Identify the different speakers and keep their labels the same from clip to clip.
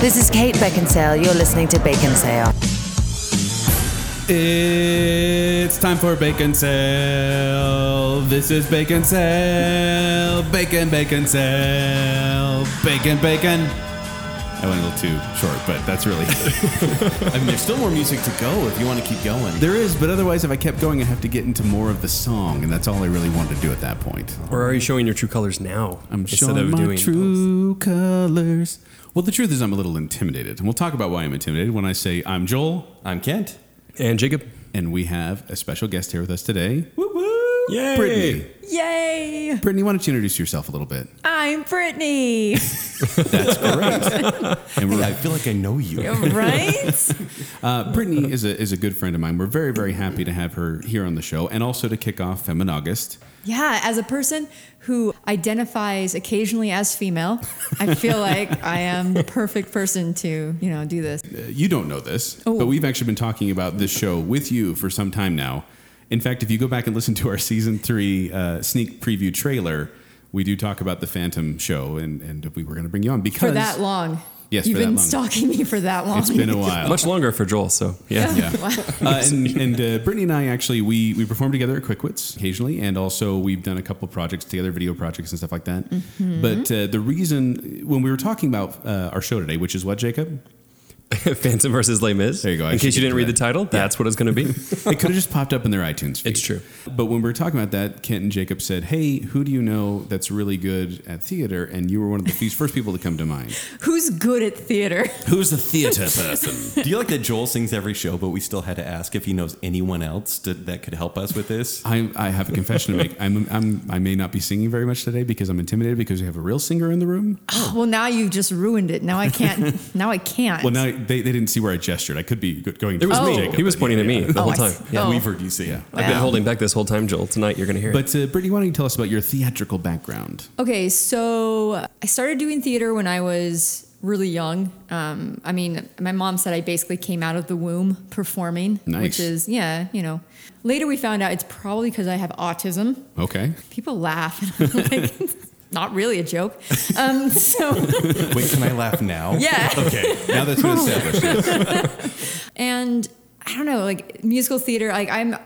Speaker 1: This is Kate Beckinsale. You're listening to Bacon Sale.
Speaker 2: It's time for bacon sale. This is bacon sale. Bacon, bacon sale. Bacon, bacon. I went a little too short, but that's really. I mean, there's still more music to go if you want to keep going. There is, but otherwise, if I kept going, I have to get into more of the song, and that's all I really wanted to do at that point.
Speaker 3: Or are you showing your true colors now?
Speaker 2: I'm showing my true colors. Well, the truth is, I'm a little intimidated, and we'll talk about why I'm intimidated when I say I'm Joel,
Speaker 4: I'm Kent.
Speaker 3: And Jacob.
Speaker 2: and we have a special guest here with us today,
Speaker 3: Yay!
Speaker 2: Brittany.
Speaker 5: Yay!
Speaker 2: Brittany, why don't you introduce yourself a little bit?
Speaker 5: I'm Brittany,
Speaker 2: And
Speaker 4: I
Speaker 2: we're,
Speaker 4: feel like I know you.
Speaker 5: right?
Speaker 2: uh, Brittany is a is a good friend of mine. We're very very happy to have her here on the show, and also to kick off Uh, Femin August.
Speaker 5: yeah, as a person who identifies occasionally as female, I feel like I am the perfect person to, you know, do this.
Speaker 2: Uh, You don't know this,
Speaker 5: Oh.
Speaker 2: but we've actually been talking about this show with you for some time now. In fact, if you go back and listen to our season three uh, sneak preview trailer, we do talk about the Phantom show, and and we were going to bring you on because
Speaker 5: For that long.
Speaker 2: Yes, for
Speaker 5: You've
Speaker 2: that
Speaker 5: been
Speaker 2: long.
Speaker 5: stalking me for that long.
Speaker 2: it's been a while.
Speaker 3: Much longer for Joel, so yeah.
Speaker 2: yeah. Uh, and and uh, Brittany and I actually we we perform together at QuickWits occasionally, and also we've done a couple projects together, video projects and stuff like that. But uh, the reason when we were talking about uh, our show today, which is what Jacob,
Speaker 3: Phantom versus Les Mis.
Speaker 2: There you go, I
Speaker 3: In case
Speaker 2: should
Speaker 3: you
Speaker 2: get
Speaker 3: didn't
Speaker 2: to
Speaker 3: read the
Speaker 2: that.
Speaker 3: title, that's what it's going to be.
Speaker 2: it could have just popped up in their iTunes. Feed.
Speaker 3: It's true.
Speaker 2: But when we were talking about that, Kent and Jacob said, "Hey, who do you know that's really good at theater?" And you were one of the fe- first people to come to mind.
Speaker 5: Who's good at theater?
Speaker 2: Who's the theater person?
Speaker 4: Do you like that Joel sings every show, but we still had to ask if he knows anyone else to, that could help us with this?
Speaker 2: I, I have a confession to make. I'm, I'm, I may not be singing very much today because I'm intimidated because we have a real singer in the room.
Speaker 5: well, now you've just ruined it. Now I can't. Now I can't.
Speaker 2: Well, now they, they didn't see where I gestured. I could be go- going.
Speaker 3: It was
Speaker 2: to
Speaker 3: me.
Speaker 2: Jacob,
Speaker 3: Oh. he was
Speaker 2: but
Speaker 3: pointing
Speaker 2: yeah,
Speaker 3: at me
Speaker 2: yeah.
Speaker 3: the
Speaker 5: Oh,
Speaker 3: whole
Speaker 5: I
Speaker 3: time.
Speaker 5: see.
Speaker 3: Yeah.
Speaker 5: Oh.
Speaker 4: We've heard you sing.
Speaker 3: I've been
Speaker 5: Wow.
Speaker 3: holding back this whole time, Joel. Tonight you're going to hear it.
Speaker 2: But uh, Brittany, why don't you tell us about your theatrical background?
Speaker 5: Okay, so I started doing theater when I was really young. Um, I mean, my mom said I basically came out of the womb performing,
Speaker 2: Nice.
Speaker 5: which is, yeah, you know. Later we found out it's probably because I have autism.
Speaker 2: Okay,
Speaker 5: People laugh. And I'm like, "It's not really a joke. Um, so,
Speaker 4: Wait, can I laugh now?
Speaker 5: yeah.
Speaker 4: Okay, now that's been established.
Speaker 5: and I don't know, like musical theater. Like I'm,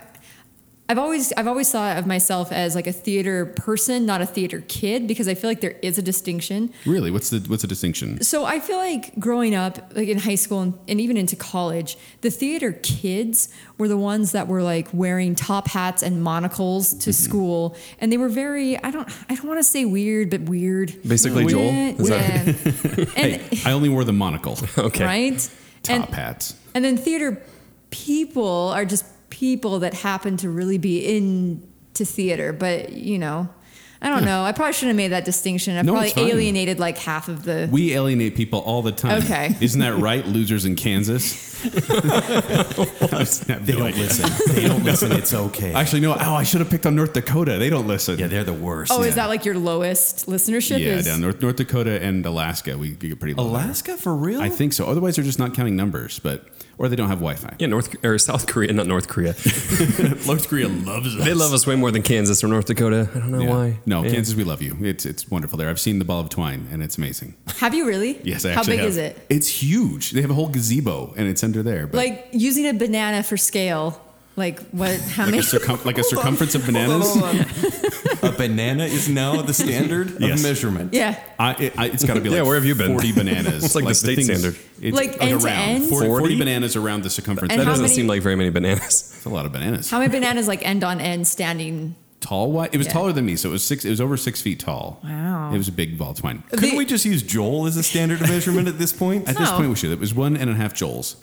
Speaker 5: I've always I've always thought of myself as like a theater person, not a theater kid, because I feel like there is a distinction.
Speaker 2: really? What's the what's the distinction?
Speaker 5: So I feel like growing up, like in high school and, and even into college, the theater kids were the ones that were like wearing top hats and monocles
Speaker 2: Mm-hmm.
Speaker 5: to school, and they were very I don't I don't want to say weird, but weird.
Speaker 3: Basically, Joel? Is
Speaker 5: yeah. and,
Speaker 2: I only wore the monocle,
Speaker 3: okay.
Speaker 5: right?
Speaker 2: top
Speaker 5: and,
Speaker 2: hats.
Speaker 5: and then theater people are just people that happen to really be into theater, but you know, I don't know. I probably shouldn't have made that distinction. I
Speaker 2: No, it's fine.
Speaker 5: probably alienated like half of the.
Speaker 2: We alienate people all the time.
Speaker 5: Okay.
Speaker 2: isn't that right? Losers in Kansas. I have no
Speaker 4: They don't
Speaker 2: idea.
Speaker 4: listen. They don't listen. It's okay.
Speaker 2: Actually, no. Oh, I should have picked on North Dakota. They don't listen.
Speaker 4: yeah, they're the worst.
Speaker 5: oh,
Speaker 2: yeah.
Speaker 5: is that like your lowest listenership?
Speaker 2: yeah,
Speaker 5: is,
Speaker 2: down North North Dakota and Alaska, we get pretty low. there.
Speaker 4: Alaska for real?
Speaker 2: I think so. Otherwise, they're just not counting numbers, but or they don't have Wi-Fi.
Speaker 3: Yeah, North or South Korea, not North Korea.
Speaker 2: North Korea loves us.
Speaker 3: They love us way more than Kansas or North Dakota. I don't know
Speaker 2: Yeah.
Speaker 3: why.
Speaker 2: No,
Speaker 3: Yeah.
Speaker 2: Kansas, we love you. It's it's wonderful there. I've seen the ball of twine, and it's amazing.
Speaker 5: Have you really?
Speaker 2: Yes, I
Speaker 5: How
Speaker 2: actually
Speaker 5: big
Speaker 2: have.
Speaker 5: is it?
Speaker 2: It's huge. They have a whole gazebo, and it's under there. But
Speaker 5: Like using a banana for scale. Like what? How
Speaker 2: like a,
Speaker 5: many?
Speaker 2: circum- like a circumference of bananas.
Speaker 4: a banana is now the standard
Speaker 2: Yes.
Speaker 4: of measurement.
Speaker 5: yeah.
Speaker 2: I, it, I, it's got to be like
Speaker 3: Yeah, where have you been?
Speaker 2: forty bananas.
Speaker 3: It's like the state standard.
Speaker 2: It's
Speaker 5: Like end to
Speaker 2: around.
Speaker 5: end?
Speaker 2: 40, 40
Speaker 3: 40?
Speaker 2: bananas around the circumference.
Speaker 5: And
Speaker 3: That
Speaker 5: how
Speaker 3: doesn't
Speaker 5: many-
Speaker 3: seem like very many bananas.
Speaker 2: That's a lot of bananas.
Speaker 5: How many bananas like end on end standing?
Speaker 2: tall? Why? It was
Speaker 5: Yeah.
Speaker 2: taller than me, so it was six. It was over six feet tall.
Speaker 5: Wow.
Speaker 2: It was a big ball of twine.
Speaker 4: Couldn't
Speaker 5: The-
Speaker 4: we just use Joel as a standard of measurement at this point?
Speaker 2: At this
Speaker 5: No.
Speaker 2: point, we should. It was one and a half joules,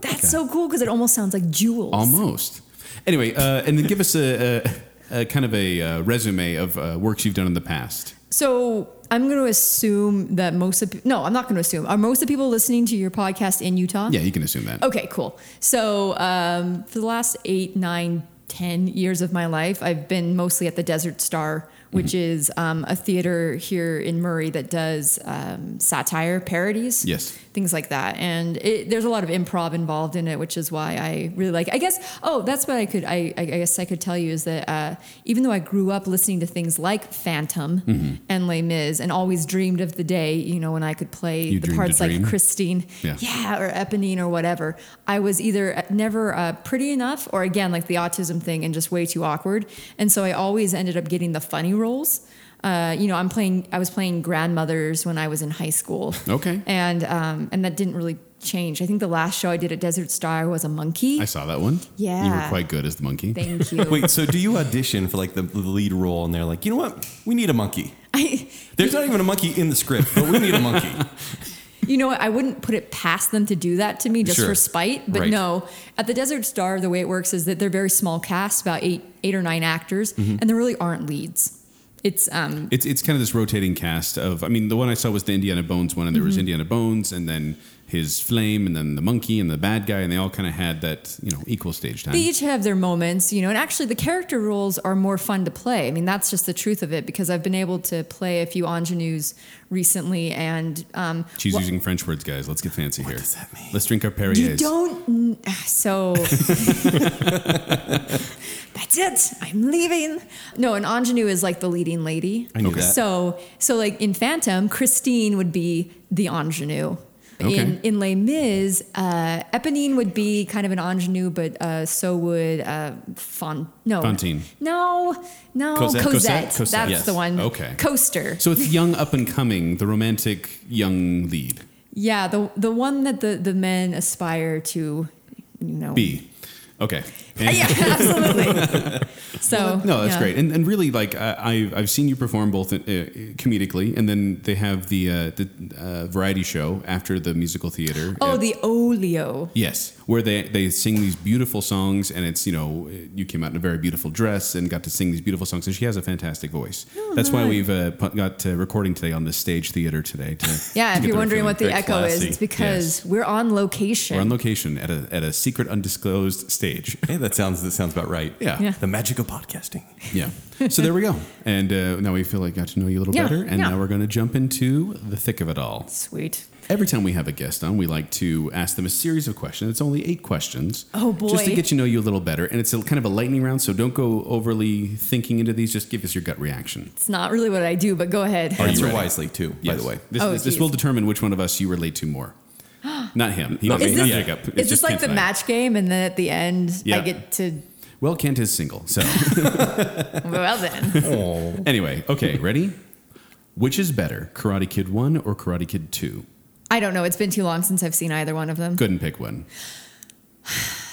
Speaker 5: That's so cool because it almost sounds like jewels.
Speaker 2: Um, almost. Anyway, uh, and then give us a, a, a kind of a uh, resume of uh, works you've done in the past.
Speaker 5: So I'm going to assume that most of no, I'm not going to assume. Are most of the people listening to your podcast in Utah?
Speaker 2: Yeah, you can assume that.
Speaker 5: Okay, cool. So um, for the last eight, nine 10 years of my life, I've been mostly at the Desert Star, which
Speaker 2: Mm-hmm.
Speaker 5: is um, a theater here in Murray that does um, satire parodies.
Speaker 2: Yes.
Speaker 5: Things like that. And it, there's a lot of improv involved in it, which is why I really like I guess, oh, that's what I could, I, I guess I could tell you is that uh, even though I grew up listening to things like Phantom
Speaker 2: Mm-hmm.
Speaker 5: and Les Mis and always dreamed of the day, you know, when I could play
Speaker 2: You
Speaker 5: the
Speaker 2: dreamed a
Speaker 5: parts like
Speaker 2: dream?
Speaker 5: Christine,
Speaker 2: Yeah.
Speaker 5: or Eponine or whatever. I was either never uh, pretty enough, or again like the autism thing, and just way too awkward. And so I always ended up getting the funny roles. Uh, you know, I'm playing. I was playing grandmothers when I was in high school.
Speaker 2: Okay.
Speaker 5: and um, and that didn't really change. I think the last show I did at Desert Star was a monkey.
Speaker 2: I saw that one. You were
Speaker 5: Yeah.
Speaker 2: quite good as the monkey.
Speaker 5: Thank you.
Speaker 4: Wait, so do you audition for like the, the lead role and they're like, you know what? We need a monkey.
Speaker 5: I,
Speaker 4: There's not even a monkey in the script, but we need a monkey.
Speaker 5: you know what? I wouldn't put it past them to do that to me just
Speaker 4: Sure.
Speaker 5: for spite. But
Speaker 4: Right.
Speaker 5: no, at the Desert Star, the way it works is that they're very small cast, about eight, eight or nine actors,
Speaker 4: Mm-hmm.
Speaker 5: and there really aren't leads. It's um,
Speaker 2: It's it's kind of this rotating cast of. I mean, the one I saw was the Indiana Bones one, and there
Speaker 5: Mm-hmm.
Speaker 2: was Indiana Bones, and then his flame, and then the monkey, and the bad guy, and they all kind of had that you know equal stage time.
Speaker 5: they each have their moments, you know. And actually, the character roles are more fun to play. I mean, that's just the truth of it because I've been able to play a few ingenues recently, and um,
Speaker 2: She's
Speaker 5: wha-
Speaker 2: using French words, guys. Let's get fancy here. What
Speaker 4: does that mean?
Speaker 2: Let's drink our Perriers.
Speaker 5: You don't. kn- So. That's it. I'm leaving. No, an ingenue is like the leading lady.
Speaker 4: I knew that.
Speaker 5: So, so like in Phantom, Christine would be the ingenue.
Speaker 2: Okay.
Speaker 5: In in Les Mis, uh, Eponine would be kind of an ingenue, but uh, so would uh, Fon- no
Speaker 2: Fantine.
Speaker 5: No, no,
Speaker 2: Cosette?
Speaker 5: Cosette.
Speaker 2: Cosette? Cosette,
Speaker 5: That's
Speaker 4: yes.
Speaker 5: the one.
Speaker 2: Okay.
Speaker 5: Coaster.
Speaker 2: So it's young, up and coming, the romantic young lead.
Speaker 5: yeah, the the one that the the men aspire to, you know.
Speaker 2: B. Okay. And-
Speaker 5: yeah, absolutely. So
Speaker 2: No, that's
Speaker 5: yeah.
Speaker 2: great, and and really like I, I've I've seen you perform both uh, comedically, and then they have the uh, the uh, variety show after the musical theater.
Speaker 5: Oh,
Speaker 2: at-
Speaker 5: the Olio.
Speaker 2: Yes, where they they sing these beautiful songs, and it's you know you came out in a very beautiful dress and got to sing these beautiful songs, and she has a fantastic voice. That's why
Speaker 5: right.
Speaker 2: we've uh, pu- got uh, recording today on the stage theater today. To, to
Speaker 5: Yeah, if
Speaker 2: get
Speaker 5: you're
Speaker 2: the recording.
Speaker 5: wondering what the
Speaker 4: Very
Speaker 5: echo is,
Speaker 4: classy.
Speaker 5: it's because
Speaker 2: Yes.
Speaker 5: we're on location.
Speaker 2: we're on location at a at a secret undisclosed stage.
Speaker 4: Hey, that sounds that sounds about right.
Speaker 2: Yeah.
Speaker 5: Yeah.
Speaker 4: The magic of podcasting.
Speaker 2: Yeah. So there we go. And uh, now we feel like got to know you a little
Speaker 5: Yeah,
Speaker 2: better. And
Speaker 5: yeah.
Speaker 2: now we're going to jump into the thick of it all.
Speaker 5: Sweet.
Speaker 2: Every time we have a guest on, we like to ask them a series of questions. It's only eight questions.
Speaker 5: Oh,
Speaker 2: Just to
Speaker 5: boy.
Speaker 2: get to know you a little better. And it's a, kind of a lightning round, so don't go overly thinking into these. Just give us your gut reaction.
Speaker 5: It's not really what I do, but go ahead.
Speaker 2: you
Speaker 4: Answer
Speaker 2: ready?
Speaker 4: wisely too, by
Speaker 2: Yes.
Speaker 4: the way.
Speaker 2: This,
Speaker 5: Oh,
Speaker 2: this, this
Speaker 5: geez.
Speaker 2: will determine which one of us you relate to more. Not him. He-
Speaker 3: Not
Speaker 5: is
Speaker 3: me.
Speaker 5: this,
Speaker 2: not Jacob. It's
Speaker 5: is this
Speaker 2: just
Speaker 5: like
Speaker 2: Kent
Speaker 5: the
Speaker 2: and I.
Speaker 5: match game, and then at the end,
Speaker 2: Yeah.
Speaker 5: I get to.
Speaker 2: Well, Kent is single. So
Speaker 5: Well, then.
Speaker 2: anyway, okay, ready? Which is better, Karate Kid 1 or Karate Kid 2?
Speaker 5: I don't know. It's been too long since I've seen either one of them.
Speaker 2: Couldn't pick one.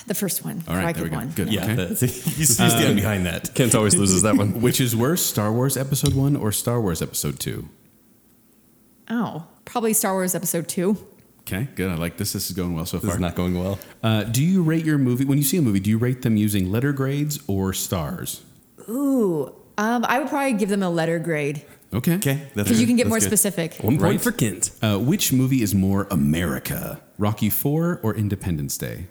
Speaker 5: The first one.
Speaker 2: All right,
Speaker 5: Rocket
Speaker 2: there we go.
Speaker 5: one.
Speaker 2: Good.
Speaker 4: Yeah,
Speaker 2: Okay.
Speaker 4: that's, you stand behind that.
Speaker 3: Kent always loses that one.
Speaker 2: Which is worse, Star Wars Episode 1 or Star Wars Episode 2?
Speaker 5: Oh, probably Star Wars Episode 2.
Speaker 2: Okay, good. I like this. This is going well so
Speaker 4: This
Speaker 2: far.
Speaker 4: is not going well.
Speaker 2: uh, do you rate your movie, when you see a movie, do you rate them using letter grades or stars?
Speaker 5: Ooh. Um, I would probably give them a letter grade
Speaker 2: Okay.
Speaker 4: Okay, that's
Speaker 5: because you
Speaker 4: good.
Speaker 5: can get
Speaker 4: That's
Speaker 5: more
Speaker 4: good.
Speaker 5: specific.
Speaker 3: One point
Speaker 4: Right.
Speaker 3: for Kent.
Speaker 2: Uh, which movie is more America? Rocky 4 or Independence Day?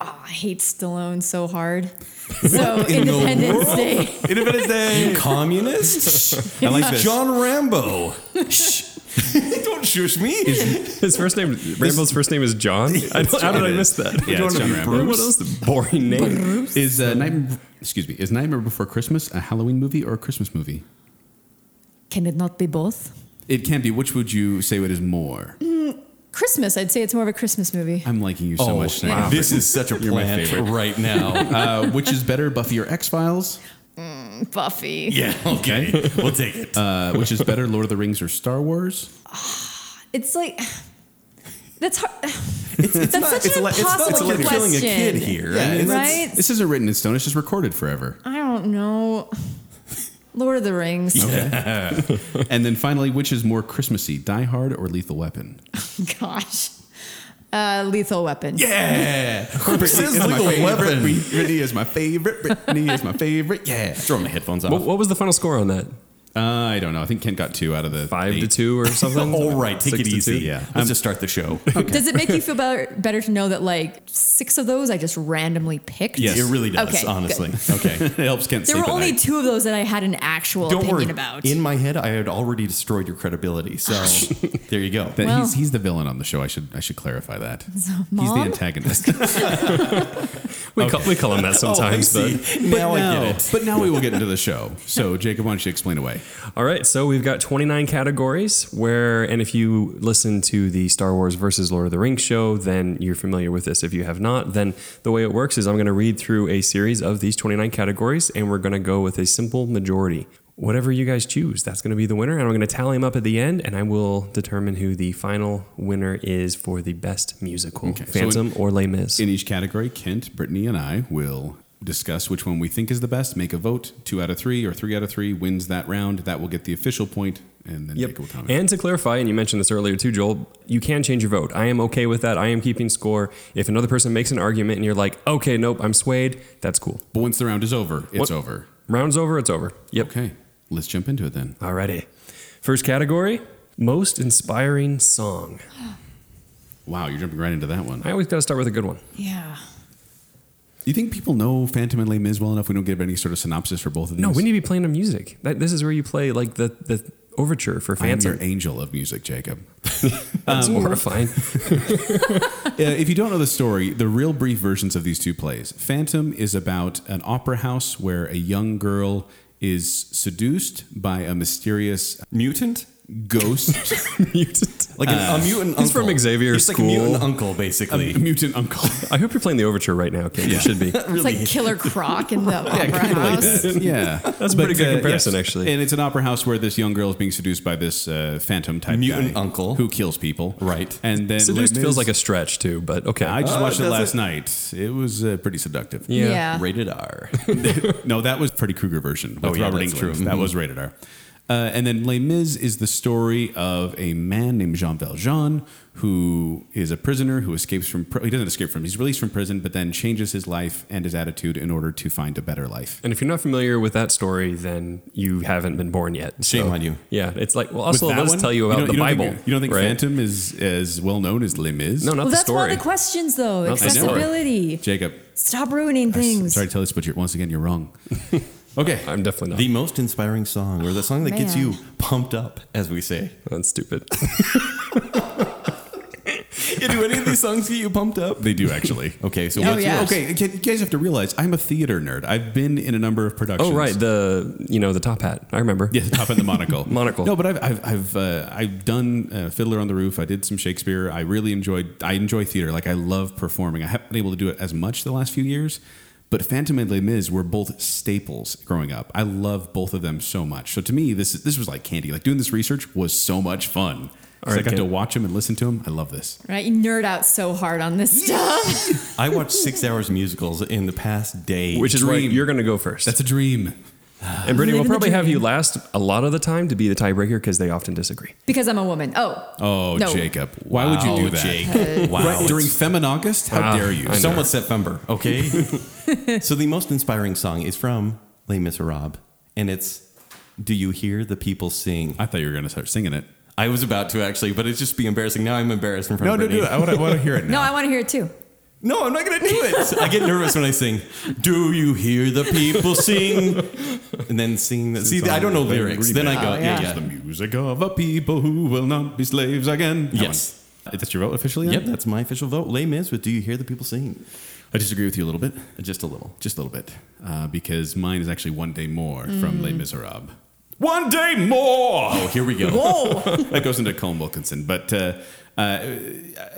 Speaker 5: Oh, I hate Stallone so hard. So Independence Day.
Speaker 4: Independence Day. You communist? I like this. John Rambo. Shh. Don't shush me.
Speaker 3: His first name, Rambo's first name is John. I don't, how did I miss that?
Speaker 2: Yeah,
Speaker 3: Do you
Speaker 2: it's
Speaker 3: wanna
Speaker 2: John
Speaker 3: be
Speaker 2: Rambo.
Speaker 3: What else? Boring name.
Speaker 2: Is uh, Nightmare, excuse me, is Nightmare Before Christmas a Halloween movie or a Christmas movie?
Speaker 5: Can it not be both?
Speaker 2: It can be. Which would you say it is more?
Speaker 5: Christmas. I'd say it's more of a Christmas movie.
Speaker 2: I'm liking you so much. now.
Speaker 4: This is such a
Speaker 2: You're my
Speaker 4: plant
Speaker 2: favorite.
Speaker 4: right now.
Speaker 2: Uh, which is better, Buffy or X Files?
Speaker 5: Buffy.
Speaker 4: yeah, okay. Um, We'll take it.
Speaker 2: Uh, which is better, Lord of the Rings or Star Wars?
Speaker 5: It's like that's hard.
Speaker 4: it's, it's
Speaker 5: that's such an
Speaker 4: li-
Speaker 5: impossible
Speaker 4: it's like killing
Speaker 5: question.
Speaker 4: a kid here.
Speaker 2: Yeah,
Speaker 4: I mean,
Speaker 2: it's-
Speaker 4: that's-
Speaker 5: Right?
Speaker 2: This isn't written in stone. It's just recorded forever.
Speaker 5: I don't know. Lord of the Rings.
Speaker 2: and then finally, which is more Christmassy, Die Hard or Lethal Weapon?
Speaker 5: Gosh. Uh, lethal Weapon.
Speaker 2: Yeah,
Speaker 4: This is Lethal Weapon.
Speaker 2: Britney is my favorite. Britney is my favorite. Yeah, throw my headphones
Speaker 3: What, what was the final score on that?
Speaker 2: Uh, I don't know. I think Kent got two out of the
Speaker 3: Five to
Speaker 2: eight.
Speaker 3: two or something.
Speaker 4: All right, take
Speaker 3: Six
Speaker 4: it
Speaker 3: to
Speaker 4: easy.
Speaker 3: two?
Speaker 2: yeah.
Speaker 4: Let's
Speaker 2: Um,
Speaker 4: just start the show.
Speaker 5: Does it make you feel better, better to know that like six of those I just randomly picked?
Speaker 2: Yes.
Speaker 4: It really does,
Speaker 5: Okay, good.
Speaker 4: honestly.
Speaker 2: Okay, it helps Kent
Speaker 5: There
Speaker 2: sleep
Speaker 5: were
Speaker 2: at
Speaker 5: only
Speaker 2: night.
Speaker 5: two of those that I had an actual
Speaker 4: Don't
Speaker 5: opinion
Speaker 4: worry.
Speaker 5: about.
Speaker 4: In my head, I had already destroyed your credibility. So there you go.
Speaker 2: That
Speaker 5: Well-
Speaker 2: he's, he's the villain on the show. I should I should clarify that. He's the
Speaker 5: Mom?
Speaker 2: antagonist.
Speaker 3: We, call, we call him that sometimes.
Speaker 4: Oh, I see.
Speaker 3: but
Speaker 4: now I
Speaker 2: No,
Speaker 4: get it.
Speaker 2: But now we will get into the show. So Jacob, why don't you explain away?
Speaker 3: All right, so we've got 29 categories where, and if you listen to the Star Wars versus Lord of the Rings show, then you're familiar with this. If you have not, then the way it works is I'm going to read through a series of these 29 categories, and we're going to go with a simple majority. Whatever you guys choose, that's going to be the winner, and I'm going to tally them up at the end, and I will determine who the final winner is for the best musical,
Speaker 2: so
Speaker 3: Phantom or Les Mis.
Speaker 2: In each category, Kent, Brittany, and I will discuss which one we think is the best. Make a vote. Two out of three or three out of three wins that round. That will get the official point, and then Jacob will comment.
Speaker 3: And to clarify, and you mentioned this earlier too, Joel, you can change your vote. I am okay with that. I am keeping score. If another person makes an argument and you're like, okay, nope, I'm swayed, that's cool.
Speaker 2: but once the round is over, it's
Speaker 3: What-
Speaker 2: over.
Speaker 3: Round's over, it's over. Yep.
Speaker 2: Okay, let's jump into it then.
Speaker 3: Alrighty. First category most inspiring song.
Speaker 2: Wow, you're jumping right into that one.
Speaker 3: I always got to start with a good one.
Speaker 5: yeah.
Speaker 2: Do you think people know Phantom and Les Mis well enough? We don't give any sort of synopsis for both of these.
Speaker 3: No, we need to be playing the music. That, this is where you play like the, the overture for
Speaker 2: I am your
Speaker 3: Phantom.
Speaker 2: angel of music, Jacob.
Speaker 3: That's horrifying.
Speaker 2: Uh, if you don't know the story, the real brief versions of these two plays. Phantom is about an opera house where a young girl is seduced by a mysterious
Speaker 4: Mutant?
Speaker 2: ghost
Speaker 3: Mutant.
Speaker 4: Like an, a mutant
Speaker 3: he's
Speaker 4: uncle.
Speaker 3: from Xavier
Speaker 4: He's like a mutant
Speaker 3: School.
Speaker 4: uncle, basically.
Speaker 2: a mutant uncle.
Speaker 3: I hope you're playing the overture right now, Kim. You should be.
Speaker 5: It's like Killer Croc in the opera house.
Speaker 2: yeah. uh,
Speaker 3: That's a pretty good comparison, actually.
Speaker 2: And it's an opera house where this young girl is being seduced by this uh, phantom type
Speaker 4: Mutant
Speaker 2: guy
Speaker 4: uncle.
Speaker 2: who kills people.
Speaker 4: Right.
Speaker 2: And then
Speaker 3: Seduced
Speaker 2: Les Mis-
Speaker 3: feels like a stretch too, but okay.
Speaker 2: I just
Speaker 4: Uh,
Speaker 2: watched it
Speaker 4: does
Speaker 2: last
Speaker 4: it-
Speaker 2: night. It was uh, pretty seductive.
Speaker 3: Oh, Yeah.
Speaker 4: Rated R.
Speaker 2: No, that was Freddy Krueger version with
Speaker 4: Oh, yeah,
Speaker 2: Robert
Speaker 4: that's
Speaker 2: England.
Speaker 4: true.
Speaker 2: That
Speaker 4: Mhm.
Speaker 2: was
Speaker 3: Mm-hmm.
Speaker 2: rated R. Uh, and then Les Mis is the story of a man named Jean Valjean who is a prisoner who escapes from pr- he doesn't escape from he's released from prison but then changes his life and his attitude in order to find a better life.
Speaker 3: And if you're not familiar with that story, then you haven't been born yet.
Speaker 4: Shame on you.
Speaker 3: Yeah, it's like well,
Speaker 2: With
Speaker 3: also
Speaker 2: that
Speaker 3: let's
Speaker 2: one,
Speaker 3: tell you about
Speaker 2: don't-
Speaker 3: the
Speaker 2: don't
Speaker 3: Bible.
Speaker 2: Think, you don't think
Speaker 3: right?
Speaker 2: Phantom is as well known as Les Mis?
Speaker 3: No, not
Speaker 5: Well,
Speaker 3: the
Speaker 5: that's one
Speaker 3: story.
Speaker 5: of the questions, though.
Speaker 3: Not the story.
Speaker 5: Accessibility.
Speaker 2: Jacob.
Speaker 5: Stop
Speaker 2: I'm
Speaker 5: ruining
Speaker 2: s-
Speaker 5: things.
Speaker 2: sorry to tell this, but you're, once again you're wrong.
Speaker 3: okay, I'm definitely not.
Speaker 4: The most inspiring song, or the song that gets
Speaker 5: Man.
Speaker 4: you pumped up, as we say.
Speaker 3: that's stupid.
Speaker 4: Yeah, do any of these songs get you pumped up?
Speaker 2: They do actually.
Speaker 4: Okay, so
Speaker 5: Oh,
Speaker 4: what's
Speaker 5: yeah.
Speaker 4: yours?
Speaker 2: Okay, you guys have to realize I'm a theater nerd. I've been in a number of productions.
Speaker 3: oh right, the you know the top hat. I remember.
Speaker 2: Yeah, the top and the monocle.
Speaker 3: Monocle.
Speaker 2: No, but I've I've I've, uh, I've done uh, Fiddler on the Roof. I did some Shakespeare. I really enjoyed. I enjoy theater. Like I love performing. I haven't been able to do it as much the last few years. But Phantom and Les Mis were both staples growing up. I love both of them so much. So to me, this this was like candy. Like doing this research was so much fun. 'Cause
Speaker 3: All right,
Speaker 2: I got
Speaker 3: Ken.
Speaker 2: to watch them and listen to them. I love this.
Speaker 5: Right? You nerd out so hard on this stuff.
Speaker 4: I watched six hours of musicals in the past day.
Speaker 3: Which is why
Speaker 2: Dream.
Speaker 3: you're going to go first.
Speaker 2: That's a dream.
Speaker 3: and Brittany,
Speaker 5: Live
Speaker 3: we'll
Speaker 5: in the
Speaker 3: probably have
Speaker 5: dream.
Speaker 3: you last a lot of the time to be the tiebreaker because they often disagree.
Speaker 5: because I'm a woman. Oh.
Speaker 2: Oh,
Speaker 5: No.
Speaker 2: Jacob, why would you do that?
Speaker 4: Jake. wow.
Speaker 2: Right, during Femin August? How
Speaker 3: Wow.
Speaker 2: dare you?
Speaker 3: I know.
Speaker 4: Someone September, okay? so the most inspiring song is from Les Miserables, and it's Do You Hear the People Sing?
Speaker 2: I thought you were going to start singing it.
Speaker 4: I was about to actually, but it's just be embarrassing. Now I'm embarrassed in front of Brittany.
Speaker 2: want to hear it
Speaker 5: No, I want to hear it too.
Speaker 4: No, I'm not going to do it. I get nervous when I sing. Do you hear the people sing? And then sing. The, see, I don't know lyrics. Then I go,
Speaker 5: Oh,
Speaker 4: yeah,
Speaker 5: yeah.
Speaker 4: yeah.
Speaker 2: The music of a people who will not be slaves again. That
Speaker 4: Yes.
Speaker 2: one. That's your vote officially? then?
Speaker 4: Yep, that's my official vote. Les Mis with Do You Hear the People Sing?
Speaker 2: I disagree with you a little bit.
Speaker 4: Just a little.
Speaker 2: Just a little bit. Uh, because mine is actually One Day More from Les Miserables. One Day More!
Speaker 4: Oh, here we go.
Speaker 2: that goes into Colm Wilkinson. But uh, uh,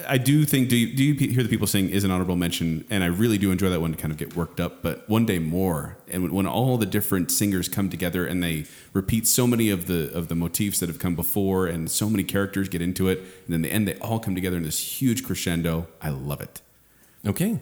Speaker 2: I do think do you, do you hear the people sing is an honorable mention, and I really do enjoy that one to kind of get worked up. But one day more, and when, when all the different singers come together and they repeat so many of the of the motifs that have come before, and so many characters get into it, and then the end they all come together in this huge crescendo. I love it.
Speaker 4: Okay.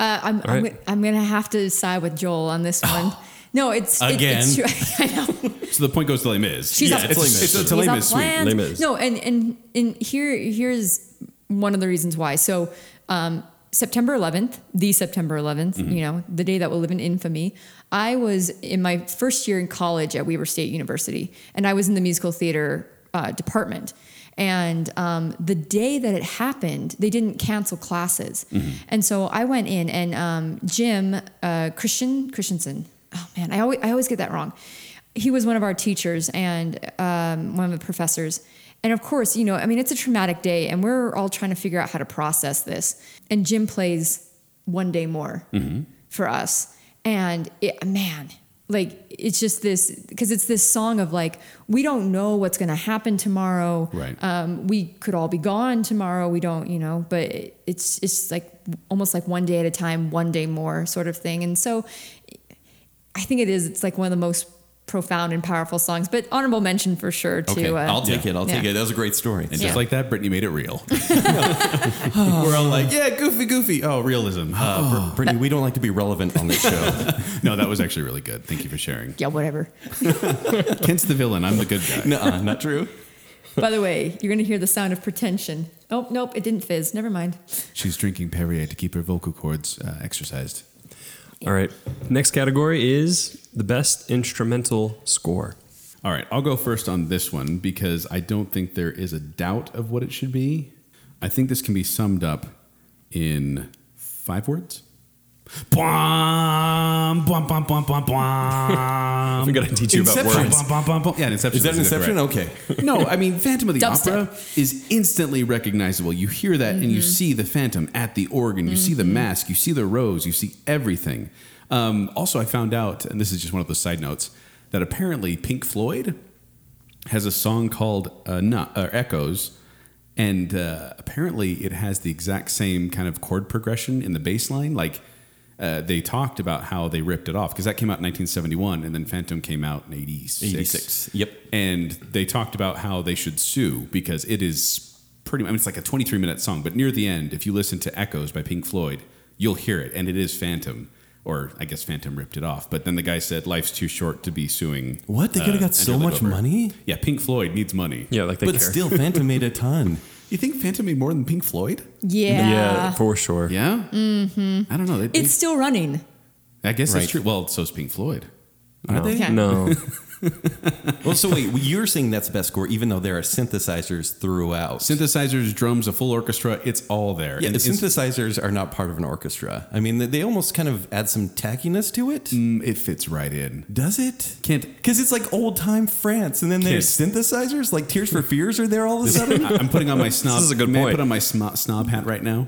Speaker 5: Uh, I'm,
Speaker 3: right.
Speaker 5: I'm, gonna, I'm gonna have to side with Joel on this one. No, it's it-
Speaker 4: Again.
Speaker 5: it's true. I know.
Speaker 2: So the point goes to Les Mis.
Speaker 5: She's
Speaker 4: Yeah,
Speaker 5: off,
Speaker 4: it's Les Mis.
Speaker 5: she's
Speaker 2: It's a Les
Speaker 5: off
Speaker 2: Mis suite.
Speaker 5: plan.
Speaker 3: Les Mis.
Speaker 5: No, and and and here here's one of the reasons why. So um, September 11th, the September 11th,
Speaker 2: Mm-hmm.
Speaker 5: you know, the day that will live in infamy, I was in my first year in college at Weber State University, and I was in the musical theater uh, department. And um, the day that it happened, they didn't cancel classes,
Speaker 2: Mm-hmm.
Speaker 5: and so I went in, and um, Jim uh, Christian Christensen. Oh man, I always I always get that wrong. He was one of our teachers and um, one of the professors, and of course, you know, I mean, it's a traumatic day, and we're all trying to figure out how to process this. And Jim plays one day more for us, and it, man, like it's just this because it's this song of like we don't know what's going to happen tomorrow.
Speaker 2: Right.
Speaker 5: Um, we could all be gone tomorrow. We don't, you know, but it- it's it's like almost like one day at a time, one day more sort of thing. And so, I think it is. It's like one of the most profound and powerful songs, but honorable mention for sure to.
Speaker 4: Okay,
Speaker 5: uh,
Speaker 4: I'll take it. I'll take
Speaker 5: yeah.
Speaker 4: it. That was a great story.
Speaker 2: And
Speaker 5: Yeah.
Speaker 2: just like that, Brittany made it real. We're all like, yeah, goofy, goofy. Oh, realism. Uh,
Speaker 4: Uh, Brittany, we don't like to be relevant on this show.
Speaker 2: no, that was actually really good. Thank you for sharing.
Speaker 5: yeah, whatever.
Speaker 2: Kent's the villain. I'm the good guy.
Speaker 4: Nuh-uh, not true.
Speaker 5: By the way, you're gonna hear the sound of pretension. Oh nope, it didn't fizz. Never mind.
Speaker 2: She's drinking Perrier to keep her vocal cords uh, exercised.
Speaker 3: All right. Next category is the best instrumental score.
Speaker 2: All right, I'll go first on this one because I don't think there is a doubt of what it should be. I think this can be summed up in five words. Bwom, bwom, bwom, bwom, bwom, bwom.
Speaker 3: I'm going to teach you about
Speaker 2: Um, Inception.
Speaker 3: words.
Speaker 2: Bwom, bwom, bwom, bwom. Yeah, an Inception.
Speaker 4: Is that an
Speaker 2: isn't it,
Speaker 4: Inception?
Speaker 2: right?
Speaker 4: Okay.
Speaker 2: No, I mean Phantom of the
Speaker 5: Dubstep.
Speaker 2: Opera is instantly recognizable. You hear that and you see the Phantom at the organ, you see the mask, you see the rose, you see everything. Um, also, I found out, and this is just one of those side notes, that apparently Pink Floyd has a song called uh, Nu- uh, Echoes, and uh, apparently it has the exact same kind of chord progression in the bass line. Like uh, they talked about how they ripped it off because that came out in 1971, and then Phantom came out in 86.
Speaker 4: 86, yep.
Speaker 2: And they talked about how they should sue because it is pretty. I mean, it's like a 23 minute song, but near the end, if you listen to Echoes by Pink Floyd, you'll hear it, and it is Phantom. Or I guess Phantom ripped it off, but then the guy said life's too short to be suing. uh,
Speaker 4: What? They coulda got
Speaker 2: Andrew
Speaker 4: so much
Speaker 2: Lloyd Webber.
Speaker 4: money?
Speaker 2: Yeah, Pink Floyd needs money.
Speaker 3: Yeah, like they
Speaker 4: But
Speaker 3: care.
Speaker 4: still, Phantom made a ton.
Speaker 2: You think Phantom made more than Pink Floyd?
Speaker 5: Yeah.
Speaker 3: yeah, for sure.
Speaker 2: Yeah. Mm-hmm. I don't know. They- they-
Speaker 5: It's still running.
Speaker 2: I guess
Speaker 4: Right.
Speaker 2: that's true. Well, so's Pink Floyd.
Speaker 4: Are
Speaker 3: No.
Speaker 4: they?
Speaker 5: Okay.
Speaker 3: No.
Speaker 4: Well, so wait, you're saying that's the best score, even though there are synthesizers throughout.
Speaker 2: Synthesizers, drums, a full orchestra. It's all there.
Speaker 4: yeah,
Speaker 2: And
Speaker 4: the
Speaker 2: it's-
Speaker 4: synthesizers are not part of an orchestra. I mean, they- they almost kind of add some tackiness to it.
Speaker 2: mm, it fits right in.
Speaker 4: Does it?
Speaker 2: Kent,
Speaker 4: Because it's like old time France, and then there's synthesizers. Like Tears for Fears are there all of a sudden.
Speaker 2: I- I'm putting on my snob.
Speaker 3: This is a good
Speaker 2: may I
Speaker 3: point.
Speaker 2: put on my snob, snob hat right now.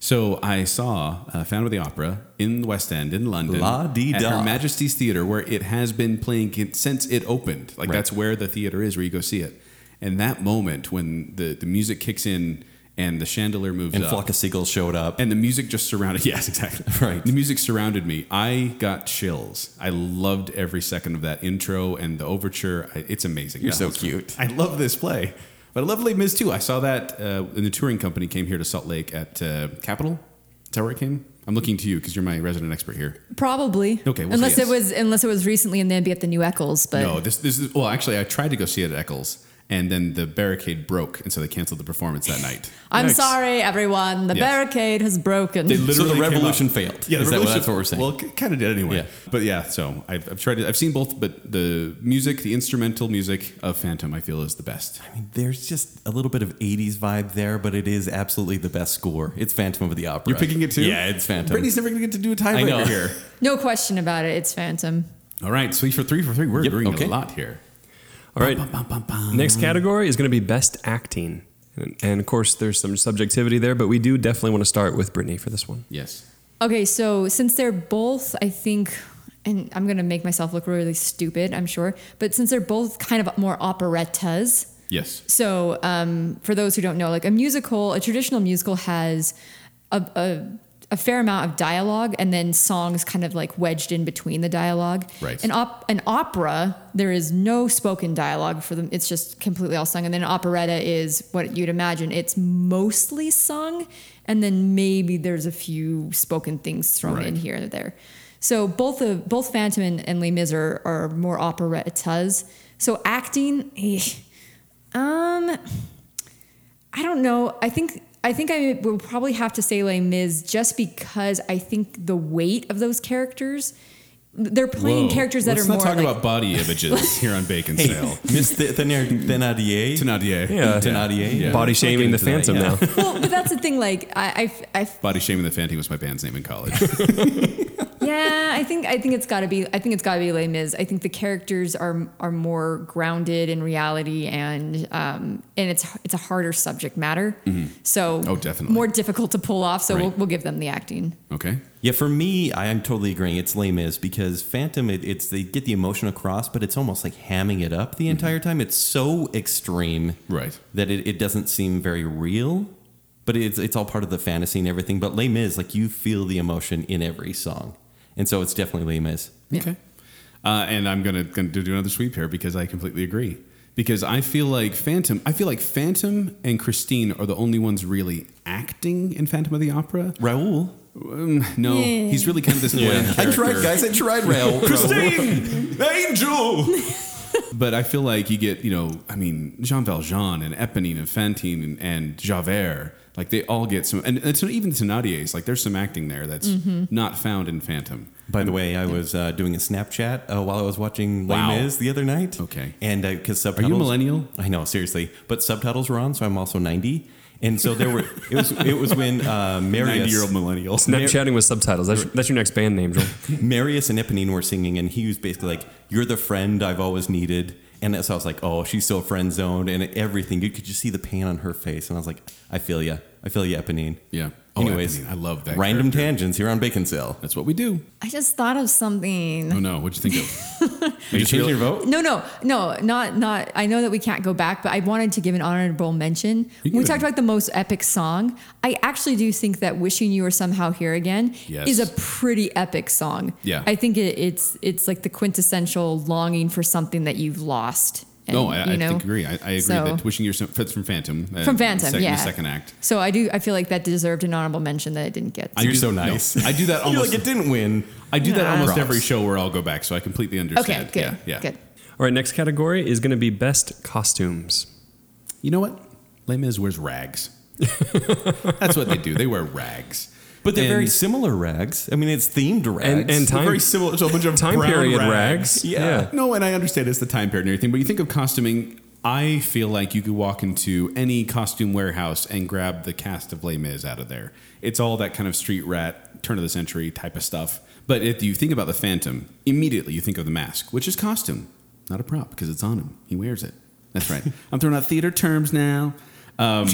Speaker 2: So I saw uh, Phantom of the Opera in the West End in London
Speaker 4: La-dee-da.
Speaker 2: at Her Majesty's Theatre, where it has been playing con- since it opened. Like
Speaker 4: Right.
Speaker 2: that's where the theater is, where you go see it. And that moment when the, the music kicks in and the chandelier moves
Speaker 4: and
Speaker 2: up,
Speaker 4: Flock of Seagulls showed up.
Speaker 2: and the music just surrounded. Yes, exactly.
Speaker 4: Right.
Speaker 2: The music surrounded me. I got chills. I loved every second of that intro and the overture. I, it's amazing. You're
Speaker 4: so cute.
Speaker 2: I love this play. But I love Les Mis too. I saw that uh, when the touring company came here to Salt Lake at uh, Capitol. Is that where it came? I'm looking to you because you're my resident expert here.
Speaker 5: Probably.
Speaker 2: Okay, we'll
Speaker 5: unless
Speaker 2: say
Speaker 5: it
Speaker 2: yes.
Speaker 5: was unless it was recently and then be at the new Eccles, but
Speaker 2: no, this this is well. Actually, I tried to go see it at Eccles, and then the barricade broke, and so they canceled the performance that night.
Speaker 5: I'm
Speaker 3: Yikes.
Speaker 5: sorry, everyone. The
Speaker 2: Yes.
Speaker 5: barricade has broken.
Speaker 2: They literally
Speaker 4: the
Speaker 2: came up-
Speaker 4: revolution failed.
Speaker 2: Yeah, the
Speaker 4: Is that what-
Speaker 2: revolution-
Speaker 4: that's what we're saying?
Speaker 2: Well, it kind of did anyway.
Speaker 4: Yeah.
Speaker 2: But yeah, so I've, I've tried. To, I've seen both, but the music, the instrumental music of Phantom, I feel is the best.
Speaker 4: I mean, there's just a little bit of 80s vibe there, but it is absolutely the best score. It's Phantom of the Opera.
Speaker 2: You're picking it too.
Speaker 4: Yeah, it's Phantom.
Speaker 2: Brittany's never going to get to do a
Speaker 4: I know.
Speaker 2: tiebreaker here.
Speaker 5: no question about it. It's Phantom.
Speaker 2: All right, so for three for three, we're
Speaker 4: Yep,
Speaker 2: doing
Speaker 4: okay.
Speaker 2: a lot here.
Speaker 3: All right.
Speaker 2: Bum, bum, bum.
Speaker 4: Mm.
Speaker 3: Next category is going to be best acting. And, and of course, there's some subjectivity there, but we do definitely want to start with Brittany for this one.
Speaker 2: Yes.
Speaker 5: Okay, so since they're both, I think, and I'm gonna make myself look really stupid, I'm sure, but since they're both kind of more operettas,
Speaker 2: Yes.
Speaker 5: So, um, for those who don't know, like a musical, a traditional musical has a, a, a fair amount of dialogue and then songs kind of like wedged in between the dialogue.
Speaker 2: Right.
Speaker 5: An, op- an opera, there is no spoken dialogue for them. It's just completely all sung. And then an operetta is what you'd imagine. It's mostly sung, and then maybe there's a few spoken things thrown in
Speaker 2: Right.
Speaker 5: here and there. So both of both Phantom and, and Les Mis are, are more operettas. So acting, eh, um, I don't know. I think I think I will probably have to say Les Mis just because I think the weight of those characters, they're playing
Speaker 2: Whoa.
Speaker 5: characters that
Speaker 2: Let's
Speaker 5: are
Speaker 2: not
Speaker 5: more
Speaker 2: talk
Speaker 5: like,
Speaker 2: about body images here on Bacon Sale.
Speaker 4: Miss Th- Thénar- Thénardier.
Speaker 2: Tenadier.
Speaker 3: Yeah.
Speaker 4: Thénardier.
Speaker 3: Body
Speaker 4: Yeah. Let's not get
Speaker 3: shaming the
Speaker 4: into
Speaker 3: Phantom
Speaker 4: that, yeah.
Speaker 3: now.
Speaker 5: well, but that's the thing. Like I, I, I
Speaker 2: Body Shaming the Fanti was my band's name in college.
Speaker 5: yeah, I think I think it's got to be. I think it's got to be Les Mis. I think the characters are are more grounded in reality, and um, and it's it's a harder subject matter. So
Speaker 2: Oh, definitely.
Speaker 5: more difficult to pull off. So we'll,
Speaker 2: Right.
Speaker 5: we'll give them the acting.
Speaker 2: Okay.
Speaker 4: Yeah, for me, I am totally agreeing. It's lame is because Phantom, it, it's they get the emotion across, but it's almost like hamming it up
Speaker 2: Mm-hmm.
Speaker 4: the entire time. It's so extreme,
Speaker 2: Right.
Speaker 4: That it, it doesn't seem very real, but it's it's all part of the fantasy and everything. But lame is like you feel the emotion in every song, and so it's definitely lame is.
Speaker 2: Okay. Uh, and I'm gonna, gonna do another sweep here because I completely agree. Because I feel like Phantom, I feel like Phantom and Christine are the only ones really acting in Phantom of the Opera.
Speaker 4: Raul,
Speaker 2: Um, no,
Speaker 5: Yeah.
Speaker 2: he's really kind of this bland character.
Speaker 4: I tried Raul.
Speaker 2: Christine, Angel. but I feel like you get, you know, I mean, Jean Valjean and Eponine and Fantine and, and Javert, like they all get some, and it's not even Thenardier's. Like there's some acting there that's not found in Phantom.
Speaker 4: By the way, I was uh, doing a Snapchat uh, while I was watching
Speaker 2: Wow.
Speaker 4: Les Mis the other night.
Speaker 2: Okay.
Speaker 4: and because subtitles,
Speaker 2: millennial?
Speaker 4: I know, seriously, but subtitles were on, so I'm also 90. And so there were it was it was when uh, Marius,
Speaker 2: Ninety-year-old millennials.
Speaker 3: Snapchatting with subtitles. That's, that's your next band name, Joel.
Speaker 4: Marius and Eponine were singing, and he was basically like, "You're the friend I've always needed." And so I was like, "Oh, she's so friend zoned," and everything. You could just see the pain on her face, and I was like, "I feel ya, I feel ya, Eponine."
Speaker 2: Yeah. Oh,
Speaker 4: Anyways,
Speaker 2: Eponine. I love that
Speaker 4: Random
Speaker 2: character.
Speaker 4: tangents here on Bacon Sale.
Speaker 2: That's what we do.
Speaker 5: I just thought of something.
Speaker 2: Oh no, what'd you think of?
Speaker 4: Are you changing your vote?
Speaker 5: No, no, no, not not. I know that we can't go back, but I wanted to give an honorable mention.
Speaker 2: You can.
Speaker 5: We talked about the most epic song. I actually do think that "Wishing You Were Somehow Here Again"
Speaker 2: Yes.
Speaker 5: is a pretty epic song.
Speaker 2: Yeah.
Speaker 5: I think it, it's it's like the quintessential longing for something that you've lost. And,
Speaker 2: No, I,
Speaker 5: you
Speaker 2: I
Speaker 5: know,
Speaker 2: think agree. I, I agree
Speaker 5: so-
Speaker 2: that wishing you're some- that's from Phantom. uh,
Speaker 5: from Phantom,
Speaker 2: second,
Speaker 5: yeah,
Speaker 2: the second act.
Speaker 5: So I do. I feel like that deserved an honorable mention that I didn't get.
Speaker 2: I
Speaker 4: You're
Speaker 2: do-
Speaker 4: so
Speaker 2: no,
Speaker 4: nice.
Speaker 2: I do that
Speaker 4: You're
Speaker 2: almost.
Speaker 4: like it didn't win.
Speaker 2: I do that
Speaker 5: Nah.
Speaker 2: almost
Speaker 4: Props.
Speaker 2: every show where I'll go back, so I completely understand.
Speaker 5: okay, good,
Speaker 2: Yeah, yeah.
Speaker 5: good.
Speaker 3: All right, next category is going to be best costumes.
Speaker 2: You know what? Les Mis wears rags. That's what they do. They wear rags.
Speaker 4: But they're
Speaker 2: And-
Speaker 4: very similar rags. I mean, it's themed rags.
Speaker 3: And, and time,
Speaker 2: very similar to a bunch of
Speaker 3: time
Speaker 2: brown
Speaker 3: period
Speaker 2: rags.
Speaker 3: rags.
Speaker 4: Yeah.
Speaker 2: No, and I understand it's the time period and everything, but you think of costuming. I feel like you could walk into any costume warehouse and grab the cast of Les Mis out of there. It's all that kind of street rat, turn of the century type of stuff. But if you think about the Phantom, immediately you think of the mask, which is costume, not a prop because it's on him. He wears it. That's right. I'm throwing out theater terms now. Um,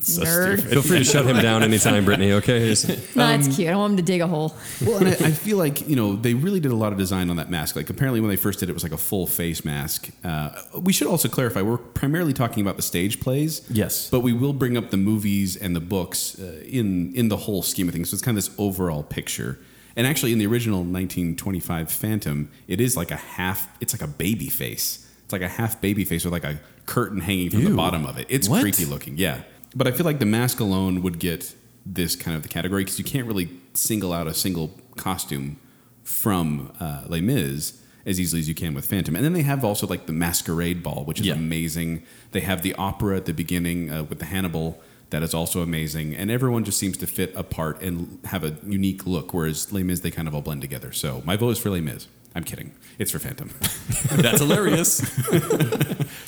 Speaker 2: so
Speaker 5: Nerd.
Speaker 2: stupid. Um,
Speaker 3: Feel free to shut him down anytime, Brittany, okay?
Speaker 5: No, that's cute. I want him to dig a hole.
Speaker 2: Well, and I, I feel like you know they really did a lot of design on that mask. Like apparently when they first did it, it was like a full face mask. Uh, we should also clarify we're primarily talking about the stage plays.
Speaker 4: Yes.
Speaker 2: but we will bring up the movies and the books uh, in in the whole scheme of things. So it's kind of this overall picture. And actually, in the original 1925 Phantom, it is like a half. It's like a baby face. It's like a half baby face with like a curtain hanging from the
Speaker 4: Ew.
Speaker 2: bottom of it. It's
Speaker 4: What?
Speaker 2: creepy looking. Yeah. But I feel like the mask alone would get this kind of the category because you can't really single out a single costume from uh, Les Mis as easily as you can with Phantom. And then they have also like the Masquerade Ball, which is
Speaker 4: Yeah.
Speaker 2: amazing. They have the opera at the beginning uh, with the Hannibal. That is also amazing, and everyone just seems to fit a part and have a unique look. Whereas Les Mis, they kind of all blend together. So my vote is for Les Mis. I'm kidding; it's for Phantom.
Speaker 4: That's hilarious.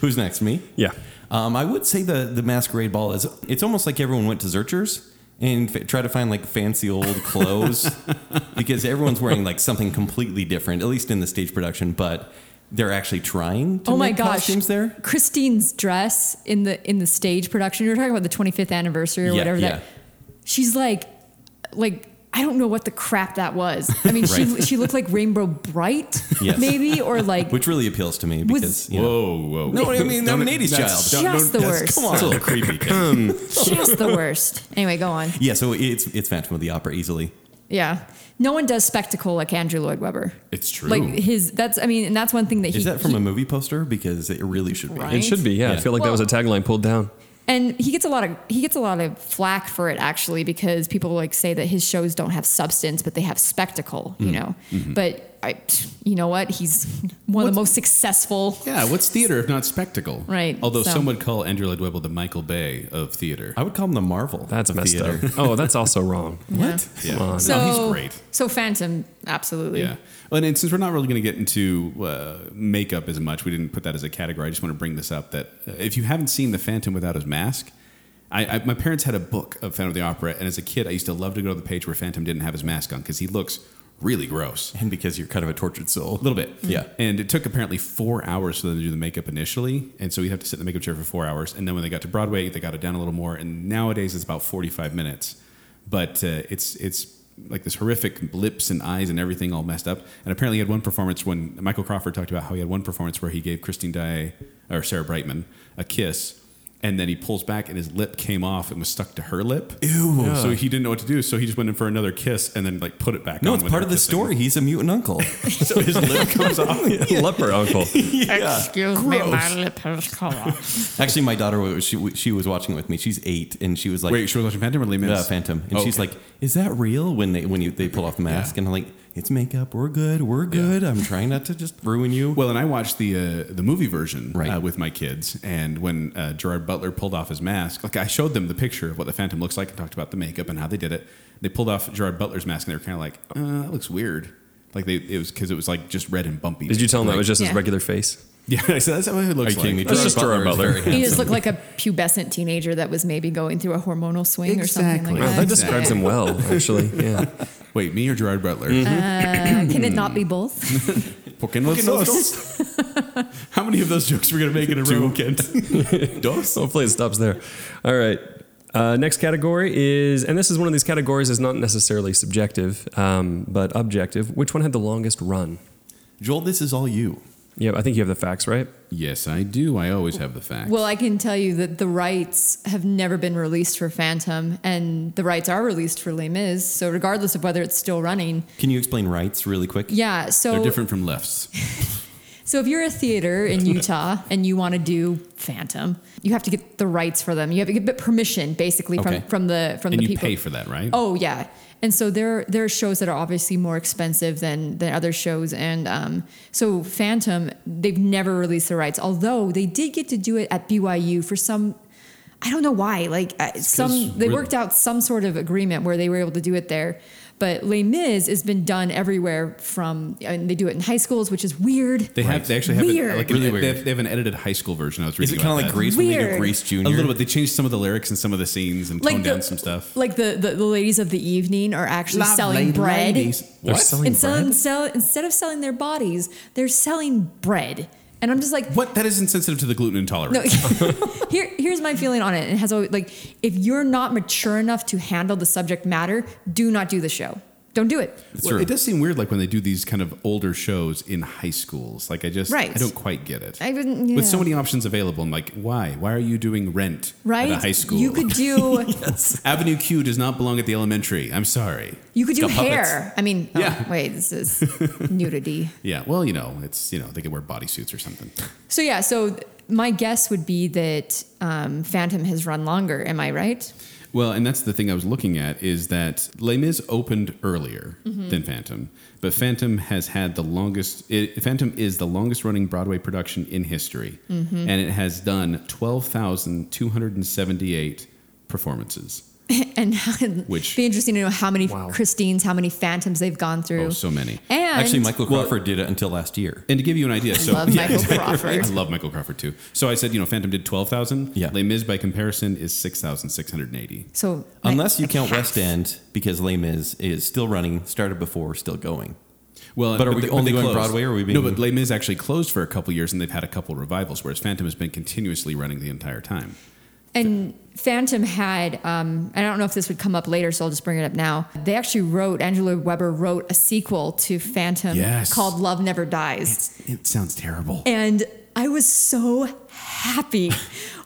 Speaker 4: Who's next? Me?
Speaker 3: Yeah.
Speaker 4: Um, I would say the the masquerade ball is. It's almost like everyone went to Zurcher's and f- tried to find like fancy old clothes because everyone's wearing like something completely different, at least in the stage production. But they're actually trying to
Speaker 5: oh my
Speaker 4: make
Speaker 5: gosh
Speaker 4: costumes there.
Speaker 5: christine's dress in the in the stage production you were talking about the 25th anniversary or
Speaker 4: Yeah,
Speaker 5: whatever
Speaker 4: yeah.
Speaker 5: that she's like like i don't know what the crap that was i mean she
Speaker 4: Right.
Speaker 5: she looked like rainbow bright
Speaker 4: Yes.
Speaker 5: maybe or like
Speaker 4: Which really appeals to me
Speaker 5: Was-
Speaker 4: because you know,
Speaker 2: whoa!
Speaker 4: No, I mean, I'm an 80s
Speaker 2: that's-
Speaker 4: child.
Speaker 5: Just the
Speaker 2: that's-
Speaker 5: worst.
Speaker 2: Come on, it's a little creepy.
Speaker 5: just the worst anyway go on
Speaker 4: yeah. So it's it's Phantom of the Opera easily.
Speaker 5: yeah no one does spectacle like andrew lloyd webber
Speaker 2: It's true.
Speaker 5: like his that's i mean and that's one thing that he
Speaker 4: Is that from a movie poster? Because it really should be.
Speaker 5: Right.
Speaker 3: It should be, yeah. I
Speaker 4: Yeah.
Speaker 3: feel like that was a tagline pulled down.
Speaker 5: and he gets a lot of he gets a lot of flack for it actually because people like say that his shows don't have substance but they have spectacle you know but I, you know what? He's one of the most successful.
Speaker 2: Yeah, what's theater if not spectacle?
Speaker 5: Right,
Speaker 2: Although
Speaker 5: so-
Speaker 2: some would call Andrew Lloyd Webber the Michael Bay of theater.
Speaker 4: I would call him the Marvel.
Speaker 3: That's
Speaker 4: of
Speaker 3: messed
Speaker 4: theater.
Speaker 3: up. Oh, that's also wrong.
Speaker 5: What?
Speaker 2: yeah.
Speaker 3: on.
Speaker 5: So,
Speaker 2: no, he's great.
Speaker 5: So Phantom, absolutely.
Speaker 2: Yeah. Well, and, and since we're not really going to get into uh, makeup as much, we didn't put that as a category. I just want to bring this up that uh, if you haven't seen The Phantom Without His Mask, I, I, my parents had a book of Phantom of the Opera, and as a kid, I used to love to go to the page where Phantom didn't have his mask on because he looks really gross.
Speaker 4: And because you're kind of a tortured soul.
Speaker 2: A little bit.
Speaker 4: Yeah.
Speaker 2: And it took apparently four hours for them to do the makeup initially. And so you'd have to sit in the makeup chair for four hours. And then when they got to Broadway, they got it down a little more. And nowadays it's about 45 minutes. But uh, it's, it's like this horrific lips and eyes and everything all messed up. And apparently he had one performance when Michael Crawford talked about how he had one performance where he gave Christine Dye or Sarah Brightman a kiss. And then he pulls back and his lip came off and was stuck to her lip. Ew. So he didn't know what to do. So he just went in for another kiss and then like put it back
Speaker 4: No,
Speaker 2: on.
Speaker 4: it's
Speaker 2: when
Speaker 4: part
Speaker 2: they
Speaker 4: of
Speaker 2: were
Speaker 4: the
Speaker 2: kissing.
Speaker 4: story. He's a mutant uncle. so his lip comes off.
Speaker 3: Leper uncle.
Speaker 6: Excuse me, my lip has come off.
Speaker 4: Actually, my daughter, was- she, she was watching with me. She's eight, and she was like,
Speaker 2: Wait, she was watching Phantom or Lee
Speaker 4: the
Speaker 2: Mis?
Speaker 4: Phantom, and
Speaker 2: Oh,
Speaker 4: she's
Speaker 2: okay.
Speaker 4: like, "Is that real?" When they when you they pull off the mask, and I'm like, "It's makeup. We're good. We're good. I'm trying not to just ruin you."
Speaker 2: Well, and I watched the uh, the movie version
Speaker 4: Right.
Speaker 2: uh, with my kids, and when uh, Gerard Butler pulled off his mask, like I showed them the picture of what the Phantom looks like and talked about the makeup and how they did it. They pulled off Gerard Butler's mask, and they were kind of like, uh, "That looks weird." Like they, it was because it was like just red and bumpy.
Speaker 3: Did you tell him that was just his
Speaker 5: Yeah.
Speaker 3: regular face?
Speaker 2: Yeah, I said that's what it looks
Speaker 4: Are you
Speaker 2: like.
Speaker 4: kidding me?
Speaker 3: That's just
Speaker 4: Gerard
Speaker 3: Gerard
Speaker 4: Butler is
Speaker 3: Butler.
Speaker 4: very
Speaker 5: He just
Speaker 4: handsome.
Speaker 5: looked like a pubescent teenager that was maybe going through a hormonal swing or something
Speaker 2: Exactly.
Speaker 5: like
Speaker 3: Wow,
Speaker 5: that.
Speaker 3: that describes
Speaker 5: Yeah.
Speaker 3: him well, actually. Yeah.
Speaker 2: Wait, me or Gerard Butler?
Speaker 3: Mm-hmm.
Speaker 5: Uh, can it not be both?
Speaker 2: Porque no dos. How many of those jokes we're gonna make in a row, Kent?
Speaker 3: Dos? Hopefully it stops there. All right. Uh, next category is, and this is one of these categories is not necessarily subjective, um, but objective. Which one had the longest run?
Speaker 4: Joel, this is all you.
Speaker 3: Yeah, I think you have the facts, right?
Speaker 2: yes, I do. I always have the facts.
Speaker 5: well, I can tell you that the rights have never been released for Phantom, and the rights are released for Les Mis. So regardless of whether it's still running,
Speaker 4: Can you explain rights really quick?
Speaker 5: yeah. So
Speaker 2: they're different from lefts.
Speaker 5: So if you're a theater in Utah and you want to do Phantom, you have to get the rights for them. You have to get permission basically from,
Speaker 4: Okay.
Speaker 5: from the from
Speaker 2: and
Speaker 5: the
Speaker 2: you
Speaker 5: people.
Speaker 2: pay for that, right?
Speaker 5: Oh yeah. And so there there are shows that are obviously more expensive than than other shows, and um, so Phantom they've never released the rights, although they did get to do it at BYU for some. I don't know why. Like uh, some, they
Speaker 2: we're-
Speaker 5: worked out some sort of agreement where they were able to do it there. But Les Mis has been done everywhere from, and they do it in high schools, which is weird.
Speaker 2: They have. They actually have.
Speaker 5: Weird.
Speaker 2: An, like
Speaker 4: Really
Speaker 2: an, They,
Speaker 4: weird.
Speaker 2: have, they have an edited high school version. I was
Speaker 4: Is
Speaker 2: reading.
Speaker 4: it kind of
Speaker 2: about
Speaker 4: like
Speaker 2: that.
Speaker 4: Grace when they do
Speaker 5: Weird.
Speaker 4: Grace Jr.?
Speaker 2: A little bit. They changed some of the lyrics and some of the scenes and toned down some stuff.
Speaker 5: Like the, the, the ladies of the evening are actually selling bread.
Speaker 3: They're
Speaker 2: What?
Speaker 3: selling
Speaker 5: And selling,
Speaker 3: bread?
Speaker 5: sell, instead of selling their bodies, they're selling bread. And I'm just like,
Speaker 2: What? That is insensitive to the gluten intolerant.
Speaker 5: no. Here, here's my feeling on it. It has always like, if you're not mature enough to handle the subject matter, do not do the show. Don't do it.
Speaker 4: It's
Speaker 2: Well,
Speaker 4: true.
Speaker 2: it does seem weird, like when they do these kind of older shows in high schools. Like I just,
Speaker 5: Right.
Speaker 2: I don't quite get it.
Speaker 5: I wouldn't- yeah.
Speaker 2: With so many options available, I'm like, why? Why are you doing Rent
Speaker 5: Right?
Speaker 2: at a high school?
Speaker 5: You could do
Speaker 2: Avenue Q does not belong at the elementary. I'm sorry.
Speaker 5: you could do
Speaker 4: got
Speaker 5: hair.
Speaker 4: puppets.
Speaker 5: I mean, oh,
Speaker 2: Yeah.
Speaker 5: wait, this is nudity.
Speaker 2: Yeah. Well, you know, it's you know they could wear bodysuits or something.
Speaker 5: So yeah, so th- my guess would be that um, Phantom has run longer. Am I right?
Speaker 2: Well, and that's the thing I was looking at is that Les Mis opened earlier
Speaker 5: Mm-hmm.
Speaker 2: than Phantom, but Phantom has had the longest. It, Phantom is the longest running Broadway production in history,
Speaker 5: Mm-hmm.
Speaker 2: and it has done twelve thousand two hundred and seventy eight performances.
Speaker 5: and how,
Speaker 2: Which-
Speaker 5: be interesting to know how many
Speaker 3: Wow.
Speaker 5: Christines, how many Phantoms they've gone through.
Speaker 2: Oh, so many.
Speaker 5: and
Speaker 4: Actually, Michael
Speaker 2: Well-
Speaker 4: Crawford did it until last year.
Speaker 2: And to give you an idea, so
Speaker 5: love Michael Crawford.
Speaker 2: I love Michael Crawford too. So I said, you know, Phantom did twelve thousand.
Speaker 4: Yeah.
Speaker 2: Les Mis by comparison is six thousand six hundred and eighty.
Speaker 5: So
Speaker 4: Unless you
Speaker 5: like
Speaker 4: count
Speaker 5: half.
Speaker 4: West End, because Les Mis is still running, started before, still going.
Speaker 2: Well,
Speaker 4: But are we
Speaker 2: they- they
Speaker 4: only going
Speaker 2: closed.
Speaker 4: Broadway, or are we
Speaker 2: no?
Speaker 4: being-
Speaker 2: But Les Mis actually closed for a couple years, and they've had a couple revivals, whereas Phantom has been continuously running the entire time.
Speaker 5: And Phantom had, um, and I don't know if this would come up later, so I'll just bring it up now. They actually wrote, Angela Weber wrote a sequel to Phantom
Speaker 2: Yes.
Speaker 5: called Love Never Dies.
Speaker 2: It sounds terrible.
Speaker 5: And I was so happy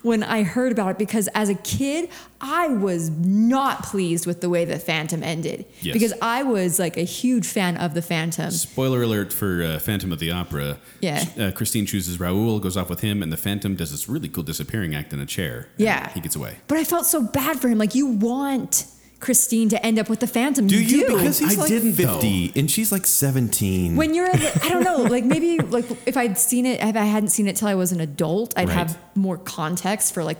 Speaker 5: when I heard about it because as a kid, I was not pleased with the way the Phantom ended.
Speaker 2: Yes.
Speaker 5: Because I was like a huge fan of the Phantom.
Speaker 2: Spoiler alert for uh, Phantom of the Opera.
Speaker 5: Yeah.
Speaker 2: Uh, Christine chooses Raoul, goes off with him, and the Phantom does this really cool disappearing act in a chair. and
Speaker 5: Yeah.
Speaker 2: He gets away.
Speaker 5: But I felt so bad for him. Like, you want Christine to end up with the Phantom.
Speaker 4: Do you? Because he's
Speaker 2: I
Speaker 4: like
Speaker 2: didn't, though.
Speaker 4: 50 and she's like 17.
Speaker 5: when you're, a, I don't know, like maybe like if I'd seen it, if I hadn't seen it till I was an adult, I'd
Speaker 4: Right.
Speaker 5: have more context for like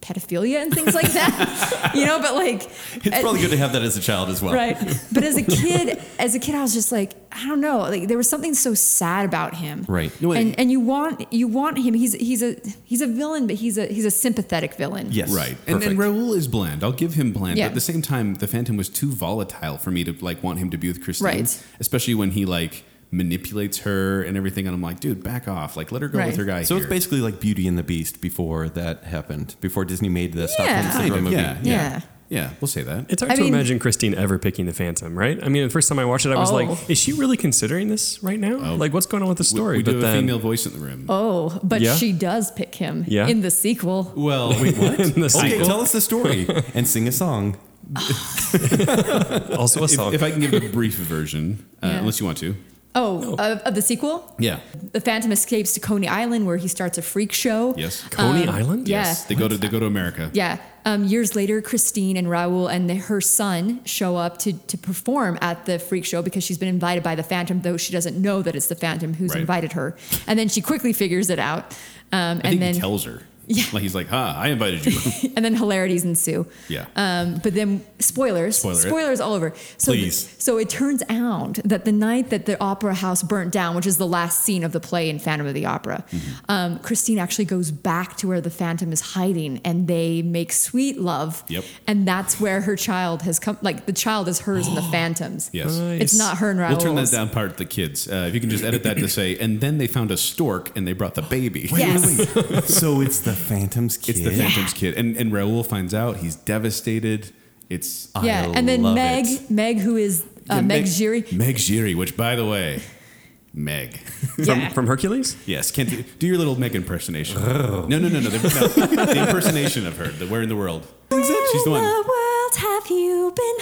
Speaker 5: pedophilia and things like that, you know. But like,
Speaker 4: it's
Speaker 5: at-
Speaker 4: probably good to have that as a child as well.
Speaker 5: right. But as a kid, as a kid, I was just like, I don't know, like there was something so sad about him,
Speaker 4: Right. No,
Speaker 2: it-
Speaker 5: And and you want you want him. He's he's a he's a villain, but he's a he's a sympathetic villain.
Speaker 4: Yes.
Speaker 2: Right. And, and
Speaker 4: Perfect.
Speaker 2: Raul is bland. I'll give him bland.
Speaker 5: Yeah.
Speaker 2: But at the same time, the Phantom was too volatile for me to like want him to be with Christine.
Speaker 5: Right.
Speaker 2: Especially when he like manipulates her and everything. And I'm like, dude, back off. Like let her go
Speaker 5: Right.
Speaker 2: with her guy.
Speaker 4: So it's
Speaker 2: here.
Speaker 4: basically like Beauty and the Beast before that happened, before Disney made the Stockholm
Speaker 5: Kind
Speaker 4: Syndrome
Speaker 2: of,
Speaker 4: movie.
Speaker 2: yeah.
Speaker 5: Yeah.
Speaker 2: Yeah, we'll say that.
Speaker 3: It's hard
Speaker 5: I
Speaker 3: to
Speaker 5: mean-
Speaker 3: imagine Christine ever picking the Phantom, right? I mean, the first time I watched it, I was
Speaker 5: Oh.
Speaker 3: like, "Is she really considering this right now? Like, what's going on with the
Speaker 2: Oh. We,
Speaker 3: story?"
Speaker 2: we do
Speaker 3: but
Speaker 2: have
Speaker 3: then,
Speaker 2: a female voice in the room.
Speaker 5: Oh, but
Speaker 3: Yeah.
Speaker 5: she does pick him
Speaker 3: Yeah.
Speaker 5: in the sequel.
Speaker 2: Well, wait, what?
Speaker 3: in the
Speaker 4: Okay,
Speaker 3: sequel,
Speaker 4: tell us the story and sing a song.
Speaker 3: also a song.
Speaker 2: if I can give a brief version, uh,
Speaker 5: Yeah.
Speaker 2: unless you want to.
Speaker 5: Oh, of, of the sequel?
Speaker 2: Yeah.
Speaker 5: The Phantom escapes to Coney Island where he starts a freak show.
Speaker 2: Yes.
Speaker 3: Coney
Speaker 5: Um,
Speaker 3: Island,
Speaker 5: yeah.
Speaker 2: They go to they go to America.
Speaker 5: Yeah. Um, years later, Christine and Raul and the, her son show up to, to perform at the freak show because she's been invited by the Phantom, though she doesn't know that it's the Phantom who's
Speaker 2: Right.
Speaker 5: invited her. And then she quickly figures it out. Um,
Speaker 2: I think
Speaker 5: and then
Speaker 2: he tells her.
Speaker 5: Yeah.
Speaker 2: Like he's like, "Ha, I invited you."
Speaker 5: and then hilarities ensue.
Speaker 2: Yeah.
Speaker 5: Um, but then spoilers,
Speaker 2: Spoiler it.
Speaker 5: spoilers all over. So,
Speaker 4: Please.
Speaker 5: So it turns out that the night that the opera house burnt down, which is the last scene of the play in Phantom of the Opera,
Speaker 2: Mm-hmm.
Speaker 5: um, Christine actually goes back to where the Phantom is hiding, and they make sweet love.
Speaker 2: Yep.
Speaker 5: And that's where her child has come. Like the child is hers and the Phantom's.
Speaker 2: yes.
Speaker 5: It's not her and Raoul's.
Speaker 2: We'll turn that down part the kids. Uh, if you can just edit that to say, and then they found a stork and they brought the baby.
Speaker 5: Yes.
Speaker 4: so it's the Phantom's kid.
Speaker 2: It's the Phantom's kid. And and Raul finds out he's devastated. It's uh,
Speaker 5: Yeah.
Speaker 4: I
Speaker 5: and then
Speaker 4: love
Speaker 5: Meg,
Speaker 4: it.
Speaker 5: Meg, who is uh, Meg Giri.
Speaker 2: Meg Giri, which by the way, Meg.
Speaker 3: from,
Speaker 5: yeah.
Speaker 3: from Hercules,
Speaker 2: Yes, can't do, do your little Meg impersonation. No, no, no, no. The, no, the impersonation of her. The where in the world. She's the one.
Speaker 5: world have you been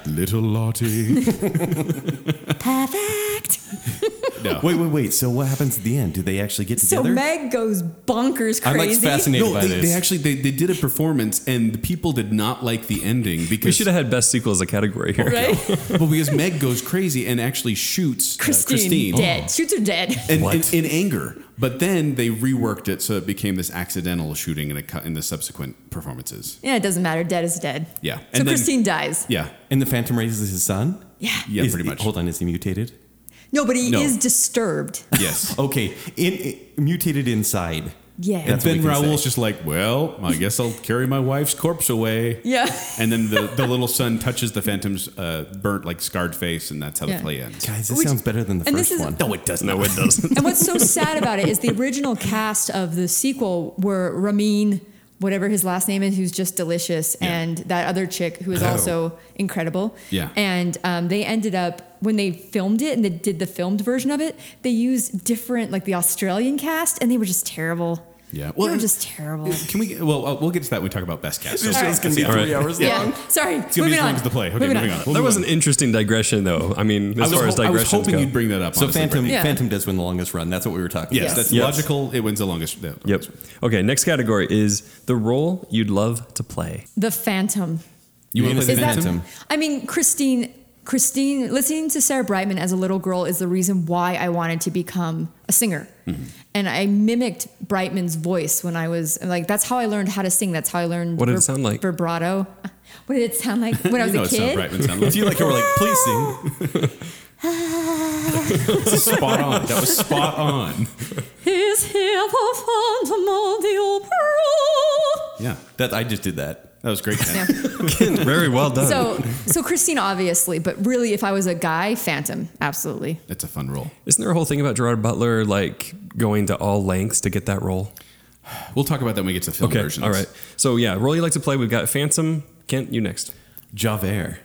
Speaker 5: hiding?
Speaker 2: Little Lottie.
Speaker 5: Perfect.
Speaker 2: No.
Speaker 4: Wait, wait, wait. So what happens at the end? Do they actually get
Speaker 5: So
Speaker 4: together?
Speaker 5: Meg goes bonkers crazy.
Speaker 4: I'm like fascinated
Speaker 2: no,
Speaker 4: by
Speaker 2: they,
Speaker 4: this.
Speaker 2: they actually they, they did a performance and the people did not like the ending because
Speaker 3: we should have had best sequel as a category here.
Speaker 5: Right?
Speaker 2: well because Meg goes crazy and actually shoots uh,
Speaker 5: Christine,
Speaker 2: Christine
Speaker 5: dead. Shoots her dead.
Speaker 2: And,
Speaker 3: What?
Speaker 2: in- in anger, but then they reworked it so it became this accidental shooting in, a, cu- in the subsequent performances.
Speaker 5: yeah, it doesn't matter. Dead is dead.
Speaker 2: Yeah,
Speaker 5: So
Speaker 2: and then-
Speaker 5: Christine dies.
Speaker 2: Yeah,
Speaker 4: and the Phantom raises his son?
Speaker 5: Yeah.
Speaker 2: yeah,
Speaker 4: Is-
Speaker 2: pretty much.
Speaker 4: Hold on, is he mutated?
Speaker 5: No, but he
Speaker 2: No.
Speaker 5: is disturbed.
Speaker 2: Yes.
Speaker 4: Okay, in, in- mutated inside.
Speaker 5: Yeah.
Speaker 2: And
Speaker 4: That's what
Speaker 2: then
Speaker 4: we can
Speaker 2: Raul's
Speaker 4: say.
Speaker 2: just like, well, I guess I'll carry my wife's corpse away.
Speaker 5: Yeah.
Speaker 2: And then the, the little son touches the phantom's uh, burnt, like scarred face, and that's how
Speaker 5: Yeah.
Speaker 2: the play ends.
Speaker 4: Guys, this
Speaker 5: Which-
Speaker 4: sounds better than the
Speaker 5: and
Speaker 4: first
Speaker 5: this is-
Speaker 4: one.
Speaker 3: No, it doesn't. No, it doesn't.
Speaker 5: and what's so sad about it is the original cast of the sequel were Ramin, whatever his last name is, who's just delicious,
Speaker 2: Yeah. Oh.
Speaker 5: and that other chick who is also incredible.
Speaker 2: Yeah.
Speaker 5: And um, they ended up when they filmed it and they did the filmed version of it, they used different like the Australian cast, and they were just terrible.
Speaker 2: Yeah.
Speaker 5: they were just terrible.
Speaker 2: Can we? Well, uh, we'll get to that when we talk about best cast. So
Speaker 4: This
Speaker 2: let's-
Speaker 4: show's going to be
Speaker 2: let's-
Speaker 4: three hours
Speaker 5: Yeah.
Speaker 4: long.
Speaker 5: Sorry.
Speaker 2: It's gonna be
Speaker 5: moving
Speaker 2: as long
Speaker 5: on.
Speaker 2: as the play. Okay,
Speaker 5: Moving
Speaker 2: moving,
Speaker 5: on.
Speaker 2: on.
Speaker 3: That was an interesting digression, though. I mean, as
Speaker 2: I was,
Speaker 3: far as
Speaker 2: ho- I was
Speaker 3: digressions
Speaker 2: hoping
Speaker 3: go.
Speaker 2: you'd bring that up.
Speaker 4: So
Speaker 2: honestly,
Speaker 4: Phantom,
Speaker 2: Brett.
Speaker 5: Yeah.
Speaker 4: Phantom does win the longest run. That's what we were talking
Speaker 2: Yes,
Speaker 4: about.
Speaker 2: that's
Speaker 3: Yes.
Speaker 2: logical. It wins the longest. the longest
Speaker 3: Yep.
Speaker 2: one.
Speaker 3: Okay. Next category is the role you'd love to play.
Speaker 5: The Phantom.
Speaker 2: You want
Speaker 4: Name
Speaker 2: to
Speaker 4: is
Speaker 2: play the
Speaker 4: the
Speaker 2: Phantom?
Speaker 4: Phantom.
Speaker 5: I mean, Christine. Christine, listening to Sarah Brightman as a little girl is the reason why I wanted to become a singer.
Speaker 2: Mm-hmm.
Speaker 5: And I mimicked Brightman's voice when I was like, that's how I learned how to sing. That's how I learned
Speaker 3: What did it sound like?
Speaker 5: Vibrato. What did it sound like when I was
Speaker 2: you know
Speaker 5: a
Speaker 2: it sound
Speaker 5: kid?
Speaker 2: Brightman sound like.
Speaker 4: Do you like how we're like, please sing?
Speaker 2: spot on. That was spot on.
Speaker 5: Is here the phantom of the opera?
Speaker 2: Yeah,
Speaker 4: That I just did that.
Speaker 2: that was great.
Speaker 3: Very well done.
Speaker 5: So, so Christine, obviously, but really, if I was a guy, Phantom, absolutely.
Speaker 2: That's a fun role.
Speaker 3: Isn't there a whole thing about Gerard Butler like going to all lengths to get that role?
Speaker 2: We'll talk about that when we get to the film
Speaker 3: Okay.
Speaker 2: versions.
Speaker 3: All right. So yeah, role you like to play. We've got Phantom. Kent, you next.
Speaker 4: Javert.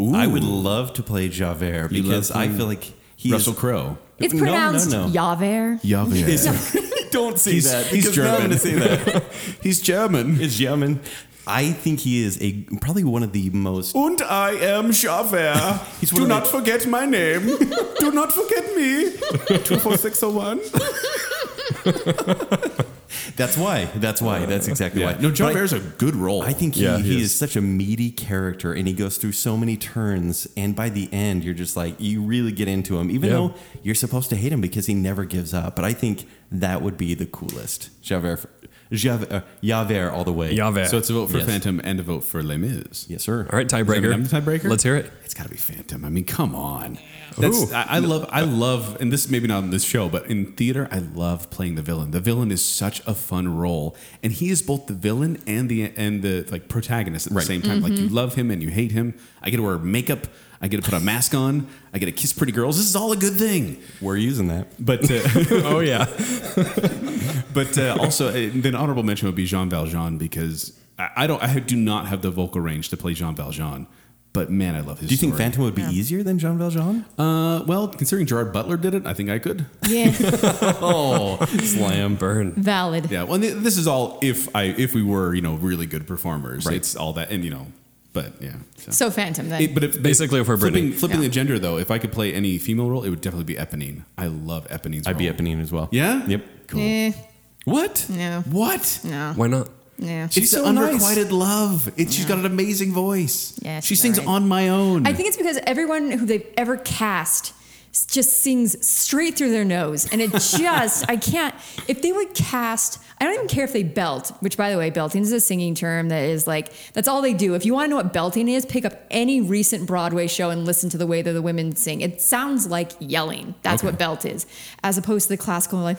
Speaker 4: I would love to play Javert
Speaker 2: You love
Speaker 4: because I
Speaker 2: playing
Speaker 4: feel like he
Speaker 2: Russell
Speaker 4: is.
Speaker 2: Crowe.
Speaker 5: It's
Speaker 4: No, no,
Speaker 5: pronounced
Speaker 4: no.
Speaker 5: Yaver.
Speaker 2: Yavir.
Speaker 4: Don't say
Speaker 2: He's-
Speaker 4: that.
Speaker 2: he's
Speaker 4: because now
Speaker 2: German.
Speaker 4: I'm going to say that.
Speaker 2: He's German.
Speaker 4: It's German. I think he is a probably one of the most.
Speaker 2: And I am Javert.
Speaker 4: He's one of the-
Speaker 2: forget my name. Do oh not forget me. 24601.
Speaker 4: That's why. That's why. That's exactly
Speaker 2: Yeah.
Speaker 4: why.
Speaker 2: No, John
Speaker 4: But I-
Speaker 2: Bear's a good role.
Speaker 4: I think he,
Speaker 3: Yeah,
Speaker 4: he,
Speaker 3: he
Speaker 4: is. such a meaty character and he goes through so many turns. And by the end, you're just like, you really get into him, even
Speaker 3: Yeah.
Speaker 4: though you're supposed to hate him because he never gives up. But I think that would be the coolest. Javert, Javert, uh, Javert all the way.
Speaker 3: Javert.
Speaker 2: So it's a vote for
Speaker 4: Yes.
Speaker 2: Phantom and a vote for Les Mis.
Speaker 4: Yes, sir.
Speaker 3: All right,
Speaker 2: Is
Speaker 3: tiebreaker.
Speaker 2: that the tiebreaker?
Speaker 3: Let's hear it.
Speaker 2: It's got to be Phantom. I mean, come on. That's,
Speaker 3: Ooh.
Speaker 2: I, I love, I love, and this maybe not in this show, but in theater, I love playing the villain. The villain is such a fun role, and he is both the villain and the and the like protagonist at the same time. Like you love him and you hate him. I get to wear makeup. I get to put a mask on. I get to kiss pretty girls. This is all a good thing.
Speaker 4: We're using that.
Speaker 2: But uh,
Speaker 3: Oh yeah.
Speaker 2: but uh, also, uh, then honorable mention would be Jean Valjean because I, I don't, I do not have the vocal range to play Jean Valjean. But man, I love his.
Speaker 4: Do you think
Speaker 2: story.
Speaker 4: Phantom would be easier than Jean Valjean?
Speaker 2: Uh, well, considering Gerard Butler did it, I think I could.
Speaker 5: Yeah,
Speaker 4: Oh, slam burn.
Speaker 5: valid.
Speaker 2: Yeah. Well, th- this is all if I if we were you know really good performers.
Speaker 4: Right.
Speaker 2: It's all that, and you know, but yeah. So,
Speaker 5: So Phantom then.
Speaker 2: It- but if,
Speaker 3: Basically, if we're
Speaker 2: flipping,
Speaker 3: Britney.
Speaker 2: flipping
Speaker 5: Yeah.
Speaker 2: the gender though, if I could play any female role, it would definitely be Eponine. I love Eponine's.
Speaker 4: I'd be
Speaker 2: role.
Speaker 4: Eponine as well.
Speaker 2: Yeah.
Speaker 4: Yep.
Speaker 2: Cool.
Speaker 5: Eh,
Speaker 2: What?
Speaker 5: No.
Speaker 2: What?
Speaker 5: no.
Speaker 3: Why not?
Speaker 5: Yeah.
Speaker 2: She's
Speaker 4: so
Speaker 2: so
Speaker 4: nice.
Speaker 2: unrequited love. It, She's got an amazing voice.
Speaker 5: Yeah,
Speaker 2: she
Speaker 5: she's
Speaker 2: sings
Speaker 5: alright.
Speaker 2: on my own.
Speaker 5: I think it's because everyone who they've ever cast s- just sings straight through their nose. And it just, I can't, if they would cast, I don't even care if they belt, which by the way, belting is a singing term that is like, that's all they do. If you want to know what belting is, pick up any recent Broadway show and listen to the way that the women sing. It sounds like yelling. That's what belt is, as opposed to the classical, like,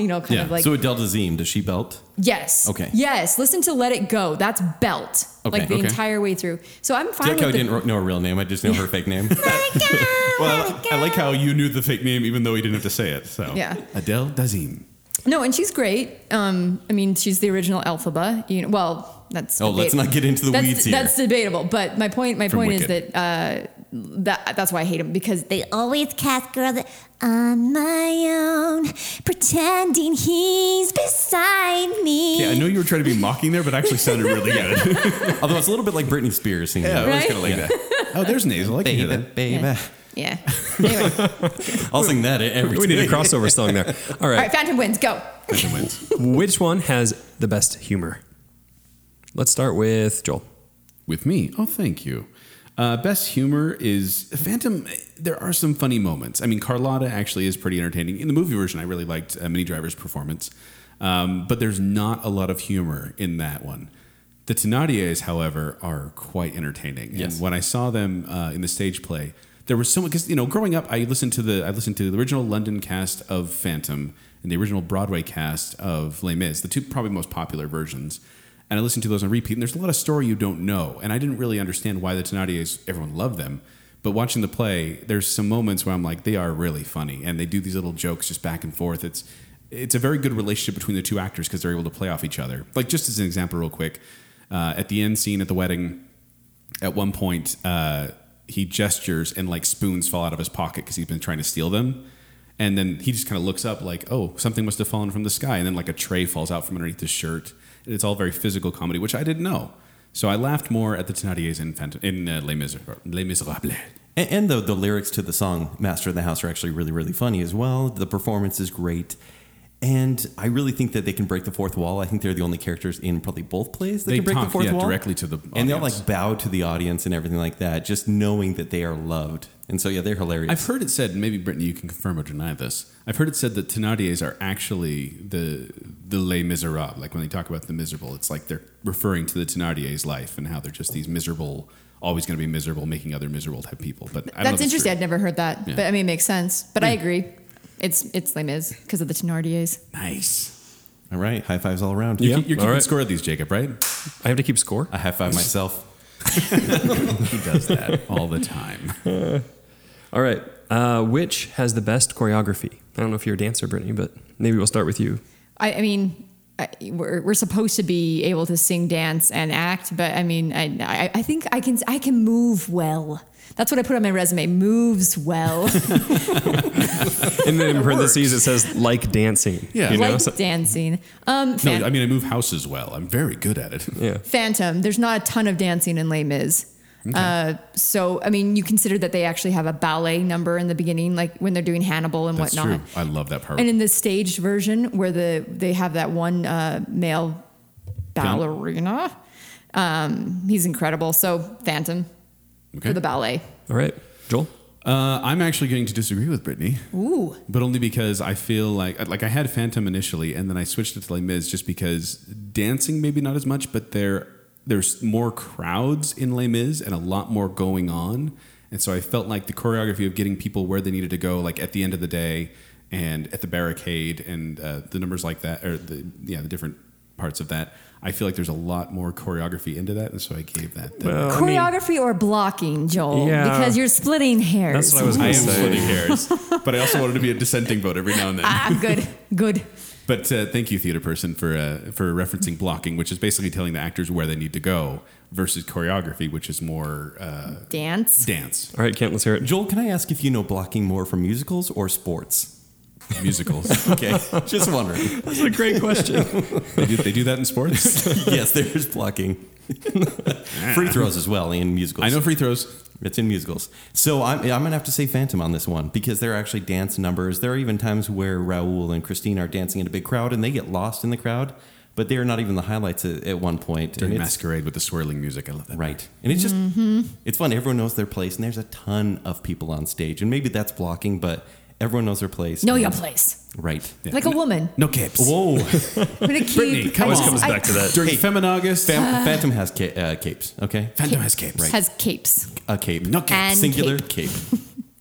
Speaker 5: you know, kind
Speaker 4: Yeah.
Speaker 5: of like.
Speaker 4: so Adele Dazeem, does she belt?
Speaker 5: Yes.
Speaker 4: Okay.
Speaker 5: Yes. Listen to Let It Go. That's belt.
Speaker 4: Okay,
Speaker 5: Like the
Speaker 4: okay.
Speaker 5: entire way through. So I'm
Speaker 4: I
Speaker 5: fine
Speaker 4: like
Speaker 5: with
Speaker 4: how I
Speaker 5: the-
Speaker 4: didn't ro- know her real name. I just know her fake name.
Speaker 2: well, I like how you knew the fake name even though he didn't have to say it. So
Speaker 5: Yeah.
Speaker 2: Adele Dazeem.
Speaker 5: No, and she's great. Um, I mean, she's the original Elphaba. You know, well, that's
Speaker 4: Oh, let's not get into the
Speaker 5: that's,
Speaker 4: weeds here.
Speaker 5: That's debatable. But my point, my
Speaker 2: From
Speaker 5: point is
Speaker 2: Wicked.
Speaker 5: that uh, that that's why I hate him because they
Speaker 7: They always cast girl that on my own, pretending he's beside me.
Speaker 2: Yeah, I know you were trying to be mocking there, but actually sounded really good.
Speaker 4: Although it's a little bit like Britney Spears singing.
Speaker 2: Yeah, I
Speaker 5: Right?
Speaker 2: was kind of like that. Oh, there's nasal. I can hear that.
Speaker 4: baby.
Speaker 5: Yeah. yeah. Anyway, all
Speaker 4: I'll sing that every
Speaker 3: We need a crossover song there. All right.
Speaker 5: right, Phantom wins. Go.
Speaker 2: Phantom wins.
Speaker 3: Which one has the best humor? Let's start with Joel.
Speaker 2: With me. Oh, thank you. Uh, best humor is Phantom. There are some funny moments. I mean, Carlotta actually is pretty entertaining. In the movie version, I really liked uh, Minnie Driver's performance, um, but there's not a lot of humor in that one. The Tenardiers, however, are quite entertaining.
Speaker 4: Yes.
Speaker 2: And when I saw them uh, in the stage play, there was so because you know, growing up, I listened to the I listened to the original London cast of Phantom and the original Broadway cast of Les Mis, the two probably most popular versions. And I listened to those on repeat. And there's a lot of story you don't know, and I didn't really understand why the Tenardiers everyone loved them. But watching the play, there's some moments where I'm like, they are really funny, and they do these little jokes just back and forth. It's it's a very good relationship between the two actors because they're able to play off each other. Like just as an example, real quick, uh, at the end scene at the wedding, at one point uh, he gestures and like spoons fall out of his pocket because he's been trying to steal them and then he just kind of looks up like oh something must have fallen from the sky and then like a tray falls out from underneath his shirt and it's all very physical comedy which i didn't know so i laughed more at the Thénardiers in, Fant- in uh, les, Miser- les miserables
Speaker 4: And, and the, the lyrics to the song Master of the House are actually really, really funny as well. The performance is great. And I really think that they can break the fourth wall. I think they're the only characters in probably both plays that
Speaker 2: They
Speaker 4: can break the
Speaker 2: talk,
Speaker 4: fourth
Speaker 2: yeah,
Speaker 4: wall.
Speaker 2: directly to the
Speaker 4: And they'll
Speaker 2: audience.
Speaker 4: like bow to the audience and everything like that, just knowing that they are loved. And so, yeah, they're hilarious.
Speaker 2: I've heard it said, and maybe Brittany, you can confirm or deny this. I've heard it said that Thénardiers are actually the the Les Miserables. Like when they talk about the miserable, it's like they're referring to the Thénardiers' life and how they're just these miserable, always going to be miserable, making other miserable type people. But I don't know if
Speaker 5: That's
Speaker 2: it's
Speaker 5: interesting.
Speaker 2: true.
Speaker 5: I'd never heard that,
Speaker 2: Yeah.
Speaker 5: but I mean, it makes sense. But
Speaker 4: Hmm.
Speaker 5: I agree. It's it's lame is because of the Tenardiers.
Speaker 2: Nice.
Speaker 4: all right, high fives all around.
Speaker 2: You
Speaker 3: Yeah.
Speaker 2: keep, you're
Speaker 3: All
Speaker 2: keeping
Speaker 3: right.
Speaker 2: score of these, Jacob, right?
Speaker 3: I have to keep score.
Speaker 4: I high five myself.
Speaker 2: He does that all the time.
Speaker 3: All right. Uh, which has the best choreography? I don't know if you're a dancer, Brittany, but maybe we'll start with you.
Speaker 5: I, I mean, I, we're, we're supposed to be able to sing, dance, and act, but I mean, I, I, I think I can I can move well. That's what I put on my resume. Moves well,
Speaker 3: And then in parentheses, it says like dancing.
Speaker 2: Yeah.
Speaker 3: You know?
Speaker 5: like
Speaker 3: so-
Speaker 5: dancing. Um,
Speaker 2: No,
Speaker 5: Phan-
Speaker 2: I mean I move houses well. I'm very good at it.
Speaker 3: yeah.
Speaker 5: Phantom. There's not a ton of dancing in Les Mis. Uh, so, I mean, you consider that they actually have a ballet number in the beginning, like when they're doing Hannibal and
Speaker 2: That's
Speaker 5: whatnot.
Speaker 2: true. I love that part.
Speaker 5: And in the staged version, where the they have that one uh, male ballerina, um, he's incredible. So Phantom
Speaker 2: Okay.
Speaker 5: for the ballet.
Speaker 3: All right, Joel.
Speaker 2: Uh, I'm actually going to disagree with Brittany,
Speaker 5: Ooh,
Speaker 2: but only because I feel like like I had Phantom initially, and then I switched it to Les Mis just because dancing maybe not as much, but there there's more crowds in Les Mis and a lot more going on, and so I felt like the choreography of getting people where they needed to go, like at the end of the day and at the barricade and uh, the numbers like that, or the yeah the different parts of that. I feel like there's a lot more choreography into that, and so I gave that. the-
Speaker 3: Well, I mean,
Speaker 5: choreography or blocking, Joel,
Speaker 3: Yeah.
Speaker 5: because you're splitting hairs.
Speaker 3: that's what I was
Speaker 2: I
Speaker 3: going
Speaker 2: am
Speaker 3: to say.
Speaker 2: splitting hairs, but I also wanted to be a dissenting vote every now and then.
Speaker 5: ah, good, good.
Speaker 2: But uh, thank you, theater person, for uh, for referencing blocking, which is basically telling the actors where they need to go, versus choreography, which is more uh,
Speaker 5: Dance.
Speaker 2: dance,
Speaker 3: All right, Kent, let's hear it.
Speaker 4: Joel, can I ask if you know blocking more from musicals or sports?
Speaker 2: musicals.
Speaker 4: Okay, just wondering.
Speaker 3: That's a great question.
Speaker 2: they, do, they do that in sports.
Speaker 4: yes, there's blocking. Free throws as well in musicals.
Speaker 2: I know free throws.
Speaker 4: It's in musicals. So I'm, I'm going to have to say Phantom on this one because there are actually dance numbers. There are even times where Raul and Christine are dancing in a big crowd and they get lost in the crowd, but they are not even the highlights at, at one point.
Speaker 2: During
Speaker 4: and it's-
Speaker 2: masquerade with the swirling music. I love that.
Speaker 4: Right. And it's just, it's fun. Everyone knows their place and there's a ton of people on stage. And maybe that's blocking, but everyone knows their place.
Speaker 5: Know
Speaker 4: and-
Speaker 5: your place,
Speaker 4: Right.
Speaker 5: like a woman.
Speaker 2: No caps.
Speaker 5: I'm
Speaker 4: Whoa.
Speaker 5: gonna keep.
Speaker 2: Brittany, come
Speaker 5: I
Speaker 2: on.
Speaker 3: Always
Speaker 5: just-
Speaker 3: comes
Speaker 5: I-
Speaker 3: back to that.
Speaker 2: During Feminaugust,
Speaker 4: Phantom, Phantom has ca- uh, capes, okay?
Speaker 2: Phantom has capes.
Speaker 5: Has capes
Speaker 4: A cape.
Speaker 2: No capes.
Speaker 5: And
Speaker 4: Singular cape.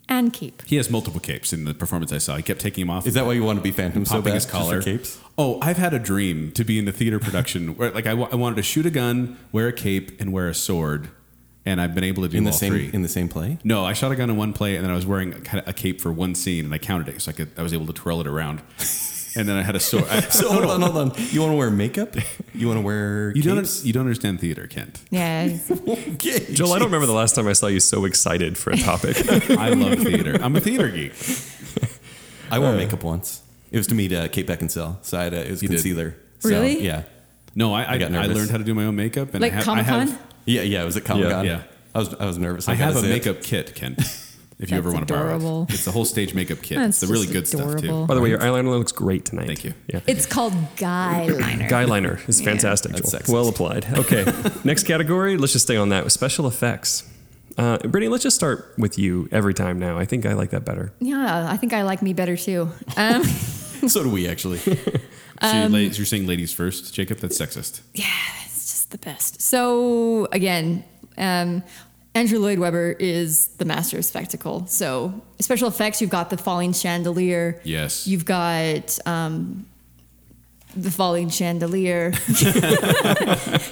Speaker 5: and cape.
Speaker 2: He has multiple capes in the performance I saw. He kept taking him off.
Speaker 4: Is that why you want to be Phantom so
Speaker 2: popping
Speaker 4: bad?
Speaker 2: his
Speaker 4: Just for
Speaker 2: collar.
Speaker 4: capes?
Speaker 2: Oh, I've had a dream to be in the theater production where, like, I wa- I wanted to shoot a gun, wear a cape, and wear a sword, and I've been able to do
Speaker 4: In
Speaker 2: all
Speaker 4: the, same,
Speaker 2: three.
Speaker 4: in the same play?
Speaker 2: no, I shot a gun in one play, and then I was wearing a, kind of a cape for one scene, and I counted it, so I could I was able to twirl it around, and then I had a sword. I,
Speaker 4: So hold on, hold on. You want to wear makeup? You want to wear
Speaker 2: you don't
Speaker 4: capes?
Speaker 2: you don't understand theater, Kent.
Speaker 5: Yeah,
Speaker 4: Okay.
Speaker 3: Joel, I don't remember the last time I saw you so excited for a topic.
Speaker 2: I love theater. I'm a theater geek.
Speaker 4: I wore makeup once. It was to meet uh, Kate Beckinsale, so I had a, it was
Speaker 2: did.
Speaker 4: concealer. So,
Speaker 5: Really?
Speaker 4: yeah,
Speaker 2: No, I I, I,
Speaker 4: got nervous.
Speaker 2: learned how to do my own makeup, and
Speaker 5: like
Speaker 2: I have,
Speaker 5: Comic
Speaker 2: I
Speaker 5: Con.
Speaker 2: have,
Speaker 4: yeah, yeah. It was at Comic Con.
Speaker 2: Yeah.
Speaker 4: I was I was nervous.
Speaker 2: I have
Speaker 4: gotta
Speaker 2: a
Speaker 4: say it.
Speaker 2: makeup kit, Kent. If you
Speaker 5: That's
Speaker 2: ever want to borrow
Speaker 5: adorable.
Speaker 2: it, it's the whole stage makeup kit.
Speaker 5: That's
Speaker 2: it's the really
Speaker 5: just
Speaker 2: good stuff too.
Speaker 5: adorable.
Speaker 3: By the way, your eyeliner looks great tonight.
Speaker 2: Thank you.
Speaker 3: Yeah.
Speaker 5: It's called guy liner.
Speaker 3: Guy liner is fantastic,
Speaker 4: That's
Speaker 3: Joel.
Speaker 4: sexist.
Speaker 3: Well applied. Okay. Next category, let's just stay on that with special effects. Uh, Brittany, let's just start with you every time now. I think I like that better.
Speaker 5: Yeah, I think I like me better too. Um,
Speaker 4: So do we actually?
Speaker 2: So you're, la- you're saying ladies first, Jacob? That's sexist.
Speaker 5: yeah, it's just the best. So again, um, Andrew Lloyd Webber is the master of spectacle. So special effects, you've got the falling chandelier.
Speaker 2: Yes.
Speaker 5: You've got um, the falling chandelier.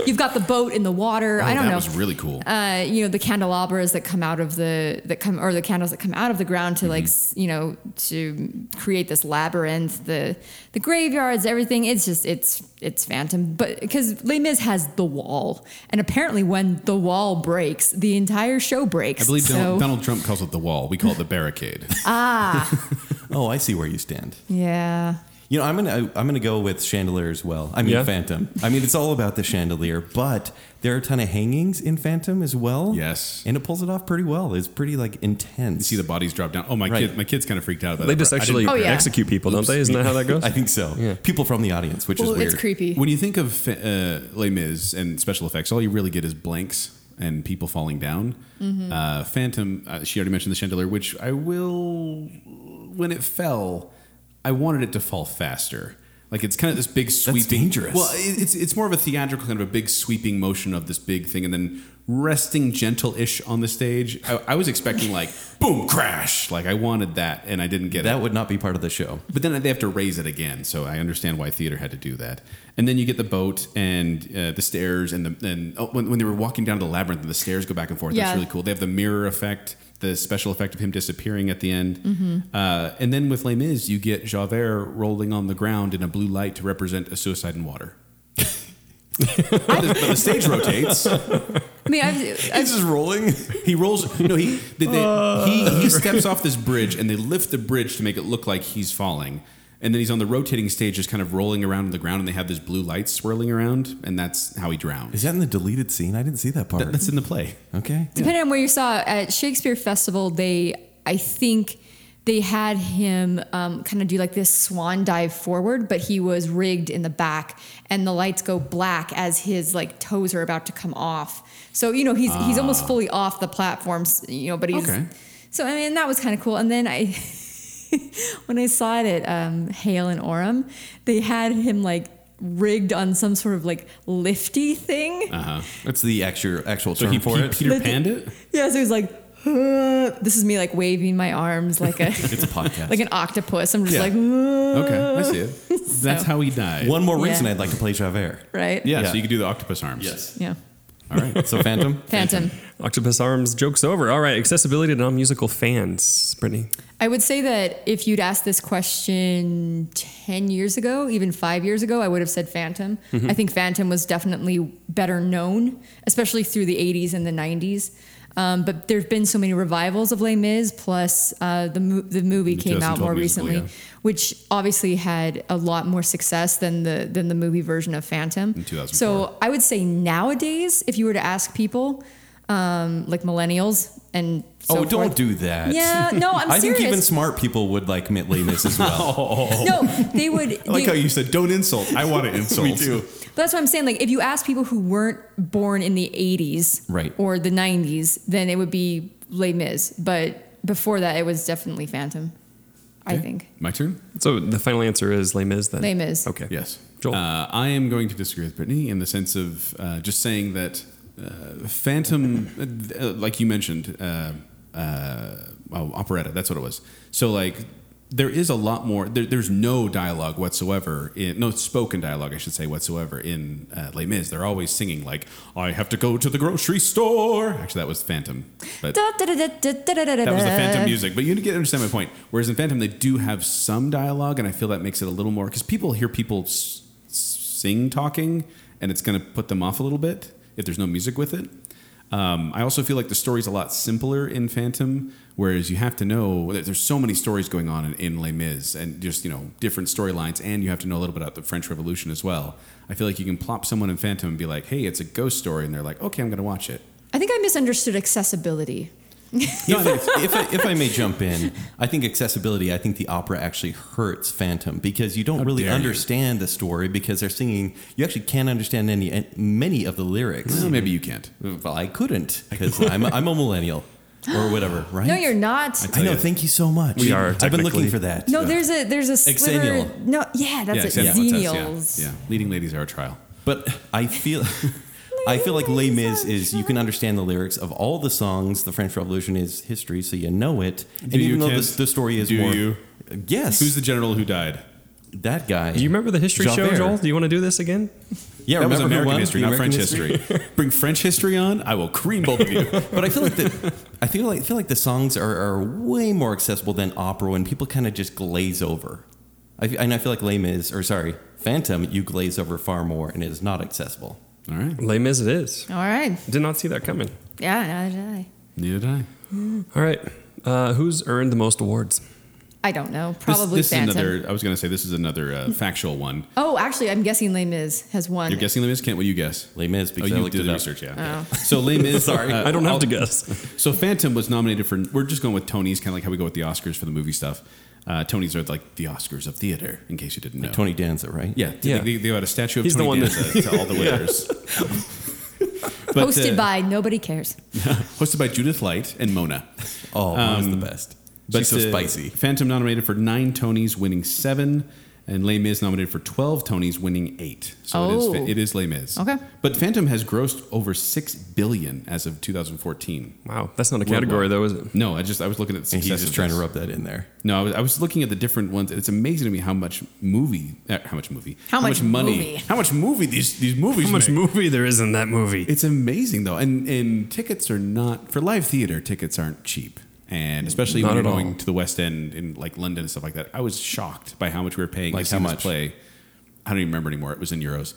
Speaker 5: you've got the boat in the water. I don't
Speaker 2: Oh, that
Speaker 5: know.
Speaker 2: was really cool.
Speaker 5: uh, you know the candelabras that come out of the that come or the candles that come out of the ground to
Speaker 2: Mm-hmm.
Speaker 5: like s you know to create this labyrinth the the graveyards everything it's just it's it's phantom but because Les Mis has the wall and apparently when the wall breaks the entire show breaks
Speaker 2: I believe
Speaker 5: so
Speaker 2: Donald, Donald Trump calls it the wall. We call it the barricade.
Speaker 4: oh, I see where you stand.
Speaker 5: yeah
Speaker 4: You know, I'm gonna I'm gonna go with chandelier as well. I mean,
Speaker 3: Yeah.
Speaker 4: Phantom. I mean, it's all about the chandelier, but there are a ton of hangings in Phantom as well.
Speaker 2: Yes.
Speaker 4: and it pulls it off pretty well. It's pretty like intense.
Speaker 2: See the bodies drop down. Oh my
Speaker 4: Right.
Speaker 2: kid! My kid's kind of freaked out. About
Speaker 3: They
Speaker 2: that.
Speaker 3: just
Speaker 2: I didn't
Speaker 3: actually
Speaker 5: Oh, yeah.
Speaker 3: execute people, don't they? Isn't that how that goes?
Speaker 4: I think so. People from the audience, which
Speaker 5: Ooh,
Speaker 4: is weird.
Speaker 5: it's creepy
Speaker 2: When you think of uh, Les Mis and special effects, all you really get is blanks and people falling down. Uh, Phantom, uh, she already mentioned the chandelier, which I will. When it fell, I wanted it to fall faster. Like it's kind of this big sweeping.
Speaker 4: dangerous.
Speaker 2: Well, it- it's it's more of a theatrical kind of a big sweeping motion of this big thing, and then resting gentle-ish on the stage. I, I was expecting like boom, crash. Like I wanted that, and I didn't get it.
Speaker 4: That would not be part of the show.
Speaker 2: But then they have to raise it again, so I understand why theater had to do that. And then you get the boat and uh, the stairs and the and oh, when, when they were walking down the labyrinth and the stairs go back and forth.
Speaker 5: Yeah.
Speaker 2: That's really cool. They have the mirror effect, the special effect of him disappearing at the end. Uh, and then with Les Mis, you get Javert rolling on the ground in a blue light to represent a suicide in water. but, the, but the stage rotates.
Speaker 5: I mean I've, I've
Speaker 4: This is rolling.
Speaker 2: He rolls. No, he Uh. they, they, he he steps off this bridge, and they lift the bridge to make it look like he's falling. And then he's on the rotating stage, just kind of rolling around on the ground, and they have this blue light swirling around, and that's how he drowns.
Speaker 4: Is that in the deleted scene? I didn't see that part.
Speaker 2: That's in the play.
Speaker 4: okay.
Speaker 5: Depending on where you saw it, at Shakespeare Festival, they I think they had him um, kind of do like this swan dive forward, but he was rigged in the back, and the lights go black as his like toes are about to come off. So you know he's he's almost fully off the platforms, you know, but he's
Speaker 2: Okay.
Speaker 5: so I mean that was kind of cool. And then I. when I saw it at um, Hale and Orem, they had him like rigged on some sort of like lifty thing.
Speaker 4: That's the actual actual
Speaker 2: So
Speaker 4: term
Speaker 2: he,
Speaker 4: for
Speaker 2: he
Speaker 4: it.
Speaker 2: Peter Panned it.
Speaker 5: Yeah, so he's like, "Huh." this is me like waving my arms like a
Speaker 4: it's a podcast.
Speaker 5: like an octopus. I'm just
Speaker 2: Yeah.
Speaker 5: like, "Huh,"
Speaker 2: Okay, I see it. That's how he died.
Speaker 4: One more reason
Speaker 5: Yeah.
Speaker 4: I'd like to play Javert.
Speaker 5: right?
Speaker 2: yeah,
Speaker 4: Yeah.
Speaker 2: so you could do the octopus arms.
Speaker 5: yeah.
Speaker 4: All right. So Phantom.
Speaker 5: Phantom.
Speaker 3: Octopus Arms joke's over. All right, accessibility to non musical fans, Brittany.
Speaker 5: I would say that if you'd asked this question 10 years ago, even five years ago, I would have said Phantom.
Speaker 4: Mm-hmm.
Speaker 5: I think Phantom was definitely better known, especially through the 80s and the 90s. Um, but there have been so many revivals of Les Mis, plus uh, the, mo- the movie came out
Speaker 2: 2012
Speaker 5: more
Speaker 2: musical,
Speaker 5: recently,
Speaker 2: yeah.
Speaker 5: which obviously had a lot more success than the than the movie version of Phantom.
Speaker 2: 2004.
Speaker 5: So I would say nowadays, if you were to ask people, um, like millennials and so
Speaker 4: oh, don't
Speaker 5: forth-
Speaker 4: do that.
Speaker 5: Yeah, no, I'm
Speaker 4: I
Speaker 5: serious.
Speaker 4: think even smart people would like Mitt Lemus as well.
Speaker 5: No, they would.
Speaker 2: I like
Speaker 5: they-
Speaker 2: how you said, "Don't insult." I want to insult.
Speaker 4: Me too.
Speaker 5: that's what I'm saying. Like, if you ask people who weren't born in the 80s
Speaker 4: Right.
Speaker 5: or the 90s, then it would be Les Mis. But before that, it was definitely Phantom, I think.
Speaker 2: My turn.
Speaker 3: So the final answer is Les Mis then?
Speaker 5: Les Mis.
Speaker 3: Okay.
Speaker 2: Yes.
Speaker 3: Joel.
Speaker 2: Uh, I am going to disagree with Brittany in the sense of uh, just saying that uh, Phantom, uh, th- uh, like you mentioned, uh, uh, oh, operetta, that's what it was. So, like, there is a lot more, there, there's no dialogue whatsoever, in, no spoken dialogue, I should say, whatsoever in uh, Les Mis. They're always singing, like, I have to go to the grocery store. Actually, that was Phantom. But that was the Phantom music, but you get understand my point. Whereas in Phantom, they do have some dialogue, and I feel that makes it a little more because people hear people s- s- sing talking, and it's going to put them off a little bit if there's no music with it. Um, I also feel like the story's a lot simpler in Phantom, whereas you have to know that there's so many stories going on in, in Les Mis, and just you know different storylines, and you have to know a little bit about the French Revolution as well. I feel like you can plop someone in Phantom and be like, "Hey, it's a ghost story," and they're like, "Okay, I'm going to watch it."
Speaker 5: I think I misunderstood accessibility.
Speaker 4: No, I mean, if, if, I, if I may jump in, I think accessibility, I think the opera actually hurts Phantom because you don't really
Speaker 2: dare you.
Speaker 4: understand the story because they're singing, you actually can't understand any eh, many of the lyrics.
Speaker 2: Well, maybe you can't.
Speaker 4: Well, I couldn't because I'm, I'm a millennial or whatever, right?
Speaker 5: No, you're not.
Speaker 4: I know. Thank you so much.
Speaker 3: We are
Speaker 4: I've been
Speaker 3: technically-
Speaker 4: looking for that.
Speaker 5: No, there's a there's a sliver.
Speaker 4: Exennial.
Speaker 5: No, yeah, that's
Speaker 2: Yeah,
Speaker 5: it.
Speaker 2: exactly.
Speaker 5: Xenials.
Speaker 2: Yeah, yeah. leading ladies are a trial.
Speaker 4: But I feel I feel like Les Mis is you can understand the lyrics of all the songs. The French Revolution is history, so you know it. and
Speaker 2: you,
Speaker 4: even though
Speaker 2: Kent?
Speaker 4: the, the story is
Speaker 2: Do
Speaker 4: more,
Speaker 2: you?
Speaker 4: yes,
Speaker 2: Who's the general who died?
Speaker 4: that guy?
Speaker 3: do you remember the history show,
Speaker 4: Javert.
Speaker 3: Joel? Do you want to do this again?
Speaker 4: Yeah,
Speaker 2: That was
Speaker 4: remember who
Speaker 2: American
Speaker 4: won?
Speaker 2: history,
Speaker 4: The
Speaker 2: not
Speaker 4: American
Speaker 2: French history. Bring French history on, I will cream both of you.
Speaker 4: But I feel like the I feel like I feel like the songs are, are way more accessible than opera, and people kind of just glaze over. I, and I feel like Les Mis, or sorry, Phantom, you glaze over far more, and it is not accessible.
Speaker 2: All right,
Speaker 3: Les Mis it is.
Speaker 5: All right.
Speaker 3: Did not see that coming.
Speaker 5: Yeah, neither did I.
Speaker 2: neither did I.
Speaker 3: All right. Uh, who's earned the most awards?
Speaker 5: I don't know. Probably
Speaker 2: this, this
Speaker 5: Phantom.
Speaker 2: is another. I was going to say this is another uh, factual one.
Speaker 5: oh, actually, I'm guessing Les Mis has won.
Speaker 2: You're guessing Les Mis, Kent? What do you guess?
Speaker 4: Les Mis, because
Speaker 2: oh,
Speaker 4: I
Speaker 2: you
Speaker 4: looked
Speaker 2: did
Speaker 4: it
Speaker 2: the
Speaker 4: up.
Speaker 2: research,
Speaker 5: Oh.
Speaker 2: yeah. So Les Mis, sorry,
Speaker 3: I don't have to guess.
Speaker 2: So Phantom was nominated for. We're just going with Tonys, kind of like how we go with the Oscars for the movie stuff. Uh, Tonys are like the Oscars of theater, in case you didn't know.
Speaker 4: Tony Danza, right?
Speaker 2: yeah,
Speaker 3: Yeah.
Speaker 2: They, they had a statue of
Speaker 3: He's the
Speaker 2: Tony
Speaker 3: one that-
Speaker 2: Danza to all the winners. But,
Speaker 5: Hosted
Speaker 2: uh,
Speaker 5: by Nobody Cares.
Speaker 2: hosted by Judith Light and Mona.
Speaker 4: Oh, Mona's
Speaker 2: Um,
Speaker 4: the best. She's so
Speaker 2: uh,
Speaker 4: spicy.
Speaker 2: Phantom nominated for nine Tonys, winning seven, and Les Mis nominated for twelve Tonys, winning eight. So
Speaker 5: Oh.
Speaker 2: it is it is Les Mis.
Speaker 5: Okay.
Speaker 2: but Phantom has grossed over six billion as of 2014.
Speaker 3: Wow, that's not a category though, is it?
Speaker 2: No, I just I was looking at the
Speaker 4: And
Speaker 2: success.
Speaker 4: he's just
Speaker 2: of
Speaker 4: trying to
Speaker 2: this.
Speaker 4: rub that in there.
Speaker 2: No, I was, I was looking at the different ones. It's amazing to me how much movie, uh, how much movie,
Speaker 5: How much
Speaker 2: money,
Speaker 5: movie.
Speaker 2: how much movie these these movies
Speaker 3: How much
Speaker 2: make.
Speaker 3: movie there is in that movie?
Speaker 2: It's amazing though, and and tickets are not for live theater. Tickets aren't cheap, and especially
Speaker 3: Not
Speaker 2: when you're
Speaker 3: at all.
Speaker 2: going to the West End in like London and stuff like that. I was shocked by how much we were paying.
Speaker 4: Like
Speaker 2: to see
Speaker 4: how
Speaker 2: this
Speaker 4: much?
Speaker 2: Play. I don't even remember anymore. It was in euros,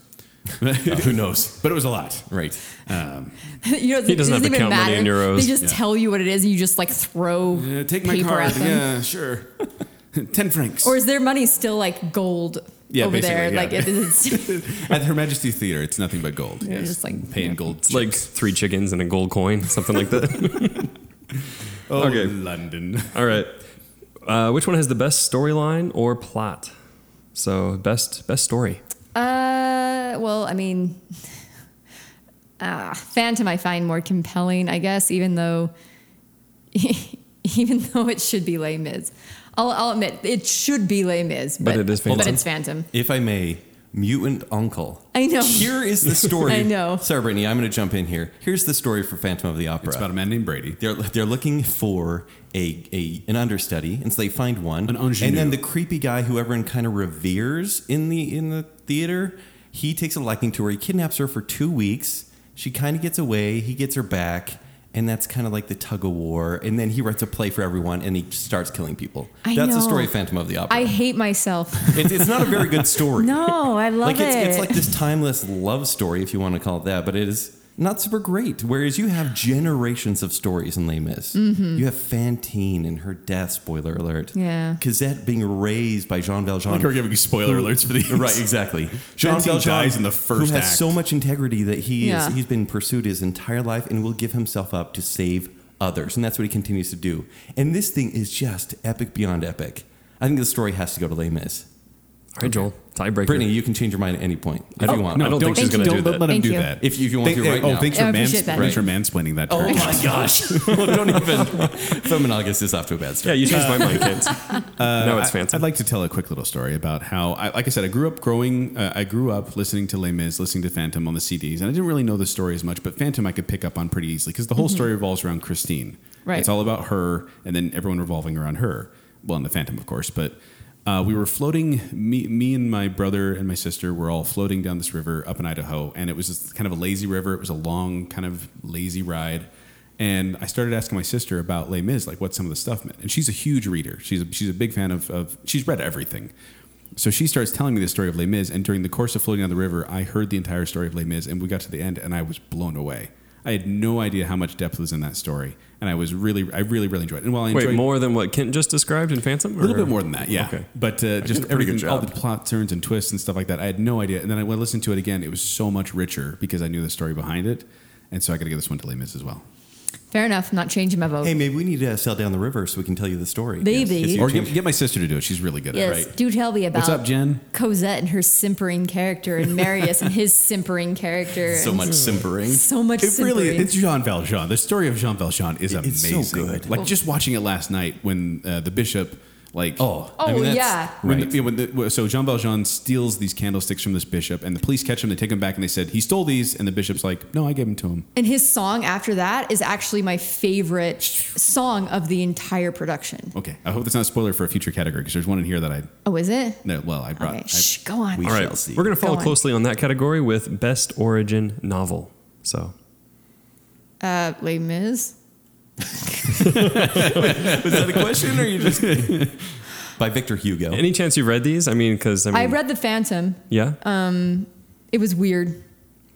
Speaker 4: Who knows?
Speaker 2: but it was a lot. Um,
Speaker 4: Right.
Speaker 5: you know,
Speaker 3: He doesn't have to
Speaker 5: even
Speaker 3: count money
Speaker 5: matter.
Speaker 3: in euros.
Speaker 5: They just
Speaker 2: Yeah.
Speaker 5: tell you what it is, and you just like throw
Speaker 2: Uh, take my
Speaker 5: paper
Speaker 2: card.
Speaker 5: at them.
Speaker 2: Yeah, sure. Ten francs.
Speaker 5: Or is their money still like gold
Speaker 2: Yeah,
Speaker 5: over
Speaker 2: basically,
Speaker 5: there?
Speaker 2: yeah.
Speaker 5: Like it is.
Speaker 2: At Her Majesty's Theater, it's nothing but gold.
Speaker 5: They're just like-
Speaker 2: paying gold.
Speaker 3: It's like
Speaker 2: chips.
Speaker 3: three chickens and a gold coin, something like that.
Speaker 2: oh,
Speaker 3: okay.
Speaker 2: London.
Speaker 3: All right. Uh, which one has the best storyline or plot? So best best story.
Speaker 5: Uh, well, I mean, uh, Phantom I find more compelling, I guess, even though, even though it should be Les Mis. I'll, I'll admit it should be Les Mis, but,
Speaker 3: it is
Speaker 5: But
Speaker 3: Phantom.
Speaker 5: it's Phantom.
Speaker 4: If I may, mutant uncle.
Speaker 5: I know.
Speaker 4: Here is the story.
Speaker 5: I know.
Speaker 4: Sorry, Brittany, I'm going to jump in here. Here's the story for Phantom of the Opera.
Speaker 2: It's about a man named Brady.
Speaker 4: They're they're looking for a, a an understudy, and so they find one.
Speaker 2: An ingenue.
Speaker 4: and then the creepy guy who everyone kind of reveres in the in the theater, he takes a liking to her. He kidnaps her for two weeks. She kind of gets away. He gets her back. And that's kind of like the tug of war. And then he writes a play for everyone, and he starts killing people.
Speaker 5: I
Speaker 4: that's the
Speaker 5: know.
Speaker 4: story of Phantom of the Opera.
Speaker 5: I hate myself.
Speaker 4: it's, it's not a very good story.
Speaker 5: No, I love
Speaker 4: like it's,
Speaker 5: it.
Speaker 4: it's like this timeless love story, if you want to call it that, but it is not super great. Whereas you have generations of stories in Les Mis. You have Fantine and her death. Spoiler alert.
Speaker 5: Mm-hmm. Yeah.
Speaker 4: Cosette being raised by Jean Valjean.
Speaker 2: Like we're giving you spoiler alerts for these.
Speaker 4: Right, exactly. Jean
Speaker 2: Fantine
Speaker 4: Valjean
Speaker 2: dies in the first
Speaker 4: who has
Speaker 2: act.
Speaker 4: so much integrity that he
Speaker 5: Yeah.
Speaker 4: is, he's been pursued his entire life and will give himself up to save others, and that's what he continues to do. And this thing is just epic beyond epic. I think the story has to go to Les Mis.
Speaker 3: All right, Joel. Tiebreaker.
Speaker 4: Brittany, you can change your mind at any point if
Speaker 2: Oh,
Speaker 4: you want.
Speaker 3: no, I don't think she's gonna
Speaker 2: don't
Speaker 3: do
Speaker 2: let
Speaker 3: that.
Speaker 2: Let him
Speaker 5: Thank
Speaker 2: do
Speaker 5: you.
Speaker 2: that.
Speaker 4: If you- if you want
Speaker 2: Thank-
Speaker 4: to right
Speaker 2: oh,
Speaker 4: now.
Speaker 2: thanks for,
Speaker 5: I
Speaker 2: mans-
Speaker 5: appreciate that.
Speaker 2: thanks for mansplaining that. Oh
Speaker 4: my gosh. don't even. Feminagus is off to a bad
Speaker 3: Yeah,
Speaker 4: start.
Speaker 3: you changed my mind, kids. no, it's Phantom.
Speaker 2: Uh, I'd like to tell a quick little story about how, I, like I said, I grew up growing. Uh, I grew up listening to Les Mis, listening to Phantom on the CDs, and I didn't really know the story as much. But Phantom, I could pick up on pretty easily because the whole story revolves around Christine.
Speaker 5: Mm-hmm. Right.
Speaker 2: It's all about her, and then everyone revolving around her. Well, and the Phantom, of course. But uh, we were floating. Me, me, and my brother and my sister were all floating down this river up in Idaho, and it was just kind of a lazy river. It was a long, kind of lazy ride. And I started asking my sister about Les Mis, like what some of the stuff meant. And she's a huge reader. She's a, she's a big fan of, of she's read everything. So she starts telling me the story of Les Mis. And during the course of floating down the river, I heard the entire story of Les Mis. And we got to the end, and I was blown away. I had no idea how much depth was in that story, and I was really, I really, really enjoyed it. And while I
Speaker 3: Wait,
Speaker 2: enjoyed
Speaker 3: more than what Kent just described in Phantom?
Speaker 2: a little
Speaker 3: or-
Speaker 2: bit more than that, yeah.
Speaker 3: Okay.
Speaker 2: But uh, just
Speaker 3: a pretty good
Speaker 2: everything, all the
Speaker 3: job.
Speaker 2: plot turns and twists and stuff like that, I had no idea. And then I went listened to it again. It was so much richer because I knew the story behind it, and so I got to give this one to Les Mis as well.
Speaker 5: Fair enough. Not changing my vote.
Speaker 4: Hey, maybe we need to sail down the river so we can tell you the story.
Speaker 5: Maybe.
Speaker 4: Yes. 'Cause you
Speaker 2: Or
Speaker 4: changed-
Speaker 2: get, get my sister to do it. She's really good at
Speaker 5: yes,
Speaker 2: it. Right.
Speaker 5: do tell me about
Speaker 2: What's up, Jen?
Speaker 5: Cosette and her simpering character, and Marius and his simpering character.
Speaker 4: so
Speaker 5: and
Speaker 4: much
Speaker 3: Mm.
Speaker 4: simpering.
Speaker 5: Mm. So much
Speaker 2: It really,
Speaker 5: simpering.
Speaker 2: it's Jean Valjean. The story of Jean Valjean is
Speaker 4: It- it's so
Speaker 2: amazing.
Speaker 4: good.
Speaker 2: Like just watching it last night when uh, the bishop, like,
Speaker 4: Oh,
Speaker 5: Oh,
Speaker 4: I mean, that's-
Speaker 5: yeah.
Speaker 2: When
Speaker 4: Right.
Speaker 2: the, yeah, when the, so Jean Valjean steals these candlesticks from this bishop, and the police catch him. They take him back, and they said he stole these. And the bishop's like, "No, I gave them to him."
Speaker 5: And his song after that is actually my favorite song of the entire production.
Speaker 2: Okay, I hope that's not a spoiler for a future category because there's one in here that I
Speaker 5: Oh, is it?
Speaker 2: no. Well, I brought.
Speaker 5: Okay,
Speaker 2: I-
Speaker 5: shh, go on.
Speaker 4: we
Speaker 3: All
Speaker 4: shall
Speaker 3: right.
Speaker 4: see.
Speaker 3: We're going to follow
Speaker 5: Go on.
Speaker 3: closely on that category with best origin novel. So
Speaker 5: Uh, Les Mis.
Speaker 4: Was that a question or you just. By Victor Hugo.
Speaker 3: any chance you've read these? I mean, because I mean,
Speaker 5: I read uh, The Phantom.
Speaker 3: yeah.
Speaker 5: It was weird.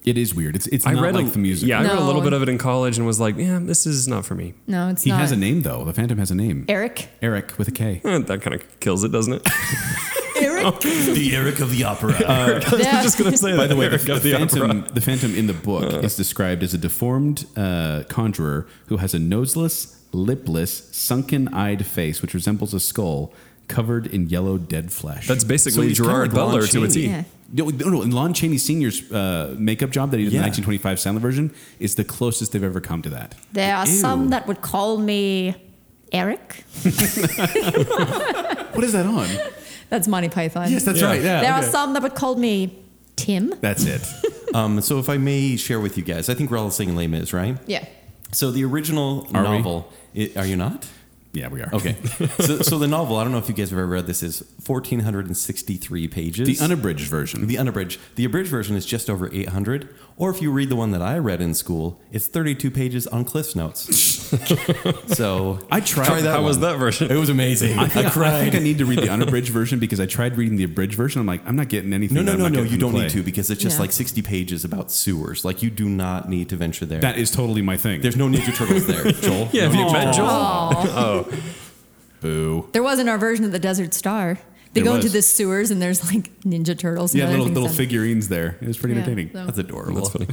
Speaker 2: it is weird. It's it's
Speaker 3: I
Speaker 2: not
Speaker 3: read
Speaker 2: like
Speaker 3: a,
Speaker 2: the music.
Speaker 3: Yeah, I read a little
Speaker 5: No.
Speaker 3: bit of it in college and was like, yeah, this is not for me.
Speaker 5: No, it's
Speaker 2: he
Speaker 5: not.
Speaker 2: has a name though. The Phantom has a name.
Speaker 5: Eric.
Speaker 2: Eric with a K.
Speaker 3: Eh, that kind of kills it, doesn't it?
Speaker 5: Eric.
Speaker 4: the Eric of the Opera.
Speaker 5: Yeah.
Speaker 3: I'm just going to say that.
Speaker 2: By the way, the,
Speaker 3: Eric of
Speaker 2: the
Speaker 3: Opera.
Speaker 2: Phantom, the Phantom in the book is described as a deformed uh, conjurer who has a noseless, lipless, sunken-eyed face which resembles a skull covered in yellow dead flesh.
Speaker 3: That's basically
Speaker 4: he's kinda
Speaker 3: Gerard
Speaker 4: like Lon
Speaker 3: Butler to a T.
Speaker 4: Chaney.
Speaker 5: Yeah.
Speaker 2: No, no, no. And Lon Chaney Sr.'s uh, makeup job that he did
Speaker 4: Yeah.
Speaker 2: in the 1925 silent version is the closest they've ever come to that.
Speaker 7: There are some
Speaker 4: Ew.
Speaker 7: that would call me Eric.
Speaker 2: What is that on?
Speaker 5: That's Monty Python.
Speaker 2: yes, that's
Speaker 3: Yeah.
Speaker 2: right. Yeah,
Speaker 7: there
Speaker 2: okay.
Speaker 7: are some that would call me Tim.
Speaker 2: That's it.
Speaker 4: um, so, if I may share with you guys, I think we're all singing Les Mis, right?
Speaker 5: Yeah.
Speaker 4: So, the original
Speaker 2: Are we?
Speaker 4: novel. i- are you not?
Speaker 2: Yeah, we are.
Speaker 4: Okay. so, so, the novel, I don't know if you guys have ever read this, is 1,463 pages.
Speaker 2: The unabridged version.
Speaker 4: The unabridged. The abridged version is just over 800. Or if you read the one that I read in school, it's 32 pages on Cliff's Notes. so
Speaker 2: I tried-
Speaker 4: Try that
Speaker 3: How was
Speaker 4: one.
Speaker 3: that version?
Speaker 4: It was amazing.
Speaker 2: I, think, I, think I need to read the unabridged version because I tried reading the abridged version. I'm like, I'm not getting anything.
Speaker 4: No,
Speaker 2: that
Speaker 4: no,
Speaker 2: I'm
Speaker 4: no,
Speaker 2: not
Speaker 4: no.
Speaker 2: getting
Speaker 4: You
Speaker 2: from
Speaker 4: don't
Speaker 2: play.
Speaker 4: need to because it's just
Speaker 5: Yeah.
Speaker 4: like 60 pages about sewers. Like you do not need to venture there.
Speaker 2: That is totally my thing.
Speaker 4: There's no Ninja Turtles there, Joel.
Speaker 3: yeah,
Speaker 4: No
Speaker 3: have you
Speaker 4: Ninja
Speaker 3: met
Speaker 4: Turtles.
Speaker 3: Joel?
Speaker 5: Oh.
Speaker 2: Boo.
Speaker 5: There wasn't our version of the Desert Star. They
Speaker 2: There
Speaker 5: go into
Speaker 2: was.
Speaker 5: the sewers and there's like Ninja Turtles. And
Speaker 2: Yeah,
Speaker 5: other
Speaker 2: little
Speaker 5: things
Speaker 2: little
Speaker 5: on-
Speaker 2: figurines there. It was pretty
Speaker 5: Yeah,
Speaker 2: entertaining.
Speaker 5: so-
Speaker 4: That's adorable.
Speaker 3: That's funny.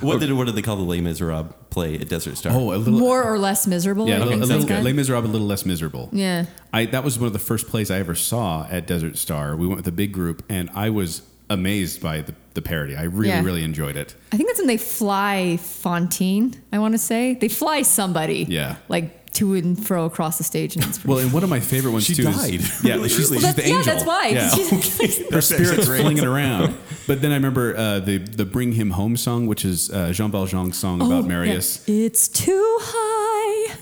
Speaker 4: What did what did they call the Les Miserables play at Desert Star?
Speaker 2: Oh, a little.
Speaker 5: More or less miserable.
Speaker 2: yeah,
Speaker 5: I
Speaker 2: a
Speaker 5: think
Speaker 2: little, a
Speaker 5: it's
Speaker 2: little
Speaker 5: like
Speaker 2: Les
Speaker 5: that.
Speaker 2: Miserables, a little less miserable.
Speaker 5: Yeah.
Speaker 2: I that was one of the first plays I ever saw at Desert Star. We went with a big group, and I was amazed by the, the parody. I really,
Speaker 5: Yeah.
Speaker 2: really enjoyed it.
Speaker 5: I think that's when they fly Fontaine, I want to say. They fly somebody.
Speaker 2: Yeah.
Speaker 5: Like to and fro across the stage. And it's pretty
Speaker 2: Well, and one of my favorite ones
Speaker 4: She
Speaker 2: too
Speaker 4: died.
Speaker 2: is yeah, she's,
Speaker 5: Well,
Speaker 2: she's the
Speaker 5: that's- yeah,
Speaker 2: angel.
Speaker 5: that's why.
Speaker 2: Yeah.
Speaker 5: She's-
Speaker 2: Her spirit's flinging around. But then I remember uh, the the "Bring Him Home" song, which is uh, Jean Valjean's song about
Speaker 5: Oh,
Speaker 2: Marius.
Speaker 5: yeah. It's too high.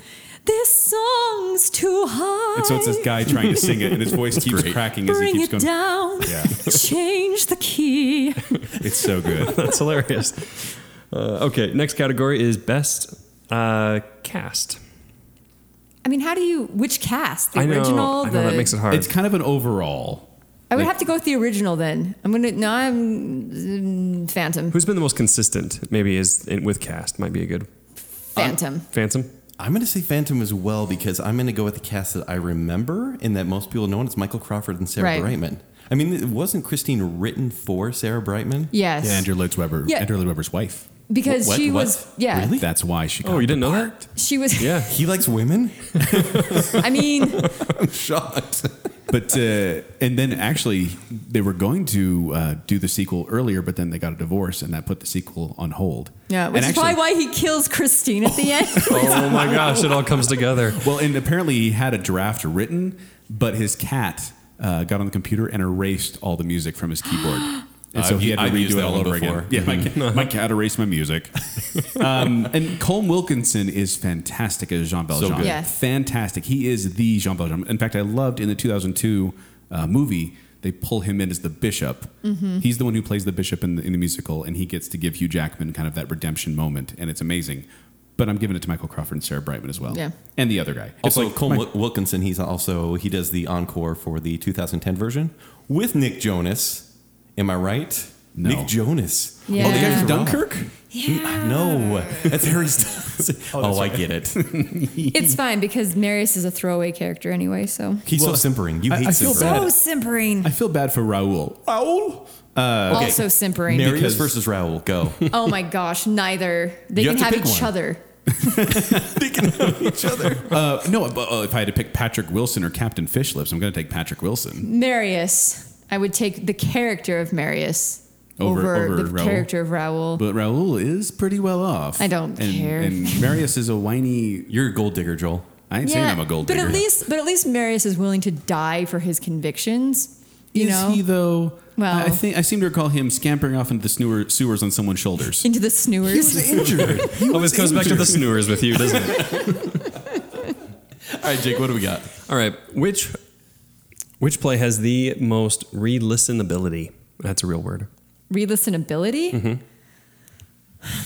Speaker 5: This song's too high.
Speaker 2: And so it's this guy trying to sing it, and his voice keeps
Speaker 4: great.
Speaker 2: cracking as he
Speaker 5: Oh. Bring
Speaker 2: keeps
Speaker 5: it
Speaker 2: going.
Speaker 5: down. Change the key.
Speaker 2: It's so good.
Speaker 3: That's hilarious. Uh, okay, next category is best uh, cast.
Speaker 5: I mean, how do you? Which cast? The
Speaker 3: I know,
Speaker 5: original.
Speaker 3: I know
Speaker 5: the,
Speaker 3: that makes it hard.
Speaker 2: it's kind of an overall.
Speaker 5: I would
Speaker 2: like-
Speaker 5: have to go with the original then. I'm gonna. No, I'm mm, Phantom.
Speaker 3: Who's been the most consistent? Maybe is in, with cast might be a good
Speaker 5: Phantom.
Speaker 3: Phantom.
Speaker 4: I'm going to say Phantom as well because I'm going to go with the cast that I remember and that most people know, and it's Michael Crawford and Sarah
Speaker 5: Right.
Speaker 4: Brightman. I mean, it wasn't Christine written for Sarah Brightman?
Speaker 5: yes.
Speaker 2: Yeah, Andrew Lloyd Webber.
Speaker 5: Yeah.
Speaker 2: Andrew Lloyd Webber's wife.
Speaker 5: because
Speaker 4: What-
Speaker 5: she
Speaker 4: what?
Speaker 5: was. Yeah.
Speaker 4: Really?
Speaker 2: That's why she. Got
Speaker 3: Oh, you didn't know that?
Speaker 5: She was.
Speaker 3: Yeah.
Speaker 4: He likes women?
Speaker 5: I mean,
Speaker 4: Shocked.
Speaker 2: But uh, and then actually they were going to uh, do the sequel earlier, but then they got a divorce, and that put the sequel on hold.
Speaker 5: yeah. Which
Speaker 2: And
Speaker 5: is probably why he kills Christine at the end.
Speaker 3: Oh my gosh, it all comes together.
Speaker 2: Well, and apparently he had a draft written, but his cat uh, got on the computer and erased all the music from his keyboard. And so
Speaker 4: I've-
Speaker 2: he had to
Speaker 4: I've
Speaker 2: redo
Speaker 4: used
Speaker 2: it
Speaker 4: that
Speaker 2: all
Speaker 4: one
Speaker 2: over
Speaker 4: before.
Speaker 2: again. Yeah, my, ca- my cat erased my music. um, and Colm Wilkinson is fantastic as Jean Valjean.
Speaker 4: good.
Speaker 5: Yes.
Speaker 2: Fantastic. He is the Jean Valjean. In fact, I loved in the 2002 uh, movie, they pull him in as the bishop.
Speaker 5: Mm-hmm.
Speaker 2: He's the one who plays the bishop in the, in the musical, and he gets to give Hugh Jackman kind of that redemption moment, and it's amazing. But I'm giving it to Michael Crawford and Sarah Brightman as well.
Speaker 5: Yeah.
Speaker 2: And the other guy. It's
Speaker 4: Also,
Speaker 2: like
Speaker 4: Cole
Speaker 2: my-
Speaker 4: Wil- Wilkinson, he's also, he does the encore for the 2010 version with Nick Jonas. Am I right?
Speaker 2: No.
Speaker 4: Nick Jonas.
Speaker 5: Yeah.
Speaker 2: Oh, the guy
Speaker 5: Yeah.
Speaker 2: from Dunkirk?
Speaker 4: No, that's Harry Styles. oh, I get it.
Speaker 5: it's fine because Marius is a throwaway character anyway. So.
Speaker 4: He's so simpering. You
Speaker 2: I-
Speaker 4: hate
Speaker 2: I feel
Speaker 4: simpering.
Speaker 2: bad.
Speaker 5: simpering.
Speaker 2: I feel bad for Raul. Raul?
Speaker 5: Also simpering.
Speaker 4: Marius
Speaker 2: Because-
Speaker 4: versus Raoul. Go.
Speaker 5: Oh my gosh, neither. They
Speaker 4: You
Speaker 5: can have,
Speaker 4: have to pick
Speaker 5: each
Speaker 4: one.
Speaker 5: other.
Speaker 2: Uh, no, but uh, if I had to pick Patrick Wilson or Captain Fishlips, I'm going to take Patrick Wilson.
Speaker 5: Marius. I would take the character of Marius
Speaker 2: Over-
Speaker 5: over,
Speaker 2: over
Speaker 5: the
Speaker 2: Raoul?
Speaker 5: character of Raoul.
Speaker 2: But Raul is pretty well off.
Speaker 5: I don't
Speaker 2: and,
Speaker 5: care.
Speaker 2: And Marius is a whiny.
Speaker 4: You're a gold digger, Joel.
Speaker 2: I ain't saying I'm a gold
Speaker 5: but
Speaker 2: digger.
Speaker 5: at least, but at least Marius is willing to die for his convictions. You
Speaker 2: is
Speaker 5: know,
Speaker 2: he though?
Speaker 5: Well-
Speaker 2: I I think I seem to recall him scampering off into the sewer, sewers on someone's shoulders.
Speaker 5: into the snewers.
Speaker 4: injured.
Speaker 3: Always comes Oh, back to the snores with you, doesn't it?
Speaker 4: All right, Jake, what do we got?
Speaker 3: All right, which which play has the most re-listenability? That's a real word.
Speaker 5: Re-listenability.
Speaker 2: Mm-hmm.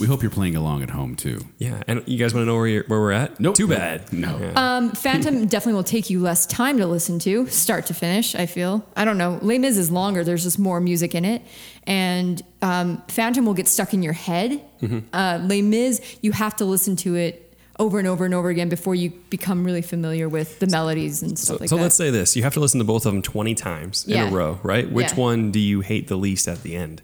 Speaker 2: We hope you're playing along at home too.
Speaker 3: Yeah, and you guys want to know where, you're, where we're at?
Speaker 2: Nope.
Speaker 3: Too bad.
Speaker 2: No.
Speaker 5: Um, Phantom definitely will take you less time to listen to, start to finish. I feel. I don't know. Les Mis is longer. There's just more music in it, and um, Phantom will get stuck in your head.
Speaker 2: Mm-hmm.
Speaker 5: Uh, Les Mis, you have to listen to it over and over and over again before you become really familiar with the melodies and stuff
Speaker 3: So,
Speaker 5: like
Speaker 3: so
Speaker 5: that.
Speaker 3: let's say this: you have to listen to both of them twenty times in
Speaker 5: Yeah.
Speaker 3: a row, right? Which
Speaker 5: Yeah.
Speaker 3: one do you hate the least at the end?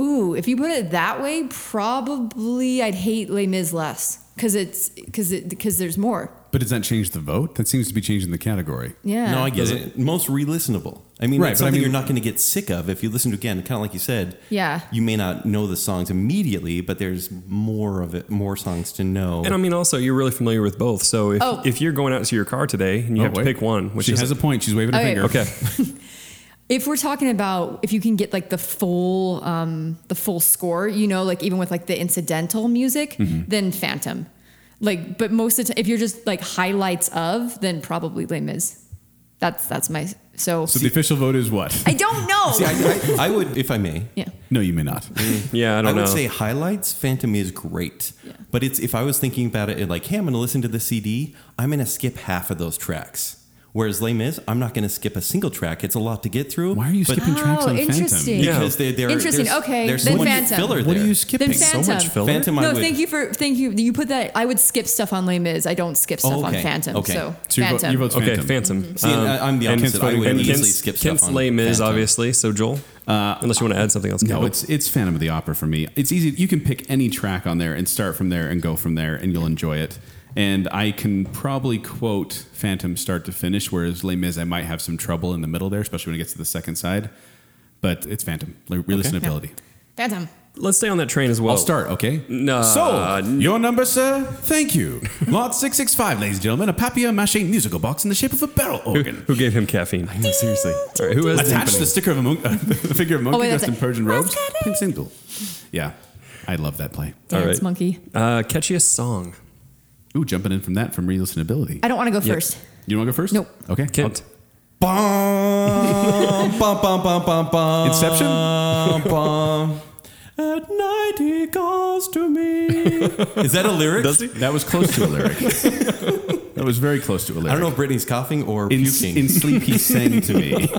Speaker 5: Ooh, if you put it that way, probably I'd hate Les Mis less because it's because it because there's more.
Speaker 2: but does that change the vote? That seems to be changing the category.
Speaker 5: Yeah.
Speaker 4: No, I get it. Most re-listenable. I mean,
Speaker 2: Right,
Speaker 4: it's
Speaker 2: but I
Speaker 4: something
Speaker 2: mean-
Speaker 4: you're not going to get sick of if you listen to it again. Kind of like you said.
Speaker 5: Yeah.
Speaker 4: You may not know the songs immediately, but there's more of it, more songs to know.
Speaker 3: And I mean, also, you're really familiar with both. So if,
Speaker 5: Oh.
Speaker 3: if you're going out to your car today and you
Speaker 2: Oh,
Speaker 3: have
Speaker 2: wait.
Speaker 3: to pick one, which
Speaker 2: she
Speaker 3: is
Speaker 2: has a point. She's waving her
Speaker 5: Okay.
Speaker 2: finger.
Speaker 3: okay,
Speaker 5: if we're talking about if you can get like the full um the full score you know like even with like the incidental music
Speaker 4: Mm-hmm.
Speaker 5: then phantom like but most of the time if you're just like highlights of then probably les mis that's that's my so,
Speaker 2: So the official vote is what?
Speaker 5: i don't know
Speaker 4: See, I, I, I would, if I may,
Speaker 5: yeah
Speaker 2: No, you may not.
Speaker 3: yeah, I
Speaker 4: I
Speaker 3: don't
Speaker 4: would
Speaker 3: know.
Speaker 4: say highlights. Phantom is great, but it's if I was thinking about it, like, hey, I'm going to listen to the CD. I'm going to skip half of those tracks. Whereas Les Mis, I'm not going to skip a single track. It's a lot to get through.
Speaker 2: Why are you
Speaker 4: but-
Speaker 2: skipping tracks
Speaker 5: Oh,
Speaker 2: on
Speaker 5: interesting.
Speaker 2: Phantom?
Speaker 3: Yeah.
Speaker 4: Because they, they're
Speaker 5: Interesting.
Speaker 4: There's,
Speaker 5: Okay,
Speaker 4: There's
Speaker 5: then
Speaker 4: so much
Speaker 5: Phantom.
Speaker 4: filler
Speaker 2: What
Speaker 4: there.
Speaker 2: are you skipping?
Speaker 5: Then Phantom.
Speaker 3: So much filler.
Speaker 4: Phantom. I
Speaker 5: no,
Speaker 4: would,
Speaker 5: thank you for thank you. You put that. I would skip stuff on Les Mis. I don't skip stuff on
Speaker 4: Okay,
Speaker 5: Phantom.
Speaker 4: okay.
Speaker 5: So,
Speaker 2: Oh, So your vote-
Speaker 5: Phantom.
Speaker 2: your vote's
Speaker 3: Okay,
Speaker 2: Phantom.
Speaker 3: Phantom.
Speaker 4: Mm-hmm.
Speaker 3: Um,
Speaker 4: See, and I- I'm the
Speaker 3: and
Speaker 4: opposite.
Speaker 2: Kent's
Speaker 4: I
Speaker 2: voting-
Speaker 4: would
Speaker 2: and
Speaker 4: easily
Speaker 2: Kent's-
Speaker 4: skip stuff
Speaker 3: Kent's
Speaker 4: on
Speaker 3: Les Mis,
Speaker 4: Phantom. Uh,
Speaker 3: obviously. So Joel, unless you want to add something else.
Speaker 2: No,
Speaker 3: Campbell.
Speaker 2: it's it's Phantom of the Opera for me. It's easy. You can pick any track on there and start from there and go from there, and you'll enjoy it. And I can probably quote Phantom start to finish, whereas Les Mis, I might have some trouble in the middle there, especially when it gets to the second side. But it's Phantom. Re- Re-listenability.
Speaker 5: Phantom.
Speaker 3: let's stay on that train as well. Uh,
Speaker 2: I'll start, okay?
Speaker 3: No.
Speaker 2: So, your number, sir? Thank you. Lot 665, ladies and gentlemen, a papier mache musical box in the shape of a barrel
Speaker 3: Who,
Speaker 2: organ.
Speaker 3: who gave him caffeine?
Speaker 2: Seriously.
Speaker 3: All right, who has
Speaker 2: Attach
Speaker 3: happening?
Speaker 2: the sticker of a monkey, the figure of a monkey
Speaker 5: Oh, wait,
Speaker 2: dressed
Speaker 5: that's
Speaker 2: in
Speaker 5: it.
Speaker 2: Persian robes.
Speaker 5: Masquerade.
Speaker 2: Pensingle. Yeah, I love that play.
Speaker 5: Dance
Speaker 3: right.
Speaker 5: monkey.
Speaker 3: Uh, catchiest song.
Speaker 2: Ooh, jumping in from that from re-listenability.
Speaker 5: I don't want to go
Speaker 3: Yep.
Speaker 5: first.
Speaker 2: You want to go first?
Speaker 5: Nope.
Speaker 2: Okay.
Speaker 3: Kent.
Speaker 4: Bum, bum, bum, bum, bum, bum.
Speaker 2: Inception?
Speaker 4: Bum, bum. At night he calls to me. Is that a lyric?
Speaker 2: Does he? That was close to a lyric. that was very close to a lyric.
Speaker 4: I don't know if Britney's coughing or
Speaker 2: In,
Speaker 4: puking.
Speaker 2: in sleep, he sang to me.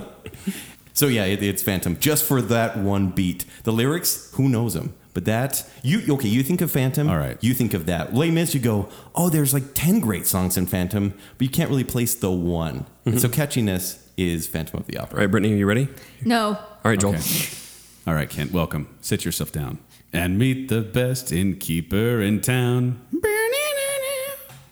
Speaker 4: so yeah, it, it's Phantom. Just for that one beat. The lyrics, who knows them? But that you okay? You think of Phantom.
Speaker 2: All right.
Speaker 4: You think of that. Les Mis. You go. Oh, there's like ten great songs in Phantom, but you can't really place the one. And so catchiness is Phantom of the Opera.
Speaker 3: All right, Brittany, are you ready?
Speaker 5: No.
Speaker 3: All right, Joel.
Speaker 2: Okay. All right, Kent, welcome. Sit yourself down and meet the best innkeeper in town.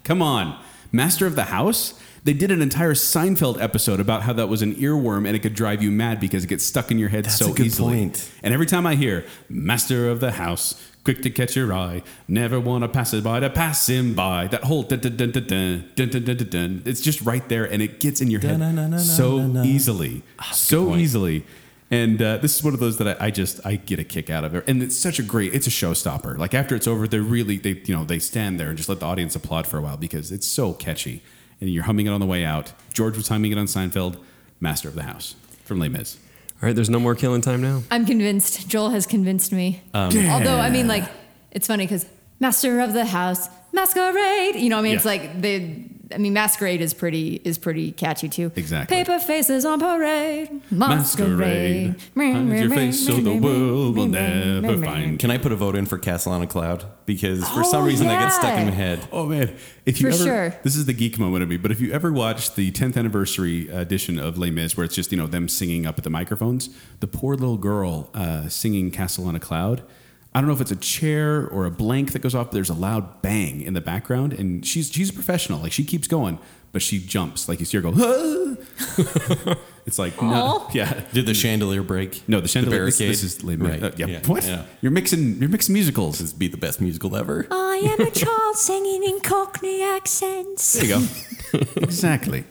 Speaker 2: Come on, Master of the House? They did an entire Seinfeld episode about how that was an earworm and it could drive you mad because it gets stuck in your head
Speaker 4: That's
Speaker 2: so
Speaker 4: a good
Speaker 2: easily.
Speaker 4: point.
Speaker 2: And every time I hear Master of the House, quick to catch your eye, never want to pass it by to pass him by. That whole dun dun dun dun dun dun dun dun dun dun. It's just right there and it gets in your head
Speaker 4: Dun-dun-dun-dun-dun-dun.
Speaker 2: so easily, so
Speaker 4: point.
Speaker 2: easily. And uh, this is one of those that I, I just I get a kick out of it, and it's such a great it's a showstopper. Like after it's over, they really they you know they stand there and just let the audience applaud for a while because it's so catchy, and you're humming it on the way out. George was humming it on Seinfeld, Master of the House from Les Mis.
Speaker 3: All right, there's no more killing time now.
Speaker 5: I'm convinced. Joel has convinced me.
Speaker 2: Um,
Speaker 5: Although I mean, like, it's funny because master of the house, masquerade. You know, I mean, it's
Speaker 2: Yeah.
Speaker 5: like the. I mean, masquerade is pretty is pretty catchy too.
Speaker 2: Exactly.
Speaker 5: Paper faces on parade. Masquerade.
Speaker 2: hide your face so the world will never find.
Speaker 4: Can I put a vote in for Castle on a Cloud? Because for some
Speaker 5: Oh,
Speaker 4: reason that
Speaker 5: yeah.
Speaker 4: gets stuck in my head.
Speaker 2: Oh man, if you
Speaker 5: For
Speaker 2: ever
Speaker 5: sure.
Speaker 2: this is the geek moment of me, but if you ever watched the 10th anniversary edition of Les Mis, where it's just you know them singing up at the microphones, the poor little girl uh, singing "Castle on a Cloud." I don't know if it's a chair or a blank that goes off, but there's a loud bang in the background, and she's she's a professional. Like she keeps going, but she jumps. Like you see her go. "Ah!" it's like no,
Speaker 5: Aw.
Speaker 2: yeah.
Speaker 4: Did the chandelier break?
Speaker 2: No, the chandelier. this,
Speaker 4: barricade?
Speaker 2: this is Les Mis.
Speaker 4: Right.
Speaker 2: Uh, yeah.
Speaker 4: Yeah.
Speaker 2: What?
Speaker 4: Yeah.
Speaker 2: You're mixing. You're mixing musicals.
Speaker 4: This be the best musical
Speaker 5: Oh,
Speaker 4: ever.
Speaker 7: I am a child singing in Cockney accents.
Speaker 2: There you go. exactly.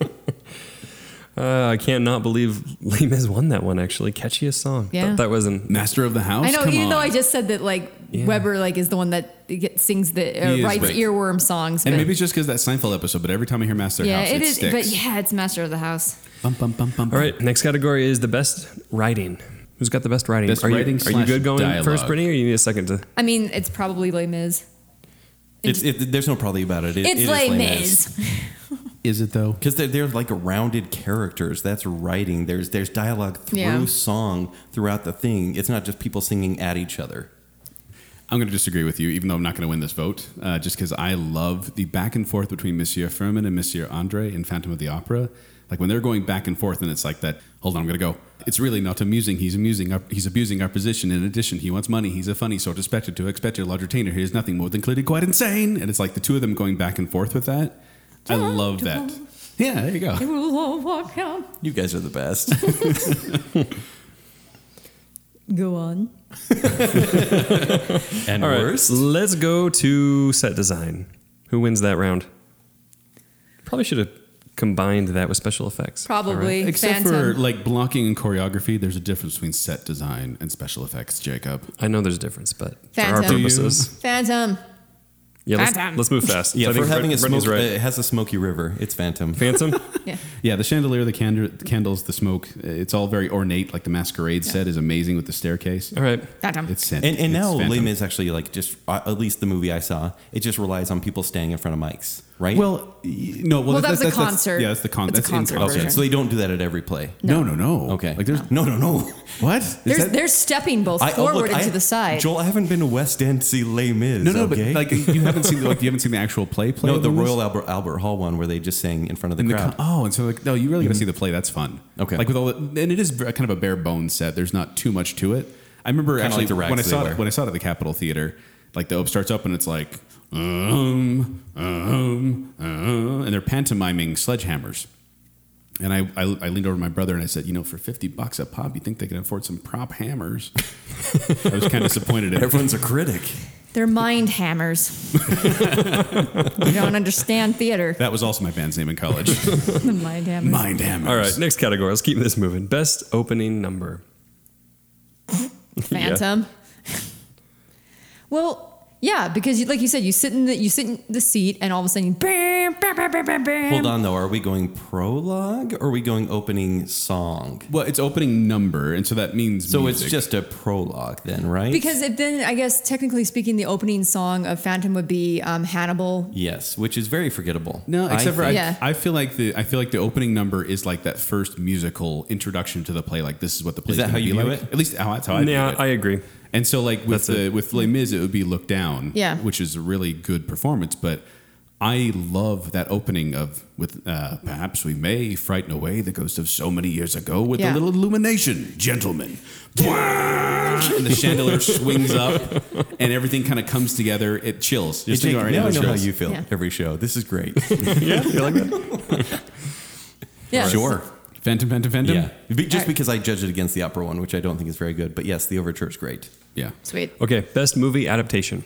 Speaker 3: Uh, I can't not believe Les Mis won that one. Actually, catchiest song.
Speaker 5: Yeah.
Speaker 3: Th- that wasn't.
Speaker 2: Master of the House.
Speaker 5: I know,
Speaker 2: Come
Speaker 5: even though
Speaker 2: on.
Speaker 5: I just said that, like Weber, like is the one that get, sings the
Speaker 2: He
Speaker 5: uh,
Speaker 2: is
Speaker 5: writes
Speaker 2: right.
Speaker 5: earworm songs.
Speaker 2: And
Speaker 5: but-
Speaker 2: maybe it's just because that Seinfeld episode, but every time I hear Master
Speaker 5: yeah,
Speaker 2: House, it,
Speaker 5: it is.
Speaker 2: sticks.
Speaker 5: But yeah, it's master of the house.
Speaker 2: Bum, bum, bum, bum,
Speaker 3: All right, next category is the best writing. Who's got the best writing?
Speaker 2: Best
Speaker 3: are you,
Speaker 2: writing
Speaker 3: are you
Speaker 2: slash
Speaker 3: good going first,
Speaker 2: dialogue.
Speaker 3: Brittany, or you need a second to?
Speaker 5: I mean, it's probably Les Mis.
Speaker 4: It's, it, there's no probably about it. it
Speaker 5: It's
Speaker 4: it is
Speaker 5: Les
Speaker 4: lame
Speaker 5: Mis.
Speaker 2: Is it though?
Speaker 4: because they're, they're like rounded characters. That's writing. There's there's dialogue through
Speaker 5: Yeah.
Speaker 4: song throughout the thing. It's not just people singing at each other.
Speaker 2: I'm going to disagree with you, even though I'm not going to win this vote, uh, just because I love the back and forth between Monsieur Furman and Monsieur Andre in Phantom of the Opera. Like when they're going back and forth, and it's like that. Hold on, I'm going to go. It's really not amusing. He's amusing. Our, he's abusing our position. In addition, he wants money. He's a funny sort, expected to expect a large retainer. He is nothing more than clearly quite insane. And it's like the two of them going back and forth with that. I love that. Yeah, there you go.
Speaker 5: We'll all walk out.
Speaker 4: You guys are the best.
Speaker 5: Go on.
Speaker 4: and
Speaker 3: All right,
Speaker 4: worst.
Speaker 3: let's go to set design. Who wins that round? Probably should have combined that with special effects.
Speaker 5: Probably
Speaker 2: Except
Speaker 5: Phantom.
Speaker 2: for like blocking and choreography, there's a difference between set design and special effects, Jacob.
Speaker 3: I know there's a difference, but for our
Speaker 5: Phantom.
Speaker 3: purposes,
Speaker 5: Phantom.
Speaker 3: Yeah, let's,
Speaker 6: Phantom.
Speaker 3: let's move fast.
Speaker 4: Yeah,
Speaker 3: I
Speaker 4: for
Speaker 3: think
Speaker 4: having a
Speaker 3: Britt- Brittany's
Speaker 4: smoke, uh, it has a smoky river. It's Phantom.
Speaker 3: Phantom.
Speaker 5: Yeah.
Speaker 2: Yeah, the chandelier, the cand- candles, the smoke, it's all very ornate. Like the masquerade set is amazing with the staircase.
Speaker 3: All right.
Speaker 6: Phantom.
Speaker 2: It's sent.
Speaker 4: And, and
Speaker 2: it's
Speaker 4: now
Speaker 2: phantom.
Speaker 4: Lame is actually like just uh, at least the movie I saw. It just relies on people staying in front of mics, right?
Speaker 2: Well, y- no. Well,
Speaker 5: Well, that
Speaker 2: that's,
Speaker 5: was a
Speaker 2: that's- that's-
Speaker 5: concert.
Speaker 2: Yeah, that's the con-
Speaker 5: It's a
Speaker 2: that's in
Speaker 5: concert
Speaker 2: concert.
Speaker 4: okay, so they don't do that at every play.
Speaker 2: No, no, no.
Speaker 4: Okay,
Speaker 2: Like there's
Speaker 4: no, no, no.
Speaker 2: what? Is
Speaker 5: There's,
Speaker 2: that-
Speaker 5: they're stepping both
Speaker 4: I- oh,
Speaker 5: forward
Speaker 4: look,
Speaker 5: and
Speaker 4: I-
Speaker 5: to the side.
Speaker 4: Joel, I haven't been to West End to see Les Mis.
Speaker 2: no, no,
Speaker 4: okay?
Speaker 2: but like you haven't seen like you haven't seen the actual play. play
Speaker 4: no, the
Speaker 2: of this?
Speaker 4: Royal Albert Albert Hall one where they just sang in front of the
Speaker 2: And the
Speaker 4: crowd.
Speaker 2: con- oh, and so like no, you really got to see the play. That's fun.
Speaker 4: Mm-hmm. Okay.
Speaker 2: like with all the, and it is b- kind of a bare bones set. There's not too much to it. I remember
Speaker 4: Kinda
Speaker 2: actually
Speaker 4: like the rags
Speaker 2: when I
Speaker 4: they
Speaker 2: saw
Speaker 4: wear.
Speaker 2: it when I saw it at the Capitol Theater, like the op starts up and it's like um um um, and they're pantomiming sledgehammers. And I, I, I leaned over to my brother and I said, you know, for fifty bucks a pop, you think they can afford some prop hammers? I was kind of disappointed. In
Speaker 4: Everyone's a critic.
Speaker 5: They're mind hammers. you don't understand theater.
Speaker 2: That was also my band's name in college.
Speaker 5: mind hammers.
Speaker 2: Mind hammers.
Speaker 3: All right. Next category. Let's keep this moving. Best opening number. Yeah.
Speaker 5: Phantom. well, yeah, because you, like you said, you sit in the you sit in the seat, and all of a sudden, bam, bam, bam, bam, bam, bam.
Speaker 4: Hold on though, are we going prologue or are we going opening song?
Speaker 2: Well, it's opening number, and so that means
Speaker 4: So
Speaker 2: music.
Speaker 4: it's just a prologue then, right?
Speaker 5: Because it, then, I guess, technically speaking, the opening song of Phantom would be um, Hannibal.
Speaker 4: yes, which is very forgettable.
Speaker 2: No, except for I,
Speaker 5: think- Yeah.
Speaker 2: I feel like the I feel like the opening number is like that first musical introduction to the play. Like this is what the play
Speaker 4: that how
Speaker 2: be
Speaker 4: you view
Speaker 2: like.
Speaker 4: it?
Speaker 2: At least how, that's how I view
Speaker 3: Yeah,
Speaker 2: it.
Speaker 3: I agree.
Speaker 2: and so like with
Speaker 3: That's
Speaker 2: the with Les Mis, it would be Look Down,
Speaker 5: Yeah.
Speaker 2: which is a really good performance. But I love that opening of with uh, perhaps we may frighten away the ghost of so many years ago with a
Speaker 5: Yeah.
Speaker 2: little illumination, gentlemen. Bwah! and the chandelier swings up, and everything kind of comes together. It chills.
Speaker 4: Hey,
Speaker 2: Just
Speaker 4: Jake,
Speaker 2: think about it right
Speaker 4: now I
Speaker 2: it
Speaker 4: know how
Speaker 2: chills.
Speaker 4: you feel
Speaker 5: Yeah.
Speaker 4: every show. This is great.
Speaker 5: Yeah.
Speaker 4: sure.
Speaker 2: Phantom, Phantom, Phantom.
Speaker 4: Yeah. Be- Just
Speaker 5: Alright.
Speaker 4: because I judged it against the opera one, which I don't think is very good. But yes, the overture is great.
Speaker 2: yeah.
Speaker 5: Sweet.
Speaker 3: Okay. Best movie adaptation.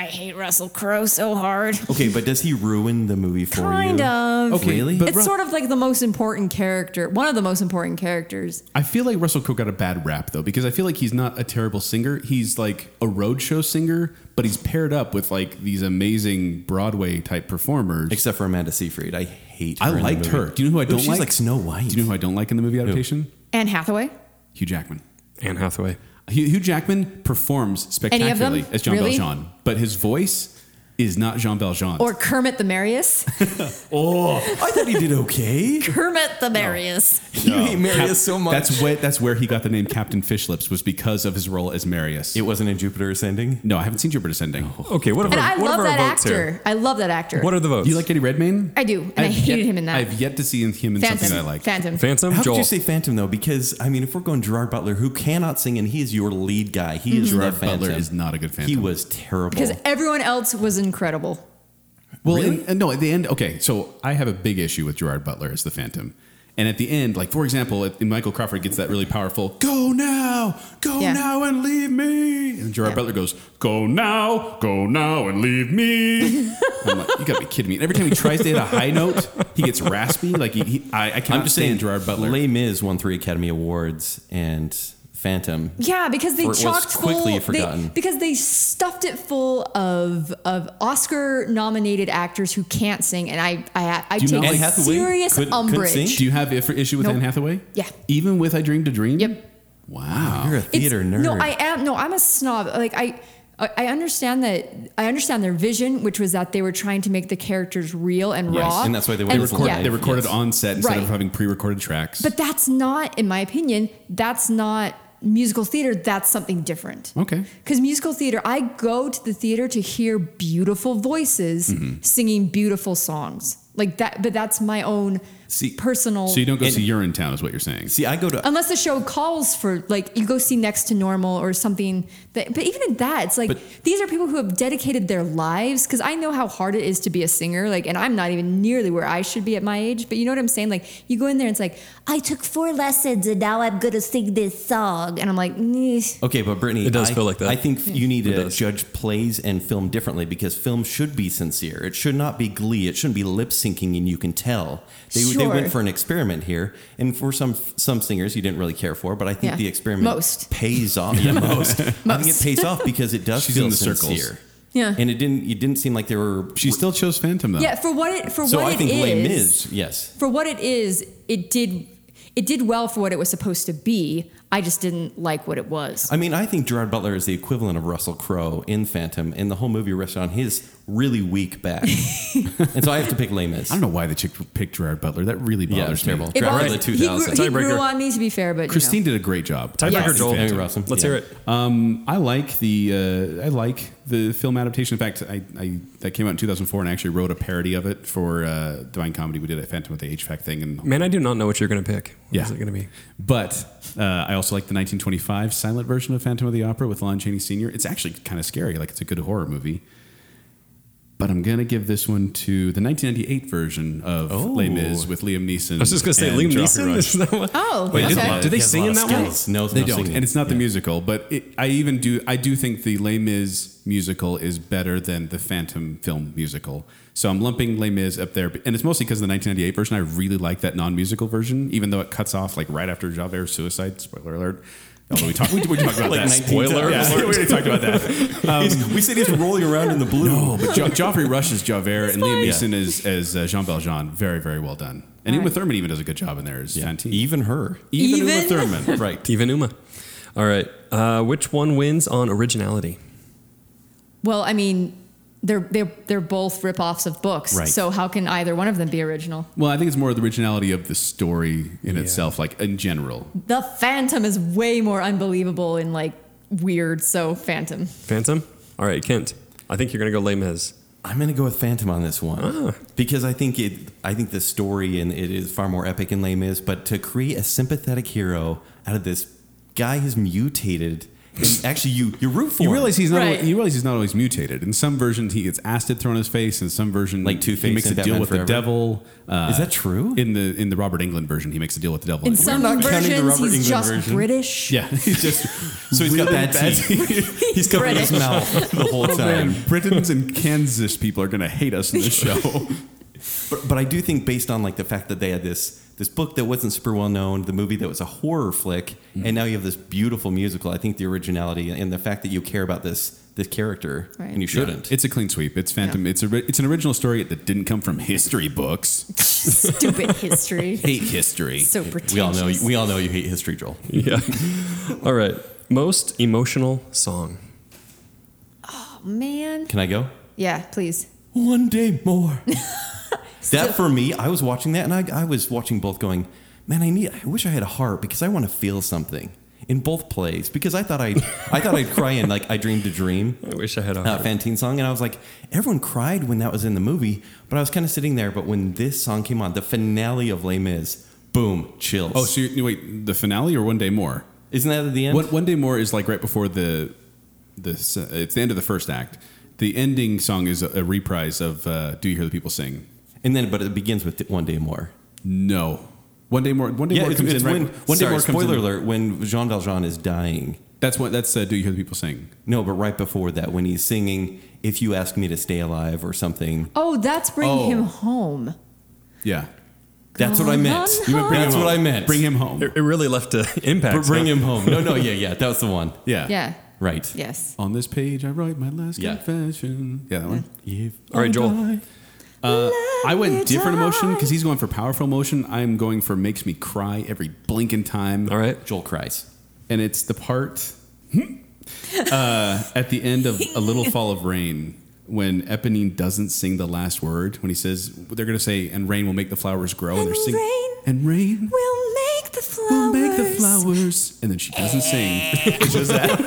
Speaker 6: I hate Russell Crowe so hard.
Speaker 4: Okay, but does he ruin the movie for
Speaker 5: Kind
Speaker 4: you?
Speaker 5: of.
Speaker 2: Okay,
Speaker 4: Really?
Speaker 2: Oh, but
Speaker 5: It's
Speaker 2: Ru-
Speaker 5: sort of like the most important character, one of the most important characters.
Speaker 2: I feel like Russell Crowe got a bad rap though, because I feel like he's not a terrible singer. He's like a roadshow singer, but he's paired up with like these amazing Broadway type performers.
Speaker 4: Except for Amanda Seyfried. I hate her.
Speaker 2: I
Speaker 4: in the
Speaker 2: liked
Speaker 4: movie.
Speaker 2: her. Do you know who I
Speaker 4: Ooh,
Speaker 2: don't
Speaker 4: she's
Speaker 2: like?
Speaker 4: like Snow White.
Speaker 2: Do you know who I don't like in the movie adaptation?
Speaker 5: Anne Hathaway.
Speaker 2: Hugh Jackman.
Speaker 3: Anne Hathaway.
Speaker 2: Hugh Hugh Jackman performs
Speaker 5: Any of them?
Speaker 2: spectacularly as Jean
Speaker 5: Really?
Speaker 2: Valjean, but his voice is not Jean Valjean.
Speaker 5: Or Kermit the Marius.
Speaker 4: I thought he did okay.
Speaker 5: Kermit the Marius.
Speaker 4: You hate Marius
Speaker 2: Cap-
Speaker 4: so much.
Speaker 2: That's where, that's where he got the name Captain Fishlips was because of his role as Marius.
Speaker 4: it wasn't in Jupiter Ascending.
Speaker 2: no, I haven't seen Jupiter Ascending.
Speaker 3: Okay. What
Speaker 5: And
Speaker 3: are,
Speaker 5: I
Speaker 3: what
Speaker 5: love
Speaker 3: are our
Speaker 5: that
Speaker 3: votes
Speaker 5: actor.
Speaker 3: here?
Speaker 5: I love that actor.
Speaker 3: What are the votes?
Speaker 2: Do you like Eddie Redmayne?
Speaker 5: I do, and i
Speaker 2: I've
Speaker 5: hated
Speaker 2: yet-
Speaker 5: him in that.
Speaker 2: I've yet to see him in
Speaker 5: Phantom.
Speaker 2: something I like.
Speaker 5: Phantom.
Speaker 3: Phantom?
Speaker 4: How
Speaker 3: Joel.
Speaker 4: could you say Phantom though? Because I mean, if we're going Gerard Butler, who cannot sing, and he is your lead guy, he is
Speaker 2: Gerard
Speaker 4: the Phantom.
Speaker 2: Butler is not a good Phantom.
Speaker 4: He was terrible.
Speaker 5: Because everyone else was incredible.
Speaker 2: Well, and, and Uh, no, at the end, okay, so I have a big issue with Gerard Butler as the Phantom. And at the end, like, for example, if- and Michael Crawford gets that really powerful, go now, go
Speaker 5: Yeah.
Speaker 2: now and leave me. And Gerard
Speaker 5: Yeah.
Speaker 2: Butler goes, go now, go now and leave me. I'm like, you gotta be kidding me. And every time he tries to hit a high note, he gets raspy. Like, he, he, I, I cannot
Speaker 4: I'm just
Speaker 2: stand
Speaker 4: saying,
Speaker 2: Gerard Butler.
Speaker 4: Les Mis won three Academy Awards, and Phantom.
Speaker 5: Yeah, because they
Speaker 4: Or it was
Speaker 5: chocked
Speaker 4: quickly
Speaker 5: full.
Speaker 4: forgotten.
Speaker 5: They, because they stuffed it full of of Oscar nominated actors who can't sing, and I I, I
Speaker 2: Do you
Speaker 5: take
Speaker 2: not like
Speaker 4: Hathaway?
Speaker 5: serious
Speaker 4: Couldn't- couldn't
Speaker 5: umbrage.
Speaker 4: sing?
Speaker 2: Do you have if- issue with
Speaker 5: Nope.
Speaker 2: Anne Hathaway?
Speaker 5: Yeah.
Speaker 2: Even with I Dream to Dream?
Speaker 5: Yep.
Speaker 2: Wow.
Speaker 4: You're a
Speaker 5: It's-
Speaker 4: theater nerd.
Speaker 5: No, I am. No, I'm a snob. Like I. I I understand that. I understand their vision, which was that they were trying to make the characters real and
Speaker 4: Yes,
Speaker 5: raw,
Speaker 4: and that's why they
Speaker 5: and-
Speaker 4: went for
Speaker 2: Record-
Speaker 5: yeah.
Speaker 2: They recorded
Speaker 4: Yes.
Speaker 2: on set instead of
Speaker 5: Right.
Speaker 2: having pre-recorded tracks.
Speaker 5: But that's not, in my opinion, that's not musical theater. That's something different.
Speaker 2: okay.
Speaker 5: Because musical theater, I go to the theater to hear beautiful voices
Speaker 2: Mm-hmm.
Speaker 5: singing beautiful songs. Like that, but that's my own
Speaker 4: See-
Speaker 5: personal.
Speaker 2: So you don't go see Urine Town is what you're saying.
Speaker 4: See, I go to.
Speaker 5: Unless the show calls for, like, you go see Next to Normal or something. That, but even in that, it's like
Speaker 4: But-
Speaker 5: these are people who have dedicated their lives. Because I know how hard it is to be a singer, like, and I'm not even nearly where I should be at my age. But you know what I'm saying? Like, you go in there, and it's like,
Speaker 7: I took four lessons and now I'm gonna sing this song.
Speaker 5: and I'm like, "Nyeh."
Speaker 4: Okay, but Brittany,
Speaker 3: It does
Speaker 4: I,
Speaker 3: feel like that.
Speaker 4: I think you need
Speaker 3: It
Speaker 4: to
Speaker 3: does.
Speaker 4: judge plays and film differently because film should be sincere. It should not be glee. It shouldn't be lip syncing, and you can tell they, they
Speaker 5: Sure.
Speaker 4: went for an experiment here. And for some some singers, you didn't really care for, but I think
Speaker 5: Yeah.
Speaker 4: the experiment
Speaker 5: Most.
Speaker 4: pays off. Yeah, most. I think it
Speaker 5: Most.
Speaker 4: pays off because it does
Speaker 2: She's
Speaker 4: feel
Speaker 2: in the circles.
Speaker 4: sincere.
Speaker 5: Yeah.
Speaker 4: and it didn't. It didn't seem like they were.
Speaker 2: She still chose Phantom though.
Speaker 5: yeah, for what it for
Speaker 4: so
Speaker 5: what
Speaker 4: I think
Speaker 5: it is.
Speaker 4: Les Mis. Yes,
Speaker 5: for what it is, it did it did well for what it was supposed to be. I just didn't like what it was.
Speaker 4: I mean, I think Gerard Butler is the equivalent of Russell Crowe in Phantom, and the whole movie rests on his really weak back. and so I have to pick Les Mis.
Speaker 2: I don't know why the chick picked Gerard Butler. That really
Speaker 4: Yeah,
Speaker 2: bothers
Speaker 4: it's
Speaker 2: me.
Speaker 4: terrible.
Speaker 5: It
Speaker 4: Gerard
Speaker 5: bothered-
Speaker 4: Butler
Speaker 5: he grew,
Speaker 4: 2000.
Speaker 5: he grew
Speaker 3: Tiebreaker.
Speaker 5: on me to be fair, but
Speaker 2: Christine did a great job.
Speaker 3: Tiebreaker
Speaker 5: Yes.
Speaker 3: Joel.
Speaker 4: Amy Russell.
Speaker 3: Let's
Speaker 4: Yeah.
Speaker 3: hear it.
Speaker 2: Um, I like the uh, I like the film adaptation. In fact, I, I that came out in 2004, and I actually wrote a parody of it for uh, Divine Comedy. We did a Phantom with the HVAC thing, and
Speaker 3: Man, I do not know what you're going to pick. What
Speaker 2: Yeah.
Speaker 3: is it going to be?
Speaker 2: but uh, I also like the 1925 silent version of Phantom of the Opera with Lon Chaney Sr. It's actually kind of scary. Like it's a good horror movie. But I'm gonna give this one to the 1998 version of Les Mis with Liam Neeson.
Speaker 3: Oh. I was just going to say Liam Neeson. Is that what?
Speaker 5: Oh,
Speaker 3: Wait,
Speaker 5: okay.
Speaker 3: did,
Speaker 5: Yeah.
Speaker 3: did they
Speaker 4: He has a
Speaker 3: sing
Speaker 4: lot
Speaker 3: in
Speaker 4: of
Speaker 3: that one?
Speaker 4: skills. No, it's
Speaker 2: They
Speaker 4: no
Speaker 2: don't,
Speaker 4: singing.
Speaker 2: and it's not the musical. But it, I even do. I do think the Les Mis musical is better than the Phantom film musical. So I'm lumping Les Mis up there, and it's mostly because of the 1998 version. I really like that non-musical version, even though it cuts off like right after Javert's suicide. Spoiler alert. Although we talked, we, we talked about
Speaker 4: Like
Speaker 2: that.
Speaker 4: 19 Spoiler
Speaker 2: Yeah, we
Speaker 4: alert.
Speaker 2: already talked about that.
Speaker 4: He's- we said he's rolling around in the blue.
Speaker 2: um, No, but jo- Joffrey Rush is Javert, and Liam
Speaker 4: fine.
Speaker 2: Neeson is as uh, Jean Valjean. Very, very well done. And
Speaker 5: All
Speaker 2: Uma
Speaker 5: right.
Speaker 2: Thurman even does a good job in there as Fantine.
Speaker 4: Even her.
Speaker 2: even Uma
Speaker 5: Even?
Speaker 2: Thurman,
Speaker 4: Right.
Speaker 3: Even Uma. All right. Uh, which one wins on originality?
Speaker 5: Well, I mean, they're they're they're both ripoffs of books.
Speaker 4: Right.
Speaker 5: So how can either one of them be original?
Speaker 2: Well, I think it's more the originality of the story in itself, like in general.
Speaker 5: The Phantom is way more unbelievable and like weird. So Phantom.
Speaker 3: Phantom? All right, Kent. I think you're going to go Les Mis.
Speaker 4: I'm going to go with Phantom on this one
Speaker 2: Ah.
Speaker 4: because I think it. I think the story and it is far more epic in Les Mis. But to create a sympathetic hero out of this guy who's mutated, and actually you you root for.
Speaker 2: You
Speaker 4: him.
Speaker 2: realize he's not.
Speaker 5: Right.
Speaker 2: Always, you realize he's not always mutated. In some versions, he gets acid thrown in his face. In some version,
Speaker 4: Like Two-Face
Speaker 2: he makes a
Speaker 4: in
Speaker 2: deal
Speaker 4: Batman
Speaker 2: with
Speaker 4: Forever.
Speaker 2: the devil. Uh,
Speaker 4: Is that true?
Speaker 2: In the in the Robert England version, he makes a deal with the devil.
Speaker 5: In
Speaker 2: Like,
Speaker 5: some
Speaker 4: not counting
Speaker 5: versions,
Speaker 4: the Robert
Speaker 5: he's
Speaker 4: Englund
Speaker 5: just
Speaker 4: version.
Speaker 5: British.
Speaker 2: yeah, he's just
Speaker 4: so he's got
Speaker 2: really Oh,
Speaker 4: bad teeth. he's covering his
Speaker 5: British.
Speaker 4: mouth the whole time.
Speaker 2: Man, Britons and Kansas people are gonna hate us in this show.
Speaker 4: But, but I do think based on like the fact that they had this this book that wasn't super well known, the movie that was a horror flick, and now you have this beautiful musical. I think the originality and the fact that you care about this this character
Speaker 5: Right.
Speaker 4: and you shouldn't.
Speaker 2: It's a clean sweep. It's Phantom. It's a. It's an original story that didn't come from history books.
Speaker 5: Stupid history.
Speaker 2: Hate history.
Speaker 5: so pretentious.
Speaker 4: we all know we all know you hate history, Joel.
Speaker 3: Yeah. All right. Most emotional song.
Speaker 5: Oh, Man.
Speaker 4: Can I go?
Speaker 5: Yeah. Please.
Speaker 4: One day more. that for me, I was watching that, and I, I was watching both, going, "Man, I need. I wish I had a heart because I want to feel something." In both plays, because I thought I, I thought I'd cry in like I dreamed a dream.
Speaker 3: I wish I had a
Speaker 4: uh,
Speaker 3: heart.
Speaker 4: Fantine song, and I was like, everyone cried when that was in the movie, but I was kind of sitting there. But when this song came on, the finale of Les Mis, boom, chills.
Speaker 2: Oh, so you wait, the finale or one day more?
Speaker 4: isn't that at the end?
Speaker 2: One, one day more is like right before the the s- uh, it's the end of the first act. The ending song is a, a reprise of uh, "Do You Hear the People Sing?"
Speaker 4: And then, but it begins with one day more.
Speaker 2: No, one day more. One day
Speaker 4: Yeah,
Speaker 2: more
Speaker 4: it's,
Speaker 2: comes
Speaker 4: it's
Speaker 2: in. Right,
Speaker 4: when.
Speaker 2: one day
Speaker 4: sorry,
Speaker 2: more
Speaker 4: spoiler
Speaker 2: comes in.
Speaker 4: alert: when Jean Valjean is dying.
Speaker 2: That's what. That's uh, "Do You Hear the People Sing?"
Speaker 4: No, but right before that, when he's singing, "If you ask me to stay alive" or something.
Speaker 5: Oh, that's bring
Speaker 2: Oh.
Speaker 5: him home.
Speaker 2: Yeah,
Speaker 4: That's what I
Speaker 5: Gone
Speaker 4: meant.
Speaker 5: You meant bring
Speaker 4: That's
Speaker 2: him
Speaker 4: what I
Speaker 2: home.
Speaker 4: meant.
Speaker 2: Bring him home.
Speaker 3: It, it really left an impact.
Speaker 4: Br- bring
Speaker 3: huh?
Speaker 4: him home. No, no, yeah, yeah. That was the one.
Speaker 2: Yeah.
Speaker 5: Yeah.
Speaker 4: Right.
Speaker 5: Yes.
Speaker 2: On this page, I write my last
Speaker 4: Yeah.
Speaker 2: confession. Yeah, that one.
Speaker 4: If
Speaker 3: All right,
Speaker 4: I
Speaker 3: Joel.
Speaker 4: die-
Speaker 2: uh, I went different
Speaker 5: die.
Speaker 2: emotion because he's going for powerful emotion. I'm going for makes me cry every blinking time.
Speaker 3: All right.
Speaker 4: Joel cries.
Speaker 2: and it's the part uh, at the end of A Little Fall of Rain when Eponine doesn't sing the last word. When he says they're going to say, "And rain will make the flowers grow," and, they're
Speaker 7: And
Speaker 2: singing,
Speaker 7: rain
Speaker 2: "And rain
Speaker 7: We'll make the flowers.
Speaker 2: will make the flowers," and then she doesn't sing. It's just that.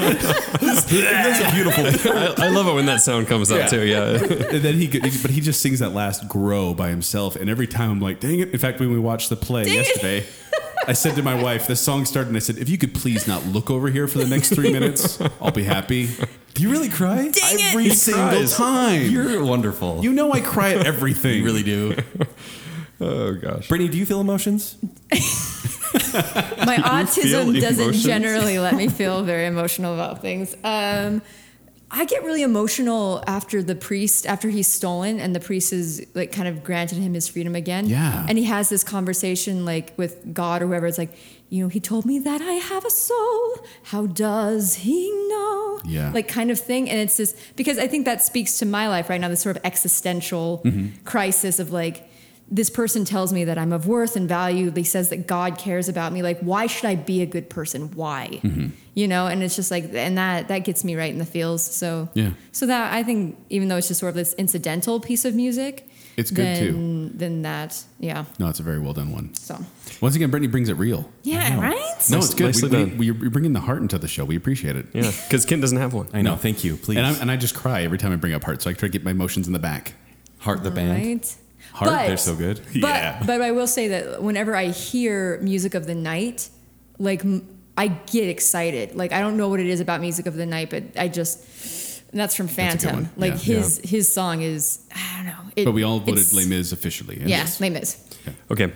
Speaker 4: That's a beautiful.
Speaker 3: I, I love it when that sound comes up
Speaker 2: Yeah.
Speaker 3: too. Yeah.
Speaker 2: And then he, could- but he just sings that last "grow" by himself. And every time I'm like, "Dang it!" In fact, when we watched the play yesterday. I said to my wife, the song started, and I said, if you could please not look over here for the next three minutes, I'll be happy.
Speaker 4: Do you really cry?
Speaker 2: Every single
Speaker 4: cries.
Speaker 2: time.
Speaker 4: You're wonderful.
Speaker 2: You know I cry at everything.
Speaker 4: You really do.
Speaker 3: oh gosh.
Speaker 4: Brittany, do you feel emotions?
Speaker 5: My
Speaker 3: feel
Speaker 5: autism doesn't
Speaker 3: emotions?
Speaker 5: generally let me feel very emotional about things. Um, I get really emotional after the priest, after he's stolen and the priest is like kind of granted him his freedom again.
Speaker 2: Yeah.
Speaker 5: And he has this conversation like with God or whoever. It's like, you know, he told me that I have a soul. How does he know?
Speaker 2: Yeah.
Speaker 5: Like kind of thing. And it's this, because I think that speaks to my life right now, this sort of existential crisis of like, this person tells me that I'm of worth and value. They says that God cares about me. Like, why should I be a good person? Why? You know, and it's just like, and that that gets me right in the feels. So
Speaker 2: Yeah.
Speaker 5: so that I think, even though it's just sort of this incidental piece of music,
Speaker 2: It's good,
Speaker 5: then, too. Then that, yeah.
Speaker 2: No, it's a very well done one.
Speaker 5: So
Speaker 2: Once again, Brittany brings it real.
Speaker 6: Yeah, right?
Speaker 2: No,
Speaker 3: Nice-
Speaker 2: it's good. We,
Speaker 3: nicely
Speaker 2: we,
Speaker 3: done.
Speaker 2: we- you're bringing the heart into the show. We appreciate it.
Speaker 3: Yeah, because Kent doesn't have one.
Speaker 4: I know. Thank you. Please
Speaker 2: And, I'm, and I just cry every time I bring up heart, so I try to get my emotions in the back.
Speaker 4: heart the band.
Speaker 5: right.
Speaker 4: Heart,
Speaker 5: But-
Speaker 4: they're so good.
Speaker 5: But but I will say that whenever I hear music of the night, like m- I get excited. Like I don't know what it is about music of the night, but I just and that's from
Speaker 2: a good
Speaker 5: Phantom.
Speaker 2: one.
Speaker 5: Like
Speaker 2: Yeah.
Speaker 5: his his song is I don't know. It,
Speaker 2: But we all voted
Speaker 5: it's-
Speaker 2: Les Mis officially. and
Speaker 5: Yeah,
Speaker 2: yes.
Speaker 5: Les Mis.
Speaker 3: Okay,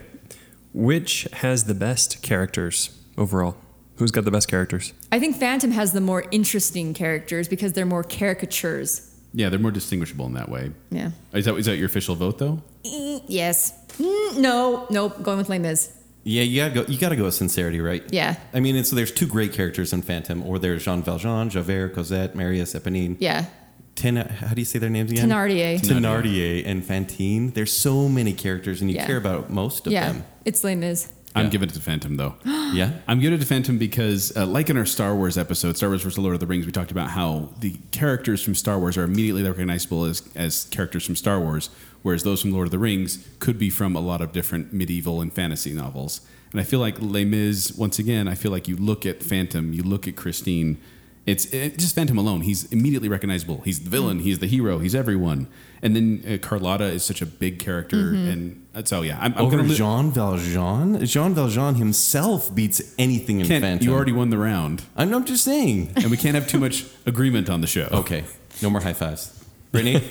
Speaker 3: which has the best characters overall? Who's got the best characters?
Speaker 5: I think Phantom has the more interesting characters because they're more caricatures.
Speaker 2: yeah, they're more distinguishable in that way.
Speaker 5: Yeah.
Speaker 2: Is that is that your official vote though?
Speaker 5: Yes. Mm, no. Nope. Going with Les Mis.
Speaker 4: Yeah, you gotta go. You gotta go with sincerity, right?
Speaker 5: Yeah.
Speaker 4: I mean, and so there's two great characters in Phantom, or there's Jean Valjean, Javert, Cosette, Marius, Eponine.
Speaker 5: Yeah.
Speaker 4: Ten, how do you say their names again?
Speaker 5: Thénardier.
Speaker 4: Thenardier and Fantine. There's so many characters, and you
Speaker 5: Yeah.
Speaker 4: care about most of
Speaker 5: yeah.
Speaker 4: them.
Speaker 5: It's Les Mis.
Speaker 2: I'm
Speaker 4: Yeah.
Speaker 2: giving it to Phantom though.
Speaker 4: Yeah.
Speaker 2: I'm giving it to Phantom because, uh, like in our Star Wars episode, Star Wars vs. Lord of the Rings, we talked about how the characters from Star Wars are immediately recognizable as, as characters from Star Wars, whereas those from Lord of the Rings could be from a lot of different medieval and fantasy novels. And I feel like Les Mis, once again, I feel like you look at Phantom, you look at Christine, it's it, just Phantom alone. He's immediately recognizable. He's the villain,
Speaker 4: Mm-hmm.
Speaker 2: he's the hero, he's everyone. And then uh, Carlotta is such a big character. And uh, so, yeah, I'm, I'm
Speaker 4: Mm-hmm. Over
Speaker 2: going to.
Speaker 4: Jean Valjean, Jean Valjean himself beats anything in
Speaker 2: Kent,
Speaker 4: Phantom.
Speaker 2: you already won the round.
Speaker 4: I'm, I'm just saying.
Speaker 2: and we can't have too much agreement on the show.
Speaker 4: Okay, no more high fives. Brittany.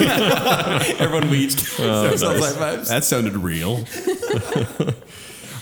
Speaker 4: Everyone, we each give
Speaker 2: Oh,
Speaker 4: ourselves high fives.
Speaker 2: That sounded real.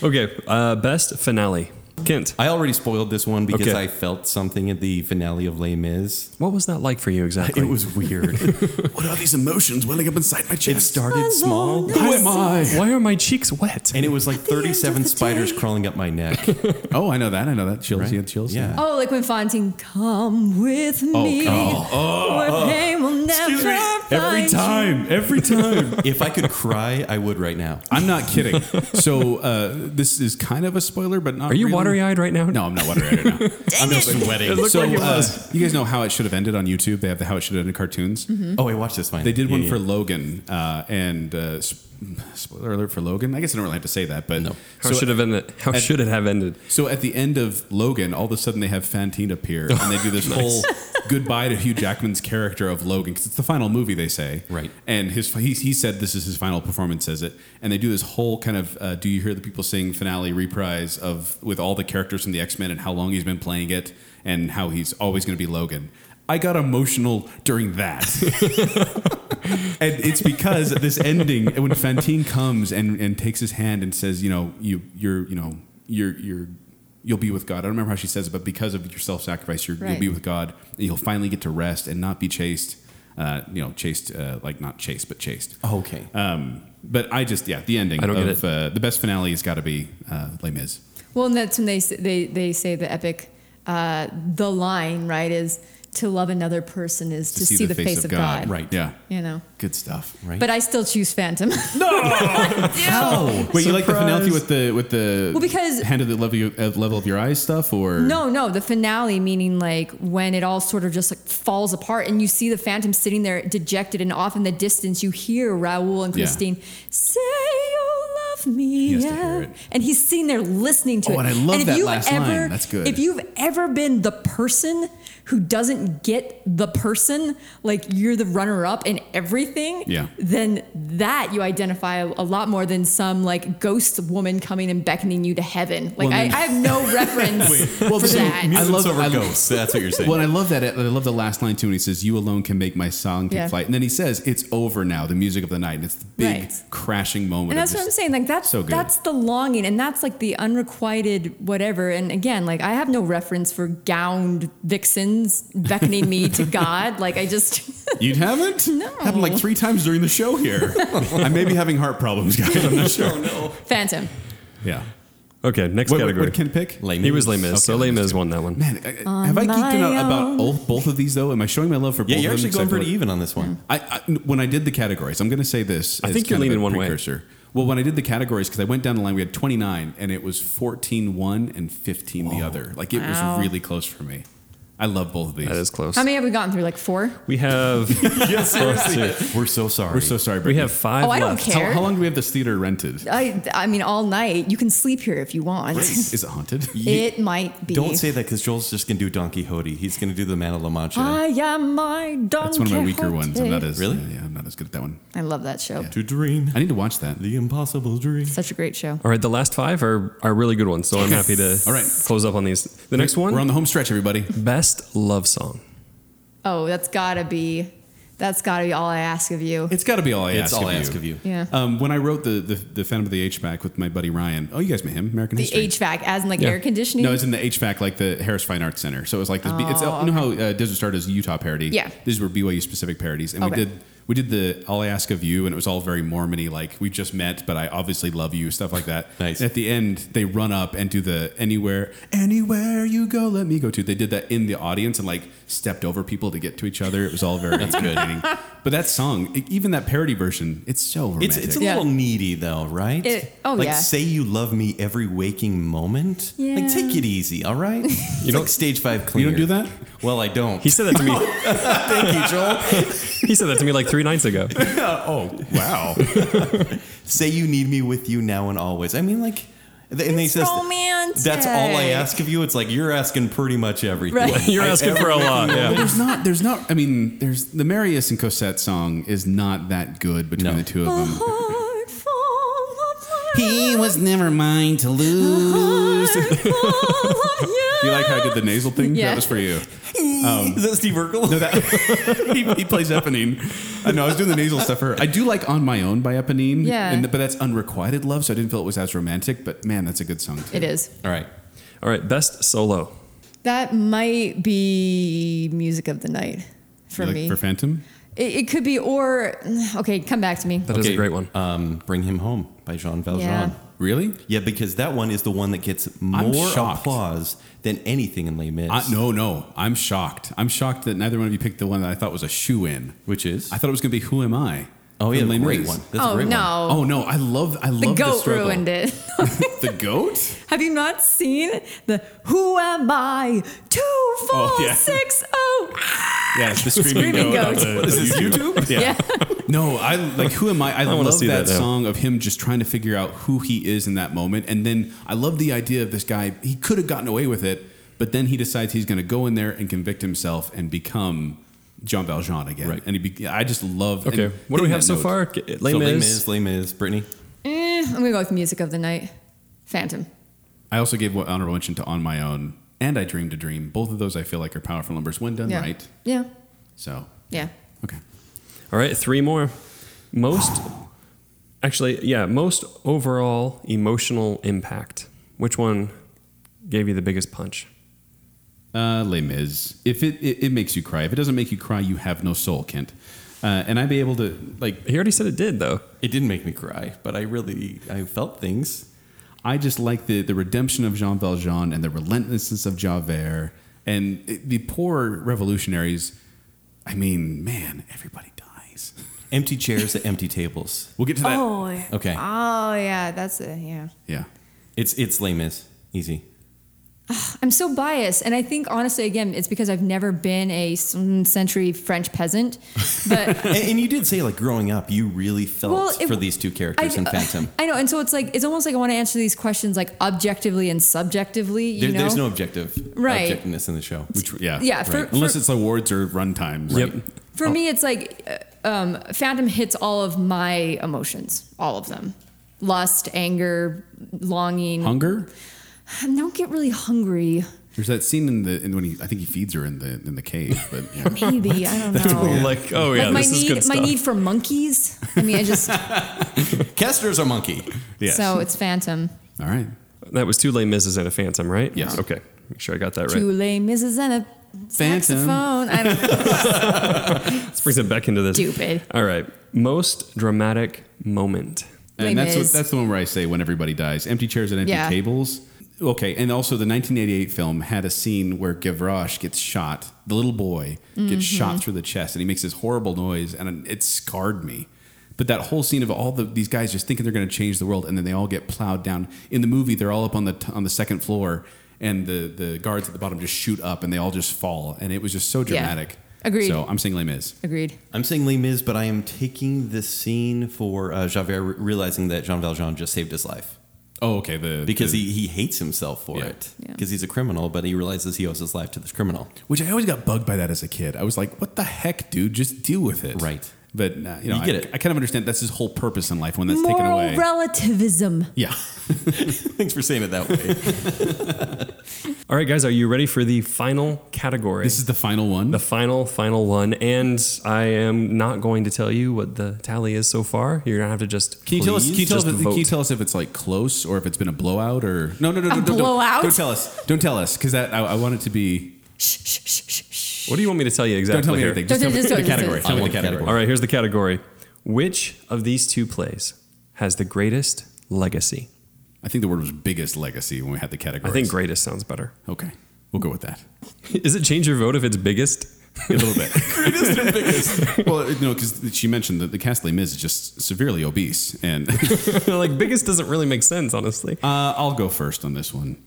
Speaker 3: Okay, uh, best finale. Kent,
Speaker 4: I already spoiled this one because
Speaker 3: Okay.
Speaker 4: I felt something at the finale of Les Mis.
Speaker 3: what was that like for you exactly?
Speaker 4: weird.
Speaker 2: What are these emotions welling up inside my
Speaker 4: it started small,
Speaker 2: Who am I?
Speaker 3: Why are my cheeks wet?
Speaker 4: and it was like
Speaker 7: end of
Speaker 4: 37
Speaker 7: the
Speaker 4: spiders
Speaker 7: day.
Speaker 4: crawling up my neck.
Speaker 2: Oh, I know that. I know that. Chills.
Speaker 4: Right?
Speaker 2: Yeah, chills.
Speaker 4: Yeah.
Speaker 5: Oh, like when Fontaine, come with me.
Speaker 2: oh,
Speaker 5: where pain will never find
Speaker 2: Every
Speaker 5: you."
Speaker 2: time. Every time.
Speaker 4: if I could cry, I would right now.
Speaker 2: I'm not kidding. So uh, this is kind of a spoiler, but not.
Speaker 3: Are you
Speaker 2: really.
Speaker 3: watery eyed right now?
Speaker 2: No, I'm not watery eyed right now. I'm just sweating.
Speaker 3: It looked
Speaker 2: so
Speaker 3: like it
Speaker 2: uh,
Speaker 3: was.
Speaker 2: you guys know how it should have ended on YouTube. They have the how it should have ended cartoons.
Speaker 4: Oh, I watched this finally.
Speaker 2: They did
Speaker 4: Yeah,
Speaker 2: one
Speaker 4: yeah.
Speaker 2: for Logan, uh, and uh, sp- spoiler alert for Logan. I guess I don't really have to say that, but
Speaker 4: No.
Speaker 3: How
Speaker 2: So-
Speaker 3: should have ended? How
Speaker 2: at-
Speaker 3: should it have ended?
Speaker 2: So at the end of Logan, all of a sudden they have Fantine appear and they do this whole goodbye to Hugh Jackman's character of Logan because it's the final movie they say,
Speaker 4: Right.
Speaker 2: And his he, he said this is his final performance, says it, and they do this whole kind of uh, do you hear the people sing finale reprise of with all the characters from the X Men and how long he's been playing it and how he's always going to be Logan. I got emotional during that. And it's because of this ending when Fantine comes and, and takes his hand and says, you know, you you're you know you're you're you'll be with God. I don't remember how she says it, but because of your self sacrifice, you're you'll
Speaker 5: Right.
Speaker 2: be with God. And you'll finally get to rest and not be chased. Uh, you know, chased uh, like not chased, but chased.
Speaker 4: Oh, okay.
Speaker 3: Uh,
Speaker 2: Um, but I just yeah, the ending
Speaker 3: I don't get
Speaker 2: of
Speaker 3: it.
Speaker 2: Uh, the best finale has got to be uh, Les Mis.
Speaker 5: Well, and that's when they s- they they say the epic, uh, the line right is to love another person is to, see, the, face, of God.
Speaker 2: right? Yeah,
Speaker 5: You know.
Speaker 2: good stuff. Right.
Speaker 5: But I still choose Phantom.
Speaker 2: Wait, you like the finale with the with the
Speaker 5: Well, because-
Speaker 2: hand of the level of, your- uh, level of your eyes stuff or
Speaker 5: no, no, the finale meaning like when it all sort of just like falls apart and you see the Phantom sitting there dejected and off in the distance you hear Raoul and
Speaker 2: Yeah.
Speaker 5: Christine say you love me.
Speaker 2: has to hear it.
Speaker 5: And he's sitting there listening to
Speaker 2: Oh,
Speaker 5: it.
Speaker 2: and I love
Speaker 5: if
Speaker 2: that
Speaker 5: you've
Speaker 2: last line. That's good.
Speaker 5: If you've ever been the person who doesn't get the person, like you're the runner up in everything,
Speaker 2: Yeah.
Speaker 5: then that you identify a, a lot more than some like ghost woman coming and beckoning you to heaven. Like
Speaker 2: Well,
Speaker 5: I,
Speaker 2: then-
Speaker 5: I have no reference for that.
Speaker 2: I love-
Speaker 4: Mutants over
Speaker 2: I love-
Speaker 4: ghosts. That's what you're saying.
Speaker 2: Well, and I love that. I love the last line too. And he says, "You alone can make my song take
Speaker 5: Yeah.
Speaker 2: flight." And then he says, "It's over now." The music of the night, and it's the big
Speaker 5: Right.
Speaker 2: crashing moment.
Speaker 5: and
Speaker 2: of
Speaker 5: that's what I'm
Speaker 2: just-
Speaker 5: saying. Like that's
Speaker 2: So good.
Speaker 5: that's the longing, and that's like the unrequited whatever. And again, like I have no reference for gowned vixens beckoning me to God. Like I just
Speaker 2: You haven't?
Speaker 5: No.
Speaker 2: Happened like three times during the show here. I may be having heart problems, guys. I'm not sure.
Speaker 5: phantom.
Speaker 2: Yeah.
Speaker 3: Okay, next
Speaker 2: What, what,
Speaker 3: category.
Speaker 2: what Ken pick?
Speaker 4: Les
Speaker 3: he was
Speaker 4: Mis.
Speaker 3: Les Mis, so
Speaker 2: Okay,
Speaker 3: Les
Speaker 2: let's
Speaker 3: Mis won that one.
Speaker 2: Man, I, I- have I geeked
Speaker 5: my
Speaker 2: out about
Speaker 5: own.
Speaker 2: all, both of these though? Am I showing my love for
Speaker 4: Yeah,
Speaker 2: both
Speaker 4: you're
Speaker 2: of them?
Speaker 4: actually going
Speaker 2: Because I
Speaker 4: pretty even on this one.
Speaker 2: I, I when I did the categories, I'm going to say this.
Speaker 3: I
Speaker 2: as
Speaker 3: think you're
Speaker 2: kind of
Speaker 3: leaning
Speaker 2: a
Speaker 3: one way.
Speaker 2: precursor. Well, when I did the categories, because I went down the line, we had 29, and it was 14 one and 15 the other. Like it
Speaker 5: Wow.
Speaker 2: was really close for me. I love both of these.
Speaker 3: That is close.
Speaker 5: How many have we gotten through? Like four.
Speaker 3: we have
Speaker 4: We're so sorry.
Speaker 2: We're so sorry,
Speaker 3: we
Speaker 2: Brittany.
Speaker 3: have five
Speaker 5: Oh, I don't
Speaker 3: left.
Speaker 5: care.
Speaker 2: How, how long do we have this theater rented?
Speaker 5: I I mean, all night. You can sleep here if you want.
Speaker 2: is it haunted?
Speaker 5: It might be.
Speaker 4: Don't say that because Joel's just gonna do Don Quixote. He's gonna do the Man of La Mancha.
Speaker 5: I am my donkey.
Speaker 2: That's one of my weaker ones. I'm not as
Speaker 4: Really?
Speaker 2: Yeah, I'm not as good at that one.
Speaker 5: I love that show.
Speaker 4: to dream
Speaker 2: I need to watch that.
Speaker 4: the impossible dream.
Speaker 5: Such a great show.
Speaker 3: All right, the last five are, are really good ones, so I'm happy to
Speaker 2: All right.
Speaker 3: close up on these. The next one,
Speaker 2: We're on the home stretch, everybody.
Speaker 3: best love song.
Speaker 5: Oh, that's gotta be. That's gotta be all I ask of you.
Speaker 2: It's got to be all I
Speaker 4: It's
Speaker 2: ask
Speaker 4: all
Speaker 2: of
Speaker 4: I
Speaker 2: you.
Speaker 4: ask of you.
Speaker 5: Yeah.
Speaker 2: Um, when I wrote the, the the Phantom of the HVAC with my buddy Ryan. Oh, you guys met him, American
Speaker 5: the
Speaker 2: History.
Speaker 5: HVAC, as in like
Speaker 3: Yeah.
Speaker 5: air conditioning.
Speaker 2: No, it's in the HVAC, like the Harris Fine Arts Center. So it was like this. B it's you know how uh, Desert Star does Utah parody.
Speaker 5: Oh, Yeah.
Speaker 2: these were BYU specific parodies, and
Speaker 5: Okay.
Speaker 2: we did we did the All I Ask of You, and it was all very Mormony, like we just met, but I obviously love you, stuff like that.
Speaker 4: Nice.
Speaker 2: At the end, they run up and do the anywhere, anywhere you go, let me go to. They did that in the audience and like stepped over people to get to each other. It was all very that's good. But that song, e- even that parody version, it's so
Speaker 4: It's
Speaker 2: romantic.
Speaker 4: it's a
Speaker 5: Yeah.
Speaker 4: little needy though, right?
Speaker 5: It- oh,
Speaker 4: like
Speaker 5: yeah.
Speaker 4: say you love me every waking moment. Like
Speaker 5: Yeah.
Speaker 4: take it easy, all right? you
Speaker 3: don't-
Speaker 4: like stage five
Speaker 2: you
Speaker 4: cleaner.
Speaker 2: don't do that.
Speaker 4: Well, I don't.
Speaker 3: He said that to me.
Speaker 4: Thank you, Joel.
Speaker 3: he said that to me like three nights ago.
Speaker 2: Oh wow!
Speaker 4: say you need me with you now and always. I mean, like, th- and they says
Speaker 5: romantic.
Speaker 4: that's all I ask of you. It's like you're asking pretty much everything.
Speaker 5: Right.
Speaker 3: You're asking for a lot.
Speaker 2: Well,
Speaker 3: Yeah.
Speaker 2: there's not. There's not. I mean, there's the Marius and Cosette song is not that good between
Speaker 4: No.
Speaker 2: the two of them.
Speaker 5: Heart full of
Speaker 2: Uh-huh. He was never mine to lose.
Speaker 5: love, full of
Speaker 2: you like how I did the nasal thing?
Speaker 5: Yeah.
Speaker 2: That was for you.
Speaker 4: Is that Steve Urkel? um, No, that,
Speaker 2: he, he plays Eponine. I know. I was doing the nasal stuff for her. I do like "On My Own" by Eponine.
Speaker 5: Yeah.
Speaker 2: and- but that's unrequited love, so I didn't feel it was as romantic. But man, that's a good song. Too.
Speaker 5: It is.
Speaker 4: all right.
Speaker 3: All right, best solo.
Speaker 5: That might be music of the night for
Speaker 2: You like
Speaker 5: me.
Speaker 2: for Phantom.
Speaker 5: it, it could be, or okay, come back to me.
Speaker 3: That is a great one.
Speaker 4: Um, Bring Him Home by Jean Valjean.
Speaker 5: Yeah.
Speaker 4: Yeah.
Speaker 2: Really?
Speaker 4: because that one is the one that gets more
Speaker 2: shocked.
Speaker 4: applause than anything in Les Mis.
Speaker 2: I, no, no. I'm shocked. I'm shocked that neither one of you picked the one that I thought was a shoe in.
Speaker 4: Which is?
Speaker 2: I thought it was going to be "Who Am I?"
Speaker 4: oh, yeah,
Speaker 2: from Les
Speaker 4: great
Speaker 2: Mis.
Speaker 4: one. That's a
Speaker 5: oh
Speaker 4: great one.
Speaker 5: no,
Speaker 2: Oh no, I love I love
Speaker 5: the
Speaker 2: this
Speaker 5: goat
Speaker 2: struggle.
Speaker 5: ruined it.
Speaker 2: The goat?
Speaker 5: Have you not seen the Who Am I? Two four
Speaker 2: Oh,
Speaker 5: six oh.
Speaker 2: yeah. Yes, the screaming,
Speaker 5: Screaming goat.
Speaker 2: on the-
Speaker 5: What is
Speaker 2: on
Speaker 5: this,
Speaker 2: YouTube? yeah.
Speaker 5: Yeah.
Speaker 2: No, I like who am I? I,
Speaker 3: wanna
Speaker 2: love
Speaker 3: see
Speaker 2: that,
Speaker 3: that now.
Speaker 2: song of him just trying to figure out who he is in that moment. And then I love the idea of this guy, he could have gotten away with it, but then he decides he's gonna go in there and convict himself and become Jean Valjean again.
Speaker 4: Right.
Speaker 2: And he be, I just love
Speaker 3: okay,
Speaker 2: and
Speaker 3: what do
Speaker 2: hitting
Speaker 3: we have
Speaker 2: that
Speaker 3: so
Speaker 2: note.
Speaker 3: far? G- Les
Speaker 4: So
Speaker 3: Mis.
Speaker 4: Les Mis, Les Mis, Brittany.
Speaker 5: Eh, I'm gonna go with music of the night, Phantom.
Speaker 2: I also gave what honorable mention to On My Own and I Dreamed a Dream. Both of those I feel like are powerful numbers when done
Speaker 5: Yeah.
Speaker 2: right.
Speaker 5: Yeah.
Speaker 2: So
Speaker 5: Yeah.
Speaker 2: okay.
Speaker 3: All right, three more. Most, actually, yeah, most overall emotional impact. Which one gave you the biggest punch?
Speaker 2: Uh, Les Mis. If it, it, it makes you cry, if it doesn't make you cry, you have no soul, Kent. Uh, and I'd be able to like.
Speaker 3: He already said it did, though.
Speaker 4: It didn't make me cry, but I really, I felt things.
Speaker 2: I just like the the redemption of Jean Valjean and the relentlessness of Javert and it- the poor revolutionaries. I mean, man, everybody dies.
Speaker 4: Empty chairs at empty tables.
Speaker 2: We'll get to that.
Speaker 4: Okay.
Speaker 5: Oh yeah, that's it. Yeah.
Speaker 2: Yeah.
Speaker 4: It's it's Les Mis. Easy.
Speaker 5: I'm so biased, and I think honestly, again, it's because I've never been a s- mm, century French peasant. But
Speaker 4: and, and you did say like growing up, you really felt
Speaker 5: well, it-
Speaker 4: Oh, for these two characters
Speaker 5: I- uh,
Speaker 4: in Phantom.
Speaker 5: I know, and so it's like it's almost like I want to answer these questions like objectively and subjectively. You
Speaker 4: There,
Speaker 5: know,
Speaker 4: There's no objective
Speaker 5: Right.
Speaker 4: objectiveness in the show.
Speaker 2: Which, yeah.
Speaker 5: Yeah, for- Right.
Speaker 2: Unless
Speaker 5: for-
Speaker 2: it's awards or runtimes.
Speaker 3: Yep.
Speaker 4: Oh.
Speaker 5: For me, it's like uh, um, Phantom hits all of my emotions, all of them lust, anger, longing.
Speaker 2: Hunger.
Speaker 5: I don't get really hungry.
Speaker 2: There's that scene in the in when he I think he feeds her in the in the cave, but yeah.
Speaker 5: Maybe I don't know.
Speaker 3: Like, oh yeah,
Speaker 5: like my
Speaker 3: this is
Speaker 5: need,
Speaker 3: good
Speaker 5: my
Speaker 3: stuff.
Speaker 5: need for monkeys. I mean, I just
Speaker 4: Kester's a monkey.
Speaker 2: Yes.
Speaker 5: so it's Phantom.
Speaker 2: all right.
Speaker 3: That was two lay misses and a phantom, right?
Speaker 2: Yes.
Speaker 3: Okay. Make sure I got that right.
Speaker 5: Two lay misses and a
Speaker 2: Phantom.
Speaker 5: saxophone. I don't
Speaker 3: Let's bring it back into this.
Speaker 5: Stupid.
Speaker 3: All right. Most dramatic moment.
Speaker 5: Les
Speaker 2: And that's what,
Speaker 5: Mis.
Speaker 2: that's the one where I say when everybody dies, empty chairs and empty
Speaker 5: Yeah.
Speaker 2: tables. Okay, and also the 1988 film had a scene where Gavroche gets shot. The little boy
Speaker 5: Mm-hmm.
Speaker 2: gets shot through the chest, and he makes this horrible noise, and it scarred me. But that whole scene of all the, these guys just thinking they're going to change the world, and then they all get plowed down. In the movie, they're all up on the t- on the second floor, and the the guards at the bottom just shoot up, and they all just fall, and it was just so dramatic.
Speaker 5: Agreed.
Speaker 2: So I'm saying Les Mis.
Speaker 5: agreed.
Speaker 4: I'm saying Les Mis, but I am taking this scene for uh, Javert re- realizing that Jean Valjean just saved his life
Speaker 2: Oh, okay. The
Speaker 4: because
Speaker 2: the-
Speaker 4: he, he hates himself for
Speaker 2: Yeah.
Speaker 4: it
Speaker 5: Yeah.
Speaker 4: because he's a criminal, but he realizes he owes his life to this criminal.
Speaker 2: which I always got bugged by that as a kid. I was like, "What the heck, dude? Just deal with it."
Speaker 4: Right.
Speaker 2: But nah, you know,
Speaker 4: You get
Speaker 2: I,
Speaker 4: it.
Speaker 2: I kind of understand that's his whole purpose in life when that's taken away.
Speaker 5: Moral relativism.
Speaker 2: yeah.
Speaker 4: Thanks for saying it that way.
Speaker 3: All right, guys, are you ready for the final category?
Speaker 2: This is the final one.
Speaker 3: the final, final one. And I am not going to tell you what the tally is so far. You're going to have to just.
Speaker 2: can you tell us? Can you
Speaker 3: please
Speaker 2: tell, us
Speaker 3: just
Speaker 2: if, can you
Speaker 3: vote.
Speaker 2: tell us if it's like close or if it's been a blowout or no, no, no, no, no,
Speaker 5: blowout?
Speaker 2: Don't, don't tell us. Don't tell us because that I, I want it to be.
Speaker 3: What do you want me to tell you exactly?
Speaker 2: Don't tell me
Speaker 3: here?
Speaker 2: anything.
Speaker 5: Don't
Speaker 2: Just tell
Speaker 5: do
Speaker 2: me
Speaker 5: this,
Speaker 2: the
Speaker 5: don't do this.
Speaker 2: category. Tell
Speaker 4: I
Speaker 2: me the
Speaker 4: want the
Speaker 2: category.
Speaker 4: category.
Speaker 3: All right, here's the category. Which of these two plays has the greatest legacy?
Speaker 2: I think the word was biggest legacy when we had the category.
Speaker 3: I think greatest sounds better.
Speaker 2: Okay, we'll go with that.
Speaker 3: Is it change your vote if it's biggest?
Speaker 2: A little bit. well, no, because she mentioned that the Castley Miz is just severely obese, and
Speaker 3: like biggest doesn't really make sense, honestly.
Speaker 2: Uh, I'll go first on this one.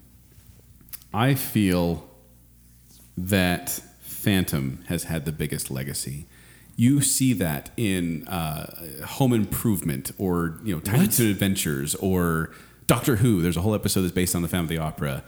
Speaker 2: I feel that Phantom has had the biggest legacy. You see that in uh, Home Improvement or you know Time to Adventures or Doctor Who. There's a whole episode that's based on the Phantom of the Opera.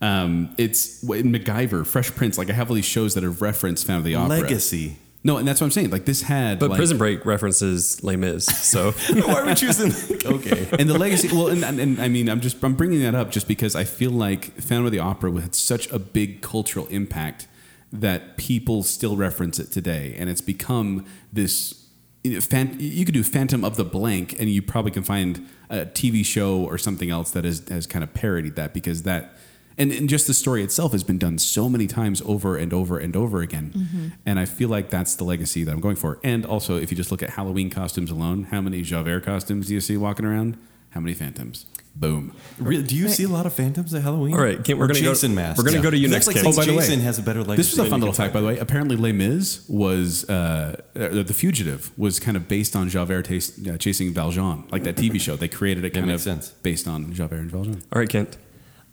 Speaker 2: Um, it's in MacGyver, Fresh Prince. Like I have all these shows that have referenced Phantom of the Opera.
Speaker 4: Legacy.
Speaker 2: No, and that's what I'm saying. Like this had
Speaker 3: But
Speaker 2: like,
Speaker 3: Prison Break references Les Mis, so
Speaker 4: Why are we choosing? okay.
Speaker 2: and the legacy. Well, and, and, and I mean, I'm just I'm bringing that up just because I feel like Phantom of the Opera had such a big cultural impact that people still reference it today, and it's become this. you know, Phan- You could do Phantom of the Blank, and you probably can find a TV show or something else that has has kind of parodied that because that. And, and just the story itself has been done so many times over and over and over again. And I feel like that's the legacy that I'm going for. And also, if you just look at Halloween costumes alone, how many Javert costumes do you see walking around? How many phantoms? Boom.
Speaker 4: Really, do you see a lot of phantoms at Halloween?
Speaker 3: All right, Kent, we're
Speaker 4: Or
Speaker 3: gonna go-
Speaker 4: Jason mask.
Speaker 3: we're gonna go to you next,
Speaker 4: Like
Speaker 3: Kent.
Speaker 4: since
Speaker 2: Oh, by the way,
Speaker 4: Jason has a better legacy.
Speaker 2: This was a fun little fact, by the way. Apparently, Les Mis was, uh, uh, The Fugitive was kind of based on Javert taste, uh, chasing Valjean, like that TV show. They created it kind
Speaker 4: makes
Speaker 2: of
Speaker 4: sense.
Speaker 2: based on Javert and Valjean.
Speaker 3: all right, Kent.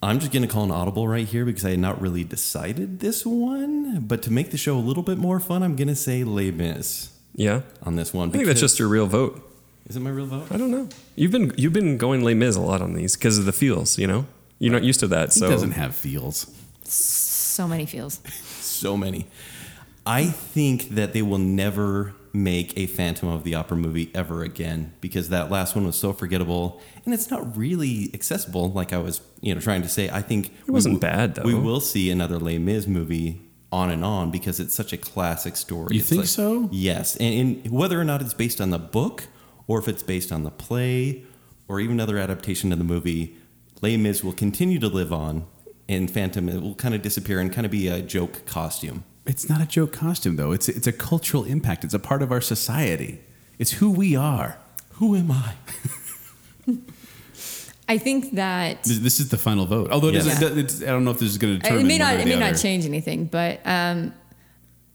Speaker 4: I'm just going to call an audible right here because I had not really decided this one. But to make the show a little bit more fun, I'm going to say Les Mis
Speaker 3: Yeah,
Speaker 4: on this one.
Speaker 3: I think that's just your real vote.
Speaker 4: Is it my real vote?
Speaker 3: I don't know. You've been you've been going Les Mis a lot on these because of the feels. You know, you're not used to that.
Speaker 2: He
Speaker 3: So
Speaker 2: doesn't have feels.
Speaker 5: So many feels.
Speaker 4: So many. I think that they will never make a Phantom of the Opera movie ever again because that last one was so forgettable and it's not really accessible. Like I was, you know, trying to say, I think it
Speaker 3: wasn't bad, though.
Speaker 4: We will see another Les Mis movie on and on because it's such a classic story.
Speaker 2: You
Speaker 4: It's
Speaker 2: think so?
Speaker 4: Yes, and, and whether or not it's based on the book or if it's based on the play or even other adaptation of the movie, Les Mis will continue to live on. And Phantom it will kind of disappear and kind of be a joke costume.
Speaker 2: It's not a joke costume, though. It's, it's a cultural impact, it's a part of our society. It's who we are.
Speaker 4: Who am I?
Speaker 5: I think that
Speaker 2: This, this is the final vote. Although it
Speaker 4: Yes.
Speaker 2: doesn't
Speaker 5: Yeah.
Speaker 2: it's- I don't know if this is going to
Speaker 5: it
Speaker 2: determine.
Speaker 5: may not
Speaker 2: one way
Speaker 5: it
Speaker 2: or
Speaker 5: may
Speaker 2: the
Speaker 5: not
Speaker 2: other.
Speaker 5: change anything, but um,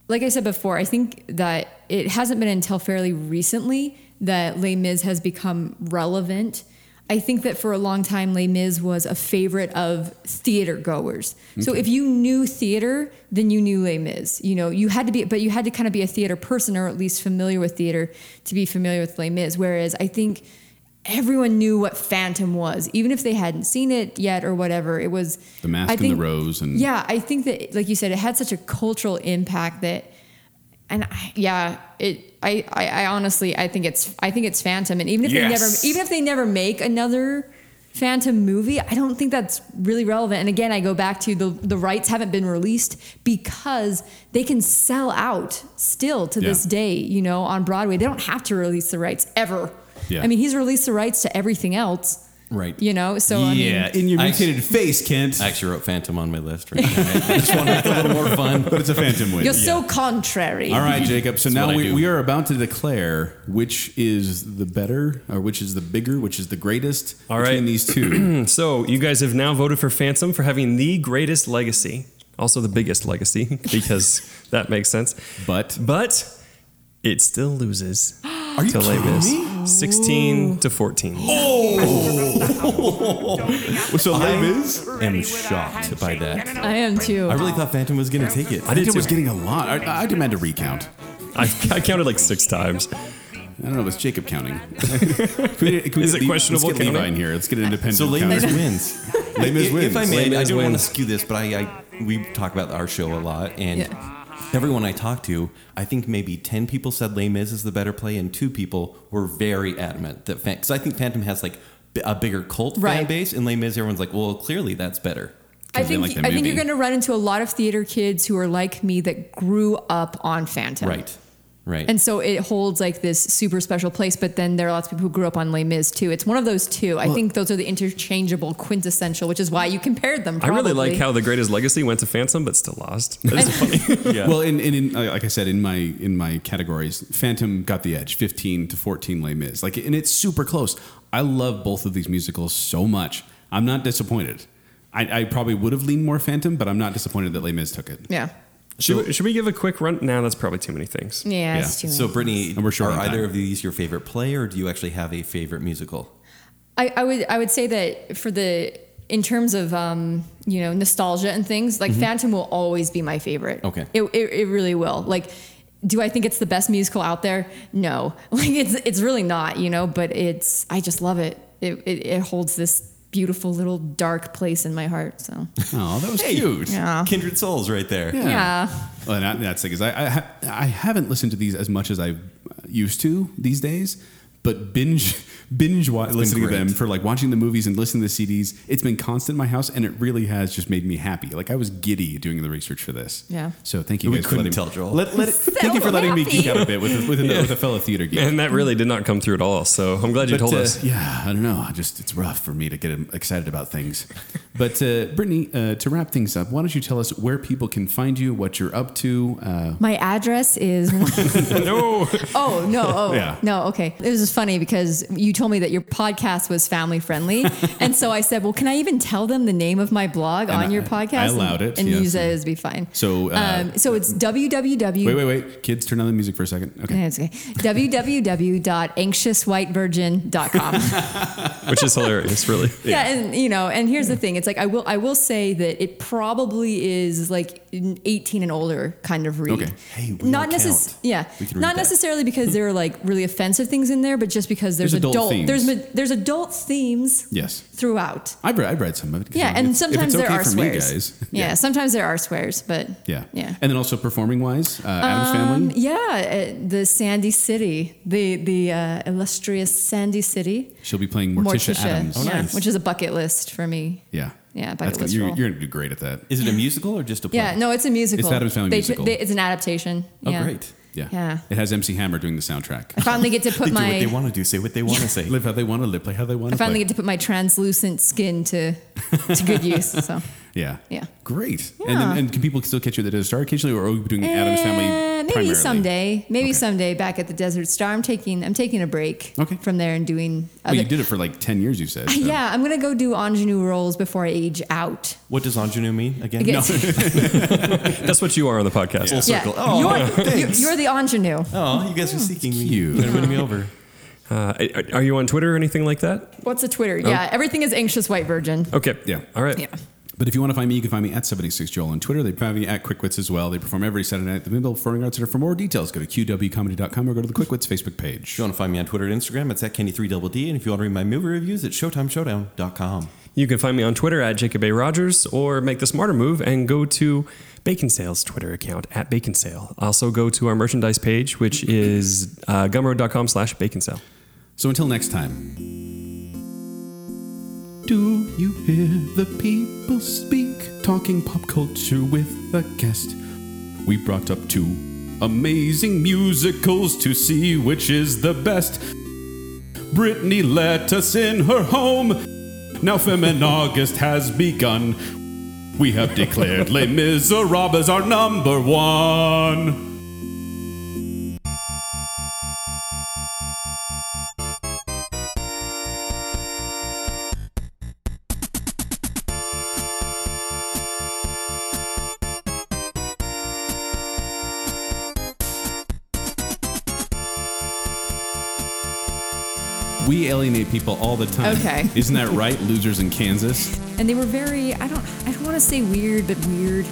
Speaker 5: like I said before, I think that it hasn't been until fairly recently that Les Mis has become relevant. I think that for a long time, Les Mis was a favorite of theater goers. So if you knew theater, then you knew Les Mis. You know, you had to be, but you had to kind of be a theater person or at least familiar with theater to be familiar with Les Mis. Whereas I think everyone knew what Phantom was, even if they hadn't seen it yet or whatever. It was
Speaker 2: The Mask
Speaker 5: I
Speaker 2: and the Rose and-
Speaker 5: yeah, I think that, like you said, it had such a cultural impact that and I, yeah, it. I, I, I honestly, I think it's, I think it's Phantom, and even if they never,
Speaker 2: Yes.
Speaker 5: even if they never make another Phantom movie, I don't think that's really relevant. And again, I go back to the the rights haven't been released because they can sell out still to
Speaker 2: Yeah.
Speaker 5: this day, you know, on Broadway. They don't have to release the rights ever.
Speaker 2: Yeah.
Speaker 5: I mean, he's released the rights to everything else,
Speaker 4: Right.
Speaker 5: you know. So I mean,
Speaker 2: yeah, in your
Speaker 4: I-
Speaker 2: mutated face, Kent.
Speaker 4: I actually wrote Phantom on my list right now. I just want to make it a little more fun.
Speaker 2: but it's a phantom win.
Speaker 5: you're so contrary.
Speaker 2: All right, Jacob. So now
Speaker 4: what I
Speaker 2: we,
Speaker 4: do.
Speaker 2: we are about to declare which is the better, or which is the bigger, which is the greatest
Speaker 3: All
Speaker 2: between
Speaker 3: right.
Speaker 2: these two.
Speaker 3: So you guys have now voted for Phantom for having the greatest legacy, also the biggest legacy, because that makes sense.
Speaker 2: But
Speaker 3: But it still loses
Speaker 2: are you
Speaker 3: to Les
Speaker 2: kidding
Speaker 3: Mis,
Speaker 2: me?
Speaker 3: 16 to 14.
Speaker 2: So Les Mis?
Speaker 4: I am shocked by that.
Speaker 5: I am too.
Speaker 4: I really thought Phantom was going to take it.
Speaker 2: I think
Speaker 3: did
Speaker 2: it was
Speaker 3: too.
Speaker 2: getting a lot. I, I demand a recount.
Speaker 3: I, I counted like six times.
Speaker 2: I don't know. It's Jacob counting. Can we- can we
Speaker 3: Is
Speaker 2: get
Speaker 3: it
Speaker 2: Le-
Speaker 3: questionable
Speaker 2: Let's get Levi
Speaker 3: counting?
Speaker 2: in here. Let's get an independent.
Speaker 4: So Les Mis
Speaker 2: counter.
Speaker 4: wins.
Speaker 2: Les Mis
Speaker 4: If-
Speaker 2: wins.
Speaker 4: If I may,
Speaker 3: Les
Speaker 4: I
Speaker 3: Mis
Speaker 4: don't want to
Speaker 3: wins.
Speaker 4: skew this, but I, I we talk about our show a lot, and
Speaker 5: Yeah.
Speaker 4: everyone I talk to, I think maybe ten people said Les Mis is the better play, and two people were very adamant that because I think Phantom has like b- a bigger cult fan
Speaker 5: Right.
Speaker 4: base, and Les Mis, everyone's like, well, clearly that's better.
Speaker 5: I
Speaker 2: 'Cause they
Speaker 5: think
Speaker 2: like the
Speaker 5: I think
Speaker 2: movie.
Speaker 5: you're going to run into a lot of theater kids who are like me that grew up on Phantom.
Speaker 4: Right, right.
Speaker 5: And so it holds like this super special place, but then there are lots of people who grew up on Les Mis too. It's one of those two. I think those are the interchangeable, quintessential, which is why you compared them.
Speaker 3: I
Speaker 5: Probably.
Speaker 3: really like how the greatest legacy went to Phantom, but still lost. That's funny. yeah.
Speaker 2: Well, in, in, in uh, like I said in my in my categories, Phantom got the edge, fifteen to fourteen. Les Mis, like, and it's super close. I love both of these musicals so much. I'm not disappointed. I, I probably would have leaned more Phantom, but I'm not disappointed that Les Mis took it.
Speaker 5: Yeah.
Speaker 3: should, we- should we give a quick run? Now that's probably too many things.
Speaker 5: Yeah.
Speaker 2: Yeah.
Speaker 5: It's too
Speaker 4: so,
Speaker 5: many.
Speaker 4: Brittany,
Speaker 2: And we're short
Speaker 4: are
Speaker 2: on
Speaker 4: either
Speaker 2: time.
Speaker 4: of these your favorite play, or do you actually have a favorite musical?
Speaker 5: I, I would I would say that for the in terms of um, you know nostalgia and things like Phantom will always be my favorite.
Speaker 4: Okay.
Speaker 5: it, it it really will. Like, do I think it's the best musical out there? No, like it's it's really not. You know, but it's I just love it. It it, it holds this beautiful little dark place in my heart. So
Speaker 2: Oh, that was cute.
Speaker 5: yeah,
Speaker 4: Kindred Souls, right there.
Speaker 5: yeah.
Speaker 2: Well, and I, that's because I I, ha- I haven't listened to these as much as I used to these days. But binge binge wa- listening to
Speaker 4: great.
Speaker 2: them for like watching the movies and listening to the CDs. It's been constant in my house, and it really has just made me happy. Like I was giddy doing the research for this.
Speaker 5: Yeah.
Speaker 2: So thank you
Speaker 4: We
Speaker 2: guys for
Speaker 4: couldn't
Speaker 2: letting
Speaker 4: tell, Joel.
Speaker 2: Let, let it, thank you for letting me geek out a bit with with, with a fellow theater geek.
Speaker 3: And that really did not come through at all. So I'm glad you
Speaker 2: But,
Speaker 3: told
Speaker 2: uh,
Speaker 3: us.
Speaker 2: Yeah, I don't know. I just it's rough for me to get excited about things. But uh, Brittany, uh, to wrap things up, why don't you tell us where people can find you, what you're up to, uh,
Speaker 5: My address is
Speaker 3: no.
Speaker 5: Oh no! Oh
Speaker 2: Yeah.
Speaker 5: no! Okay, it was just funny because you told me that your podcast was family friendly, and so I said, "Well, can I even tell them the name of my blog on
Speaker 2: I-
Speaker 5: your
Speaker 2: I
Speaker 5: podcast?"
Speaker 2: allowed
Speaker 5: and,
Speaker 2: it,
Speaker 5: and
Speaker 2: yes.
Speaker 5: use it as be fine.
Speaker 2: So, uh,
Speaker 5: um, so it's www.
Speaker 2: Wait, wait, wait. Kids, turn on the music for a second. Okay.
Speaker 5: It's okay. www.anxiouswhitevirgin.com. yeah,
Speaker 3: Which is hilarious, really.
Speaker 5: yeah, and you know, and here's the thing: it's like I will, I will say that it probably is like an 18 and older kind of read.
Speaker 2: Okay.
Speaker 4: Hey, we
Speaker 5: not
Speaker 4: don't
Speaker 5: necess-
Speaker 4: count.
Speaker 5: yeah,
Speaker 4: We can read
Speaker 5: not
Speaker 4: that.
Speaker 5: necessarily because there are like really offensive things in there, but just because there's,
Speaker 2: There's adult themes.
Speaker 5: there's ma- there's adult themes
Speaker 2: Yes.
Speaker 5: throughout.
Speaker 2: I've read, I've read some of it. 'cause
Speaker 5: Yeah,
Speaker 2: I'm-
Speaker 5: and
Speaker 2: if- if
Speaker 5: sometimes
Speaker 2: it's okay
Speaker 5: there are
Speaker 2: for
Speaker 5: swears.
Speaker 2: Me, guys.
Speaker 5: Yeah. sometimes there are swears, but
Speaker 2: Yeah.
Speaker 5: yeah.
Speaker 2: And then also performing wise, uh, Adam's
Speaker 5: Um,
Speaker 2: family.
Speaker 5: yeah, uh, the Sandy City, the the uh, illustrious Sandy City,
Speaker 2: She'll be playing Morticia,
Speaker 4: Oh,
Speaker 2: Adams.
Speaker 5: yeah, which is a bucket list for me.
Speaker 2: Yeah.
Speaker 5: Oh, Yeah, bucket
Speaker 2: That's good.
Speaker 5: list
Speaker 2: You're,
Speaker 5: role.
Speaker 2: you're going to do great at that.
Speaker 4: Is it a musical or just a play?
Speaker 5: Yeah, no, it's a musical.
Speaker 2: It's the Addams Family
Speaker 5: They-
Speaker 2: musical.
Speaker 5: they- it's an adaptation.
Speaker 4: Oh,
Speaker 5: yeah.
Speaker 4: great.
Speaker 2: Yeah.
Speaker 5: Yeah.
Speaker 2: It has MC Hammer doing the soundtrack.
Speaker 5: I finally get to put
Speaker 4: They do what
Speaker 5: my
Speaker 4: they want to do, say what they want to say.
Speaker 2: live how they want to live, play how they want
Speaker 5: I
Speaker 2: to
Speaker 5: finally
Speaker 2: play.
Speaker 5: get to put my translucent skin to to good use. So
Speaker 2: yeah.
Speaker 5: Yeah.
Speaker 2: Great. And,
Speaker 5: Yeah.
Speaker 2: then, and can people still catch you at the Desert Star occasionally, or are we doing Adam's family
Speaker 5: Eh, maybe
Speaker 2: primarily?
Speaker 5: someday, maybe
Speaker 2: Okay.
Speaker 5: someday back at the Desert Star. I'm taking I'm taking a break
Speaker 2: Okay.
Speaker 5: from there and doing
Speaker 2: Well,
Speaker 5: other.
Speaker 2: you did it for like 10 years, you said. so.
Speaker 5: Yeah, I'm gonna go do ingenue roles before I age out.
Speaker 4: What does ingenue mean again?
Speaker 5: Again,
Speaker 3: That's what you are on the podcast.
Speaker 4: Full
Speaker 5: yeah,
Speaker 4: circle. Oh,
Speaker 5: you're, you're, you're the ingenue.
Speaker 4: oh, you guys are seeking me.
Speaker 2: Cute.
Speaker 4: You're gonna win me over.
Speaker 3: Uh, are- are you on Twitter or anything like that?
Speaker 5: What's a Twitter? Yeah, everything is anxious white virgin.
Speaker 3: Okay.
Speaker 2: Yeah.
Speaker 3: All right.
Speaker 5: Yeah.
Speaker 2: But if you want to find me, you can find me at 76Joel on Twitter. They can find me at QuickWits as well. They perform every Saturday night at the Midville Performing Arts Center. For more details, go to qwcomedy.com or go to the QuickWits Facebook page.
Speaker 4: If you want to find me on Twitter and Instagram, it's at Kenny3DD. And if you want to read my movie reviews, it's ShowtimeShowdown.com.
Speaker 3: You can find me on Twitter at Jacob A. Rogers or make the smarter move and go to Bacon Sale's Twitter account at Bacon Sale. Also go to our merchandise page, which is uh, gumroad.com slash bacon sale.
Speaker 2: So until next time. Do you hear the people speak? Talking pop culture with a guest. We brought up two amazing musicals to see which is the best. Brittany let us in her home. Now Femin August has begun. We have declared Les Miserables our number one.
Speaker 4: We alienate people all the time.
Speaker 5: Okay.
Speaker 4: Isn't that right, losers in Kansas?
Speaker 5: And they were very I don't I don't want to say weird, but weird.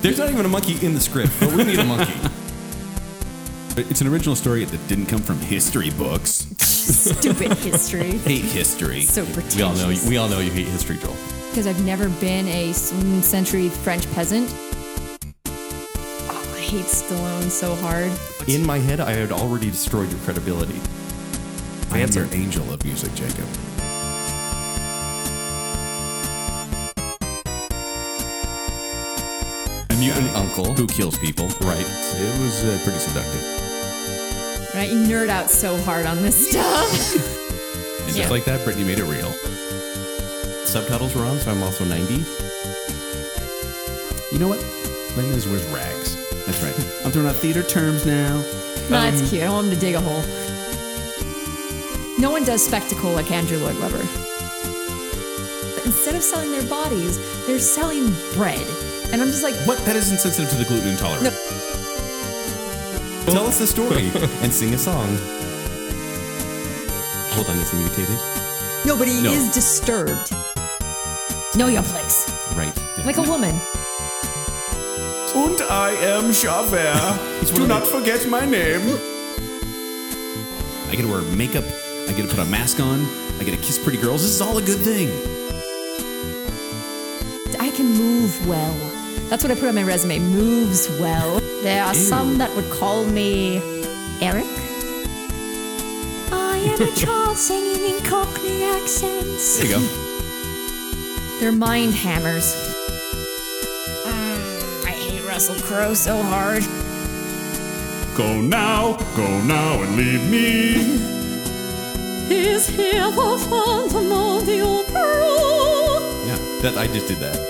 Speaker 4: There's not even a monkey in the script, but we need a monkey.
Speaker 2: It's an original story that didn't come from history books.
Speaker 5: Stupid history.
Speaker 4: Hate history.
Speaker 5: So
Speaker 4: we all know.
Speaker 5: pretentious.
Speaker 4: We all know you hate history, Joel.
Speaker 5: Because I've never been a s- mm, century French peasant. Oh, I hate Stallone so hard.
Speaker 4: In my head, I had already destroyed your credibility.
Speaker 2: I'm
Speaker 3: Answer.
Speaker 2: your angel of music, Jacob.
Speaker 4: A mutant uncle who kills people. Right.
Speaker 2: It was uh, pretty seductive.
Speaker 5: Right? You nerd out so hard on this stuff.
Speaker 2: And
Speaker 5: Yeah.
Speaker 2: just like that, Brittany made it real.
Speaker 4: Subtitles were on, so I'm also 90.
Speaker 2: You know what? Les Mis wears rags. That's right. I'm throwing out theater terms now.
Speaker 5: no, that's cute. I want him to dig a hole. No one does spectacle like Andrew Lloyd Webber. Instead of selling their bodies, they're selling bread. And I'm just like,
Speaker 2: What? That is insensitive to the gluten intolerant.
Speaker 5: No.
Speaker 4: Tell us the story and sing a song. Hold on, is he mutated?
Speaker 5: no, but he
Speaker 4: No.
Speaker 5: is disturbed. Know your place.
Speaker 4: Right.
Speaker 5: Like a woman.
Speaker 2: And I am Javert. Do not forget my name. I get to wear makeup. I get to put a mask on. I get to kiss pretty girls. This is all a good thing.
Speaker 5: I can move well. That's what I put on my resume. Moves well. There are some that would call me Eric.
Speaker 7: I am a child singing in Cockney accents.
Speaker 4: There you go.
Speaker 5: They're mind hammers.
Speaker 6: Mm, I hate Russell Crowe so hard.
Speaker 2: Go now, go now and leave me.
Speaker 5: Is here the phantom of the opera?
Speaker 4: Yeah. That I just did that.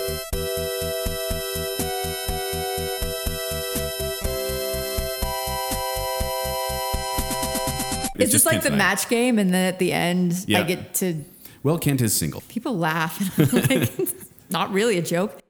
Speaker 5: It's just like
Speaker 2: Kent
Speaker 5: the
Speaker 2: and I.
Speaker 5: match game, and then at the end,
Speaker 2: Yeah.
Speaker 5: I get to.
Speaker 2: Well, Kent is single.
Speaker 5: People laugh. And I'm like, not really a joke.